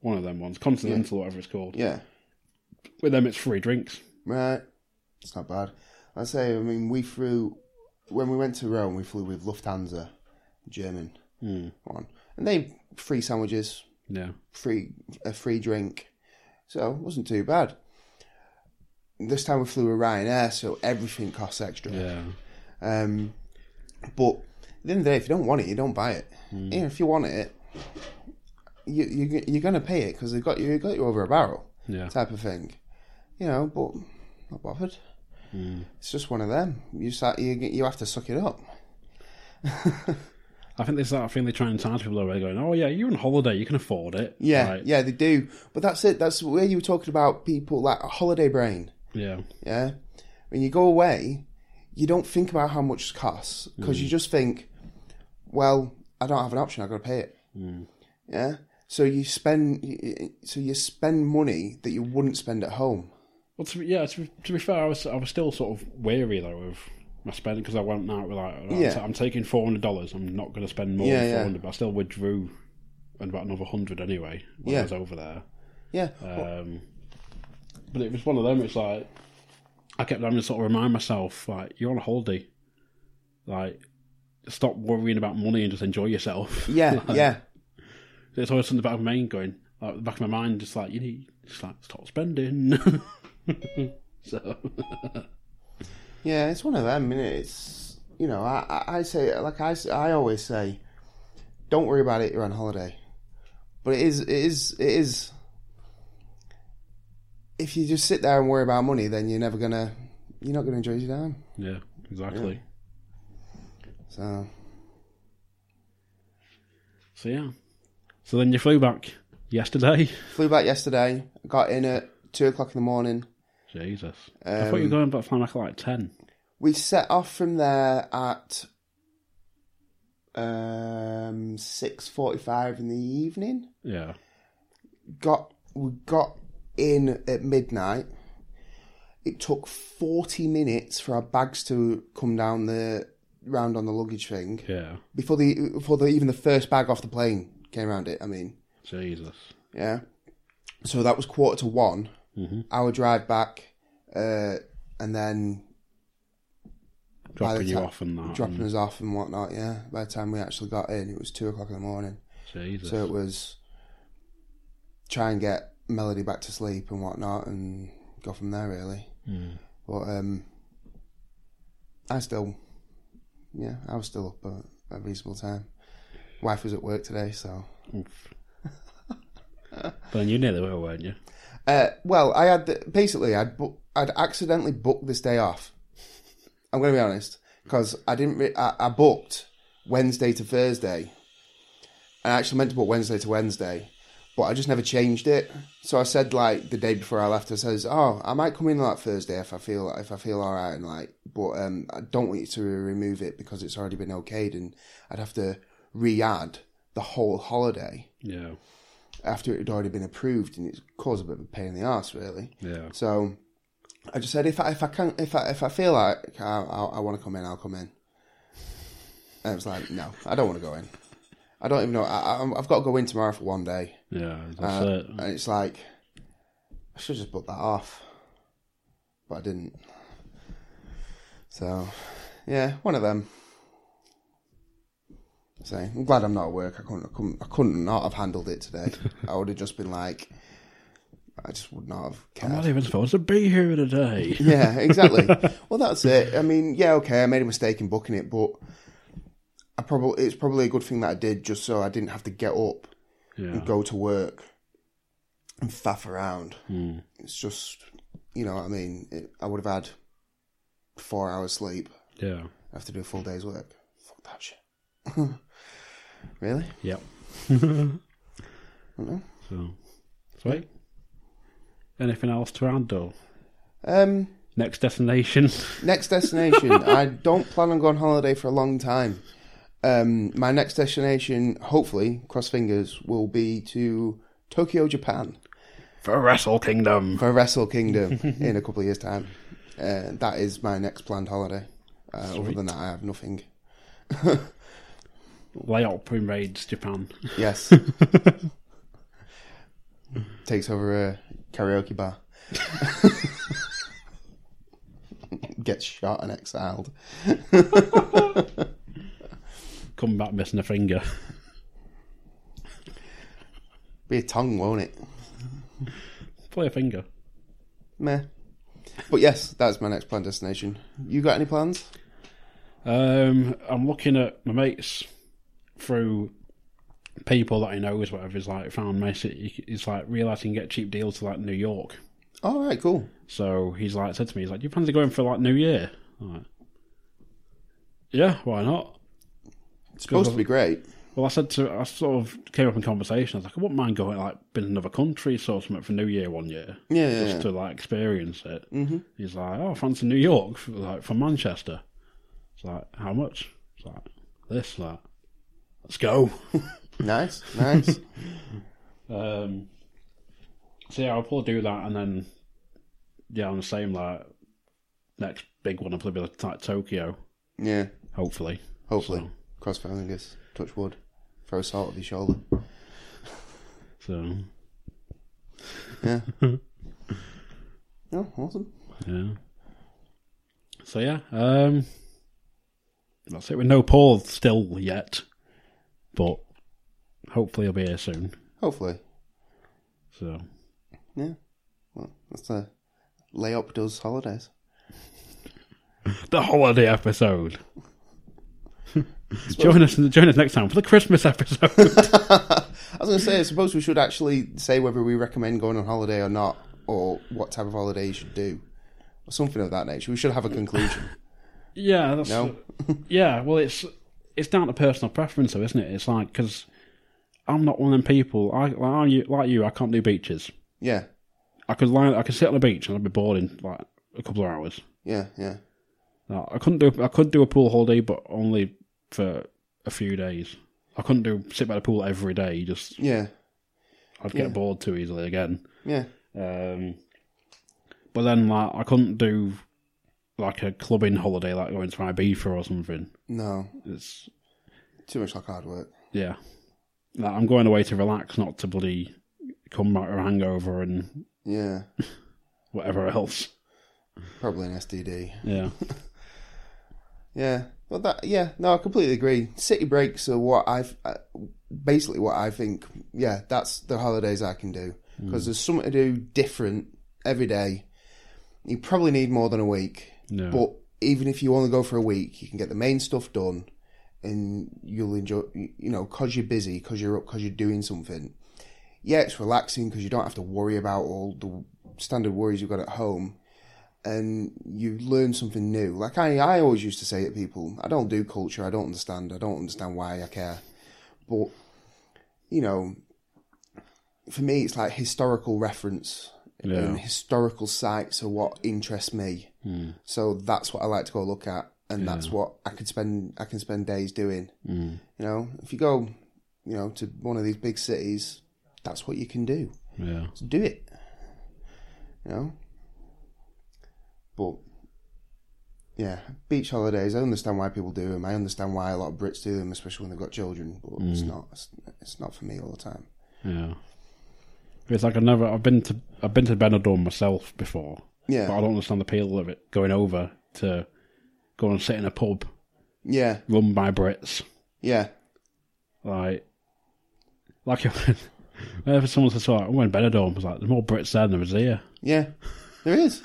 [SPEAKER 6] one of them ones, Continental, whatever it's called.
[SPEAKER 7] Yeah.
[SPEAKER 6] With them, it's free drinks.
[SPEAKER 7] Right. It's not bad. I say, I mean, we flew when we went to Rome. We flew with Lufthansa, German one, and they free sandwiches,
[SPEAKER 6] Yeah.
[SPEAKER 7] free a free drink, so it wasn't too bad. This time we flew with Ryanair, so everything costs extra.
[SPEAKER 6] Yeah.
[SPEAKER 7] Um, but at the end of the day, if you don't want it, you don't buy it. Yeah, if you want it, you, you you're going to pay it because they've got you, they've got you over a barrel
[SPEAKER 6] Yeah.
[SPEAKER 7] type of thing. You know, but not bothered. It's just one of them. You start, you you have to suck it up.
[SPEAKER 6] I think there's that thing they try and entice people away, going, "Oh yeah, you're on holiday, you can afford it."
[SPEAKER 7] Yeah,
[SPEAKER 6] Like,
[SPEAKER 7] yeah, they do. But that's it. That's where you were talking about people like a holiday brain.
[SPEAKER 6] yeah,
[SPEAKER 7] Yeah, when you go away, you don't think about how much it costs because you just think, well, I don't have an option. I got to pay it. Yeah. So you spend, so you spend money that you wouldn't spend at home.
[SPEAKER 6] Well, to be, yeah, to be, to be fair, I was I was still sort of wary though of my spending because I went out with like, right,
[SPEAKER 7] Yeah.
[SPEAKER 6] I'm taking four hundred dollars. I'm not going to spend more
[SPEAKER 7] Yeah,
[SPEAKER 6] than
[SPEAKER 7] yeah.
[SPEAKER 6] four hundred. But I still withdrew and about another hundred anyway when
[SPEAKER 7] Yeah.
[SPEAKER 6] I was over there.
[SPEAKER 7] Yeah.
[SPEAKER 6] Um, but it was one of them. It's like I kept having to sort of remind myself, like you're on a holiday, like stop worrying about money and just enjoy yourself.
[SPEAKER 7] yeah. Yeah.
[SPEAKER 6] There's always something about my mind going, like the back of my mind, just like you need, just like stop spending. so
[SPEAKER 7] Yeah, it's one of them, and it's you know I I- I say like I s- I always say, don't worry about it. You're on holiday, but it is it is it is. If you just sit there and worry about money, then you're never gonna you're not gonna enjoy your time.
[SPEAKER 6] yeah, exactly.
[SPEAKER 7] So
[SPEAKER 6] So yeah. So then you flew back yesterday.
[SPEAKER 7] flew back yesterday. Got in at two o'clock in the morning.
[SPEAKER 6] Jesus, I thought you were going
[SPEAKER 7] Um,
[SPEAKER 6] back flying back at like ten.
[SPEAKER 7] We set off from there at um six forty five in the evening.
[SPEAKER 6] Yeah,
[SPEAKER 7] got we got in at midnight. It took forty minutes for our bags to come down the round on the luggage thing
[SPEAKER 6] yeah,
[SPEAKER 7] before the before the, even the first bag off the plane came round it. I mean,
[SPEAKER 6] Jesus,
[SPEAKER 7] yeah. So that was quarter to one.
[SPEAKER 6] Mm-hmm.
[SPEAKER 7] Our drive back, uh, and then by the
[SPEAKER 6] dropping you
[SPEAKER 7] time-
[SPEAKER 6] off and that.
[SPEAKER 7] dropping
[SPEAKER 6] and-
[SPEAKER 7] us off and whatnot. Yeah. By the time we actually got in, it was two o'clock in the morning.
[SPEAKER 6] Jesus.
[SPEAKER 7] So it was try and get Melody back to sleep and whatnot, and go from there really. But um, I still, yeah, I was still up at a reasonable time. Wife was at work today, so
[SPEAKER 6] Oof. then you nearly were, weren't you?
[SPEAKER 7] uh, well, I had the, basically I'd bu- I'd accidentally booked this day off. I'm going to be honest because I didn't re- I, I booked Wednesday to Thursday. I actually meant to book Wednesday to Wednesday, but I just never changed it. So I said like the day before I left, I says, "Oh, I might come in like Thursday if I feel if I feel all right and like, but um, I don't want you to remove it because it's already been okayed and I'd have to re-add the whole holiday."
[SPEAKER 6] Yeah,
[SPEAKER 7] after it had already been approved, and it's caused a bit of a pain in the ass, really.
[SPEAKER 6] yeah,
[SPEAKER 7] So I just said, if I if I can if I if I feel like I I, I want to come in, I'll come in. And I was like, no, I don't want to go in. I don't even know. I, I, I've got to go in tomorrow for one day,
[SPEAKER 6] yeah. That's
[SPEAKER 7] Uh,
[SPEAKER 6] it.
[SPEAKER 7] and it's like I should just book that off, but I didn't. So yeah, one of them. So I'm glad I'm not at work. I couldn't, I couldn't, I couldn't not have handled it today. I would have just been like, I just would not have cared.
[SPEAKER 6] I'm not even supposed to be here today.
[SPEAKER 7] Yeah, exactly. well, that's it. I mean, yeah, okay, I made a mistake in booking it, but I probably it's probably a good thing that I did, just so I didn't have to get up
[SPEAKER 6] Yeah,
[SPEAKER 7] and go to work and faff around. It's just, you know, what I mean, it, I would have had four hours sleep.
[SPEAKER 6] yeah,
[SPEAKER 7] I have to do a full day's work. Fuck that shit. really?
[SPEAKER 6] yep.
[SPEAKER 7] Mm-hmm.
[SPEAKER 6] so, sweet. Anything else to add, though?
[SPEAKER 7] Um,
[SPEAKER 6] Next destination.
[SPEAKER 7] Next destination. I don't plan on going holiday for a long time. Um, my next destination, hopefully, cross fingers, will be to Tokyo, Japan
[SPEAKER 6] For Wrestle Kingdom.
[SPEAKER 7] for Wrestle Kingdom in a couple of years' time. Uh, that is my next planned holiday. Uh, other than that, I have nothing.
[SPEAKER 6] Layup invades Japan.
[SPEAKER 7] Yes. Takes over a karaoke bar. Gets shot and exiled.
[SPEAKER 6] Come back missing a finger.
[SPEAKER 7] Be a tongue, won't it?
[SPEAKER 6] Play a finger.
[SPEAKER 7] Meh. But yes, that's my next planned destination. You got any plans?
[SPEAKER 6] Um, I'm looking at my mates through people that I know is whatever is like found my city. It's like realizing you can get cheap deals to like New York.
[SPEAKER 7] All right, cool.
[SPEAKER 6] So he's like said to me, he's like, "Do you plan to go in for like New Year?" I'm like, yeah, why not?
[SPEAKER 7] It's supposed to be great.
[SPEAKER 6] Well, I said to, I sort of came up in conversation. I was like, I wouldn't mind going, like, been in another country, sort of something for New Year one year.
[SPEAKER 7] Yeah, yeah,
[SPEAKER 6] Just
[SPEAKER 7] yeah.
[SPEAKER 6] to, like, experience it. Mm-hmm. He's like, oh, fancy New York, f- like, from Manchester. It's like, how much? It's like, this, that. Let's go.
[SPEAKER 7] Nice, nice.
[SPEAKER 6] Um, so, yeah, I'll probably do that. And then, yeah, on the same, like, next big one, I'll probably be like, Tokyo,
[SPEAKER 7] yeah,
[SPEAKER 6] hopefully.
[SPEAKER 7] hopefully.
[SPEAKER 6] So-
[SPEAKER 7] Cross fingers, touch wood, throw salt at your shoulder.
[SPEAKER 6] So,
[SPEAKER 7] Yeah. oh, awesome.
[SPEAKER 6] Yeah. So yeah, um, that's it. With no Paul still yet, but hopefully he'll be here soon.
[SPEAKER 7] Hopefully,
[SPEAKER 6] So
[SPEAKER 7] yeah. Well, that's the layup does holidays.
[SPEAKER 6] the holiday episode. join us. Join us next time for the Christmas episode.
[SPEAKER 7] I was going to say, I suppose we should actually say whether we recommend going on holiday or not, or what type of holiday you should do, or something of that nature. We should have a conclusion.
[SPEAKER 6] yeah. That's,
[SPEAKER 7] No?
[SPEAKER 6] yeah. Well, it's it's down to personal preference, though, isn't it? It's like because I'm not one of them people. I like, I'm you, like you. I can't do beaches.
[SPEAKER 7] yeah,
[SPEAKER 6] I could lie. I could sit on the beach and I'd be bored in like a couple of hours.
[SPEAKER 7] yeah, yeah.
[SPEAKER 6] No, I couldn't do. I could do a pool holiday, but only for a few days. I couldn't do sit by the pool every day. Just
[SPEAKER 7] Yeah,
[SPEAKER 6] I'd get
[SPEAKER 7] Yeah.
[SPEAKER 6] bored too easily again.
[SPEAKER 7] yeah,
[SPEAKER 6] Um, but then, like, I couldn't do like a clubbing holiday, like going to Ibiza or something.
[SPEAKER 7] no,
[SPEAKER 6] It's
[SPEAKER 7] too much like hard work.
[SPEAKER 6] yeah. Like, I'm going away to relax, not to bloody come back with a hangover and
[SPEAKER 7] Yeah,
[SPEAKER 6] whatever else.
[SPEAKER 7] probably an STD.
[SPEAKER 6] Yeah,
[SPEAKER 7] Yeah, well, that yeah, no, I completely agree. City breaks are what I've uh, basically what I think. Yeah, that's the holidays I can do because there's something to do different every day. You probably need more than a week,
[SPEAKER 6] Yeah.
[SPEAKER 7] but even if you only go for a week, you can get the main stuff done, and you'll enjoy. You know, because you're busy, because you're up, because you're doing something. Yeah, it's relaxing because you don't have to worry about all the standard worries you've got at home and you learn something new. Like I, I always used to say to people, I don't do culture, I don't understand, I don't understand why I care. But, you know, for me, it's like historical reference and historical sites are what interest me. So that's what I like to go look at. And that's what I could spend, I can spend days doing. Mm. You know, if you go, you know, to one of these big cities, that's what you can do
[SPEAKER 6] yeah.
[SPEAKER 7] do it. You know? But, yeah, beach holidays, I understand why people do them. I understand why a lot of Brits do them, especially when they've got children, but it's
[SPEAKER 6] Mm.
[SPEAKER 7] not it's, it's not for me all the time.
[SPEAKER 6] Yeah. It's like I've never I've been to I've been to Benidorm myself before.
[SPEAKER 7] Yeah.
[SPEAKER 6] But I don't understand the appeal of it going over to go and sit in a pub
[SPEAKER 7] Yeah,
[SPEAKER 6] run by Brits.
[SPEAKER 7] yeah,
[SPEAKER 6] Like like whenever someone says like, I'm going to Benidorm, I was like, there's more Brits there than there is here.
[SPEAKER 7] yeah. There is.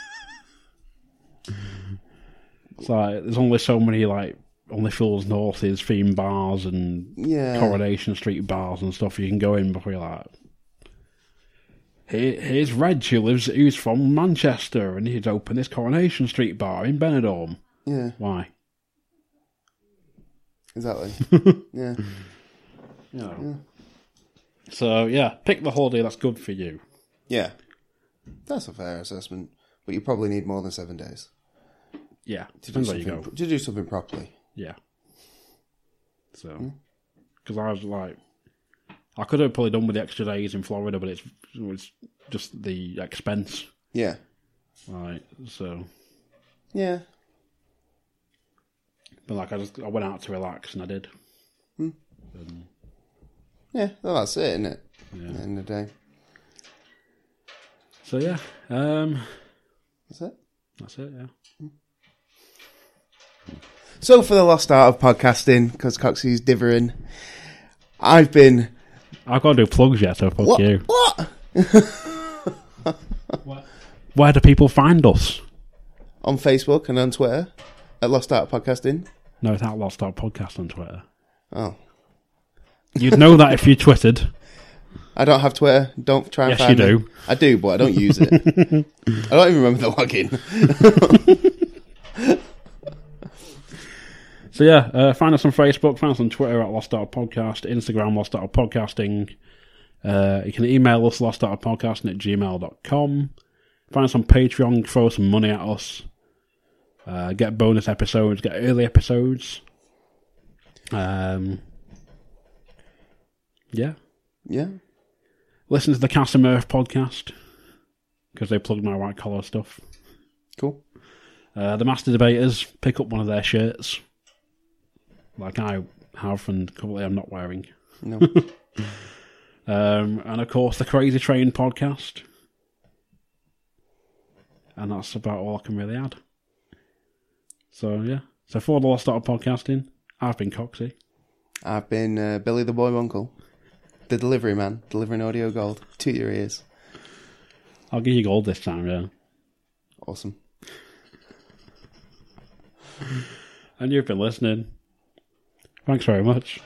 [SPEAKER 6] It's like there's only so many like only Fools North is theme bars and
[SPEAKER 7] Yeah.
[SPEAKER 6] Coronation Street bars and stuff you can go in before you're like Here, here's Reg who lives who's from Manchester and he'd open this Coronation Street bar in Benidorm.
[SPEAKER 7] Yeah,
[SPEAKER 6] Why?
[SPEAKER 7] exactly. yeah,
[SPEAKER 6] You know. So yeah, pick the holiday that's good for you.
[SPEAKER 7] yeah. That's a fair assessment, but you probably need more than seven days
[SPEAKER 6] Yeah.
[SPEAKER 7] to do,
[SPEAKER 6] Depends where you
[SPEAKER 7] something,
[SPEAKER 6] go.
[SPEAKER 7] pro- to do something properly.
[SPEAKER 6] Yeah.
[SPEAKER 7] Hmm?
[SPEAKER 6] So, because I was like, I could have probably done with the extra days in Florida, but it's it's just the expense,
[SPEAKER 7] Yeah,
[SPEAKER 6] right? So,
[SPEAKER 7] yeah,
[SPEAKER 6] but like I just I went out to relax and I did.
[SPEAKER 7] yeah. Well, that's it, isn't it? At the end of the day,
[SPEAKER 6] So yeah, um,
[SPEAKER 7] that's it.
[SPEAKER 6] that's it. Yeah.
[SPEAKER 7] So for the last art of podcasting, because Coxie's divering, I've been
[SPEAKER 6] I gotta do plugs yet, so fuck
[SPEAKER 7] what?
[SPEAKER 6] you.
[SPEAKER 7] What
[SPEAKER 6] Where do people find us?
[SPEAKER 7] on Facebook and on Twitter at Lost Art of Podcasting.
[SPEAKER 6] No, it's at Lost Art Podcast on Twitter.
[SPEAKER 7] Oh,
[SPEAKER 6] You'd know that if you twittered.
[SPEAKER 7] I don't have Twitter. Don't try and
[SPEAKER 6] Yes,
[SPEAKER 7] find
[SPEAKER 6] you
[SPEAKER 7] me.
[SPEAKER 6] do.
[SPEAKER 7] I do, but I don't use it. I don't even remember the login.
[SPEAKER 6] So yeah, uh, find us on Facebook, find us on Twitter at Lost Art Podcast, Instagram Lost Art Podcasting. Uh, you can email us Lost Art Podcasting at gmail.com. Find us on Patreon, throw some money at us. Uh, get bonus episodes, get early episodes. Um, yeah.
[SPEAKER 7] Yeah.
[SPEAKER 6] Listen to the Cast and Murph podcast because they plug my white collar stuff.
[SPEAKER 7] Cool.
[SPEAKER 6] Uh, the Master Debaters pick up one of their shirts, like I have, and currently I'm not wearing.
[SPEAKER 7] No.
[SPEAKER 6] Um, and of course, the Crazy Train podcast. And that's about all I can really add. So, yeah. So, for the Lost Art of Podcasting, I've been Coxie.
[SPEAKER 7] I've been uh, Billy the Boy Uncle, the delivery man, delivering audio gold to your ears.
[SPEAKER 6] I'll give you gold this time, yeah.
[SPEAKER 7] Awesome.
[SPEAKER 6] And you've been listening. Thanks very much.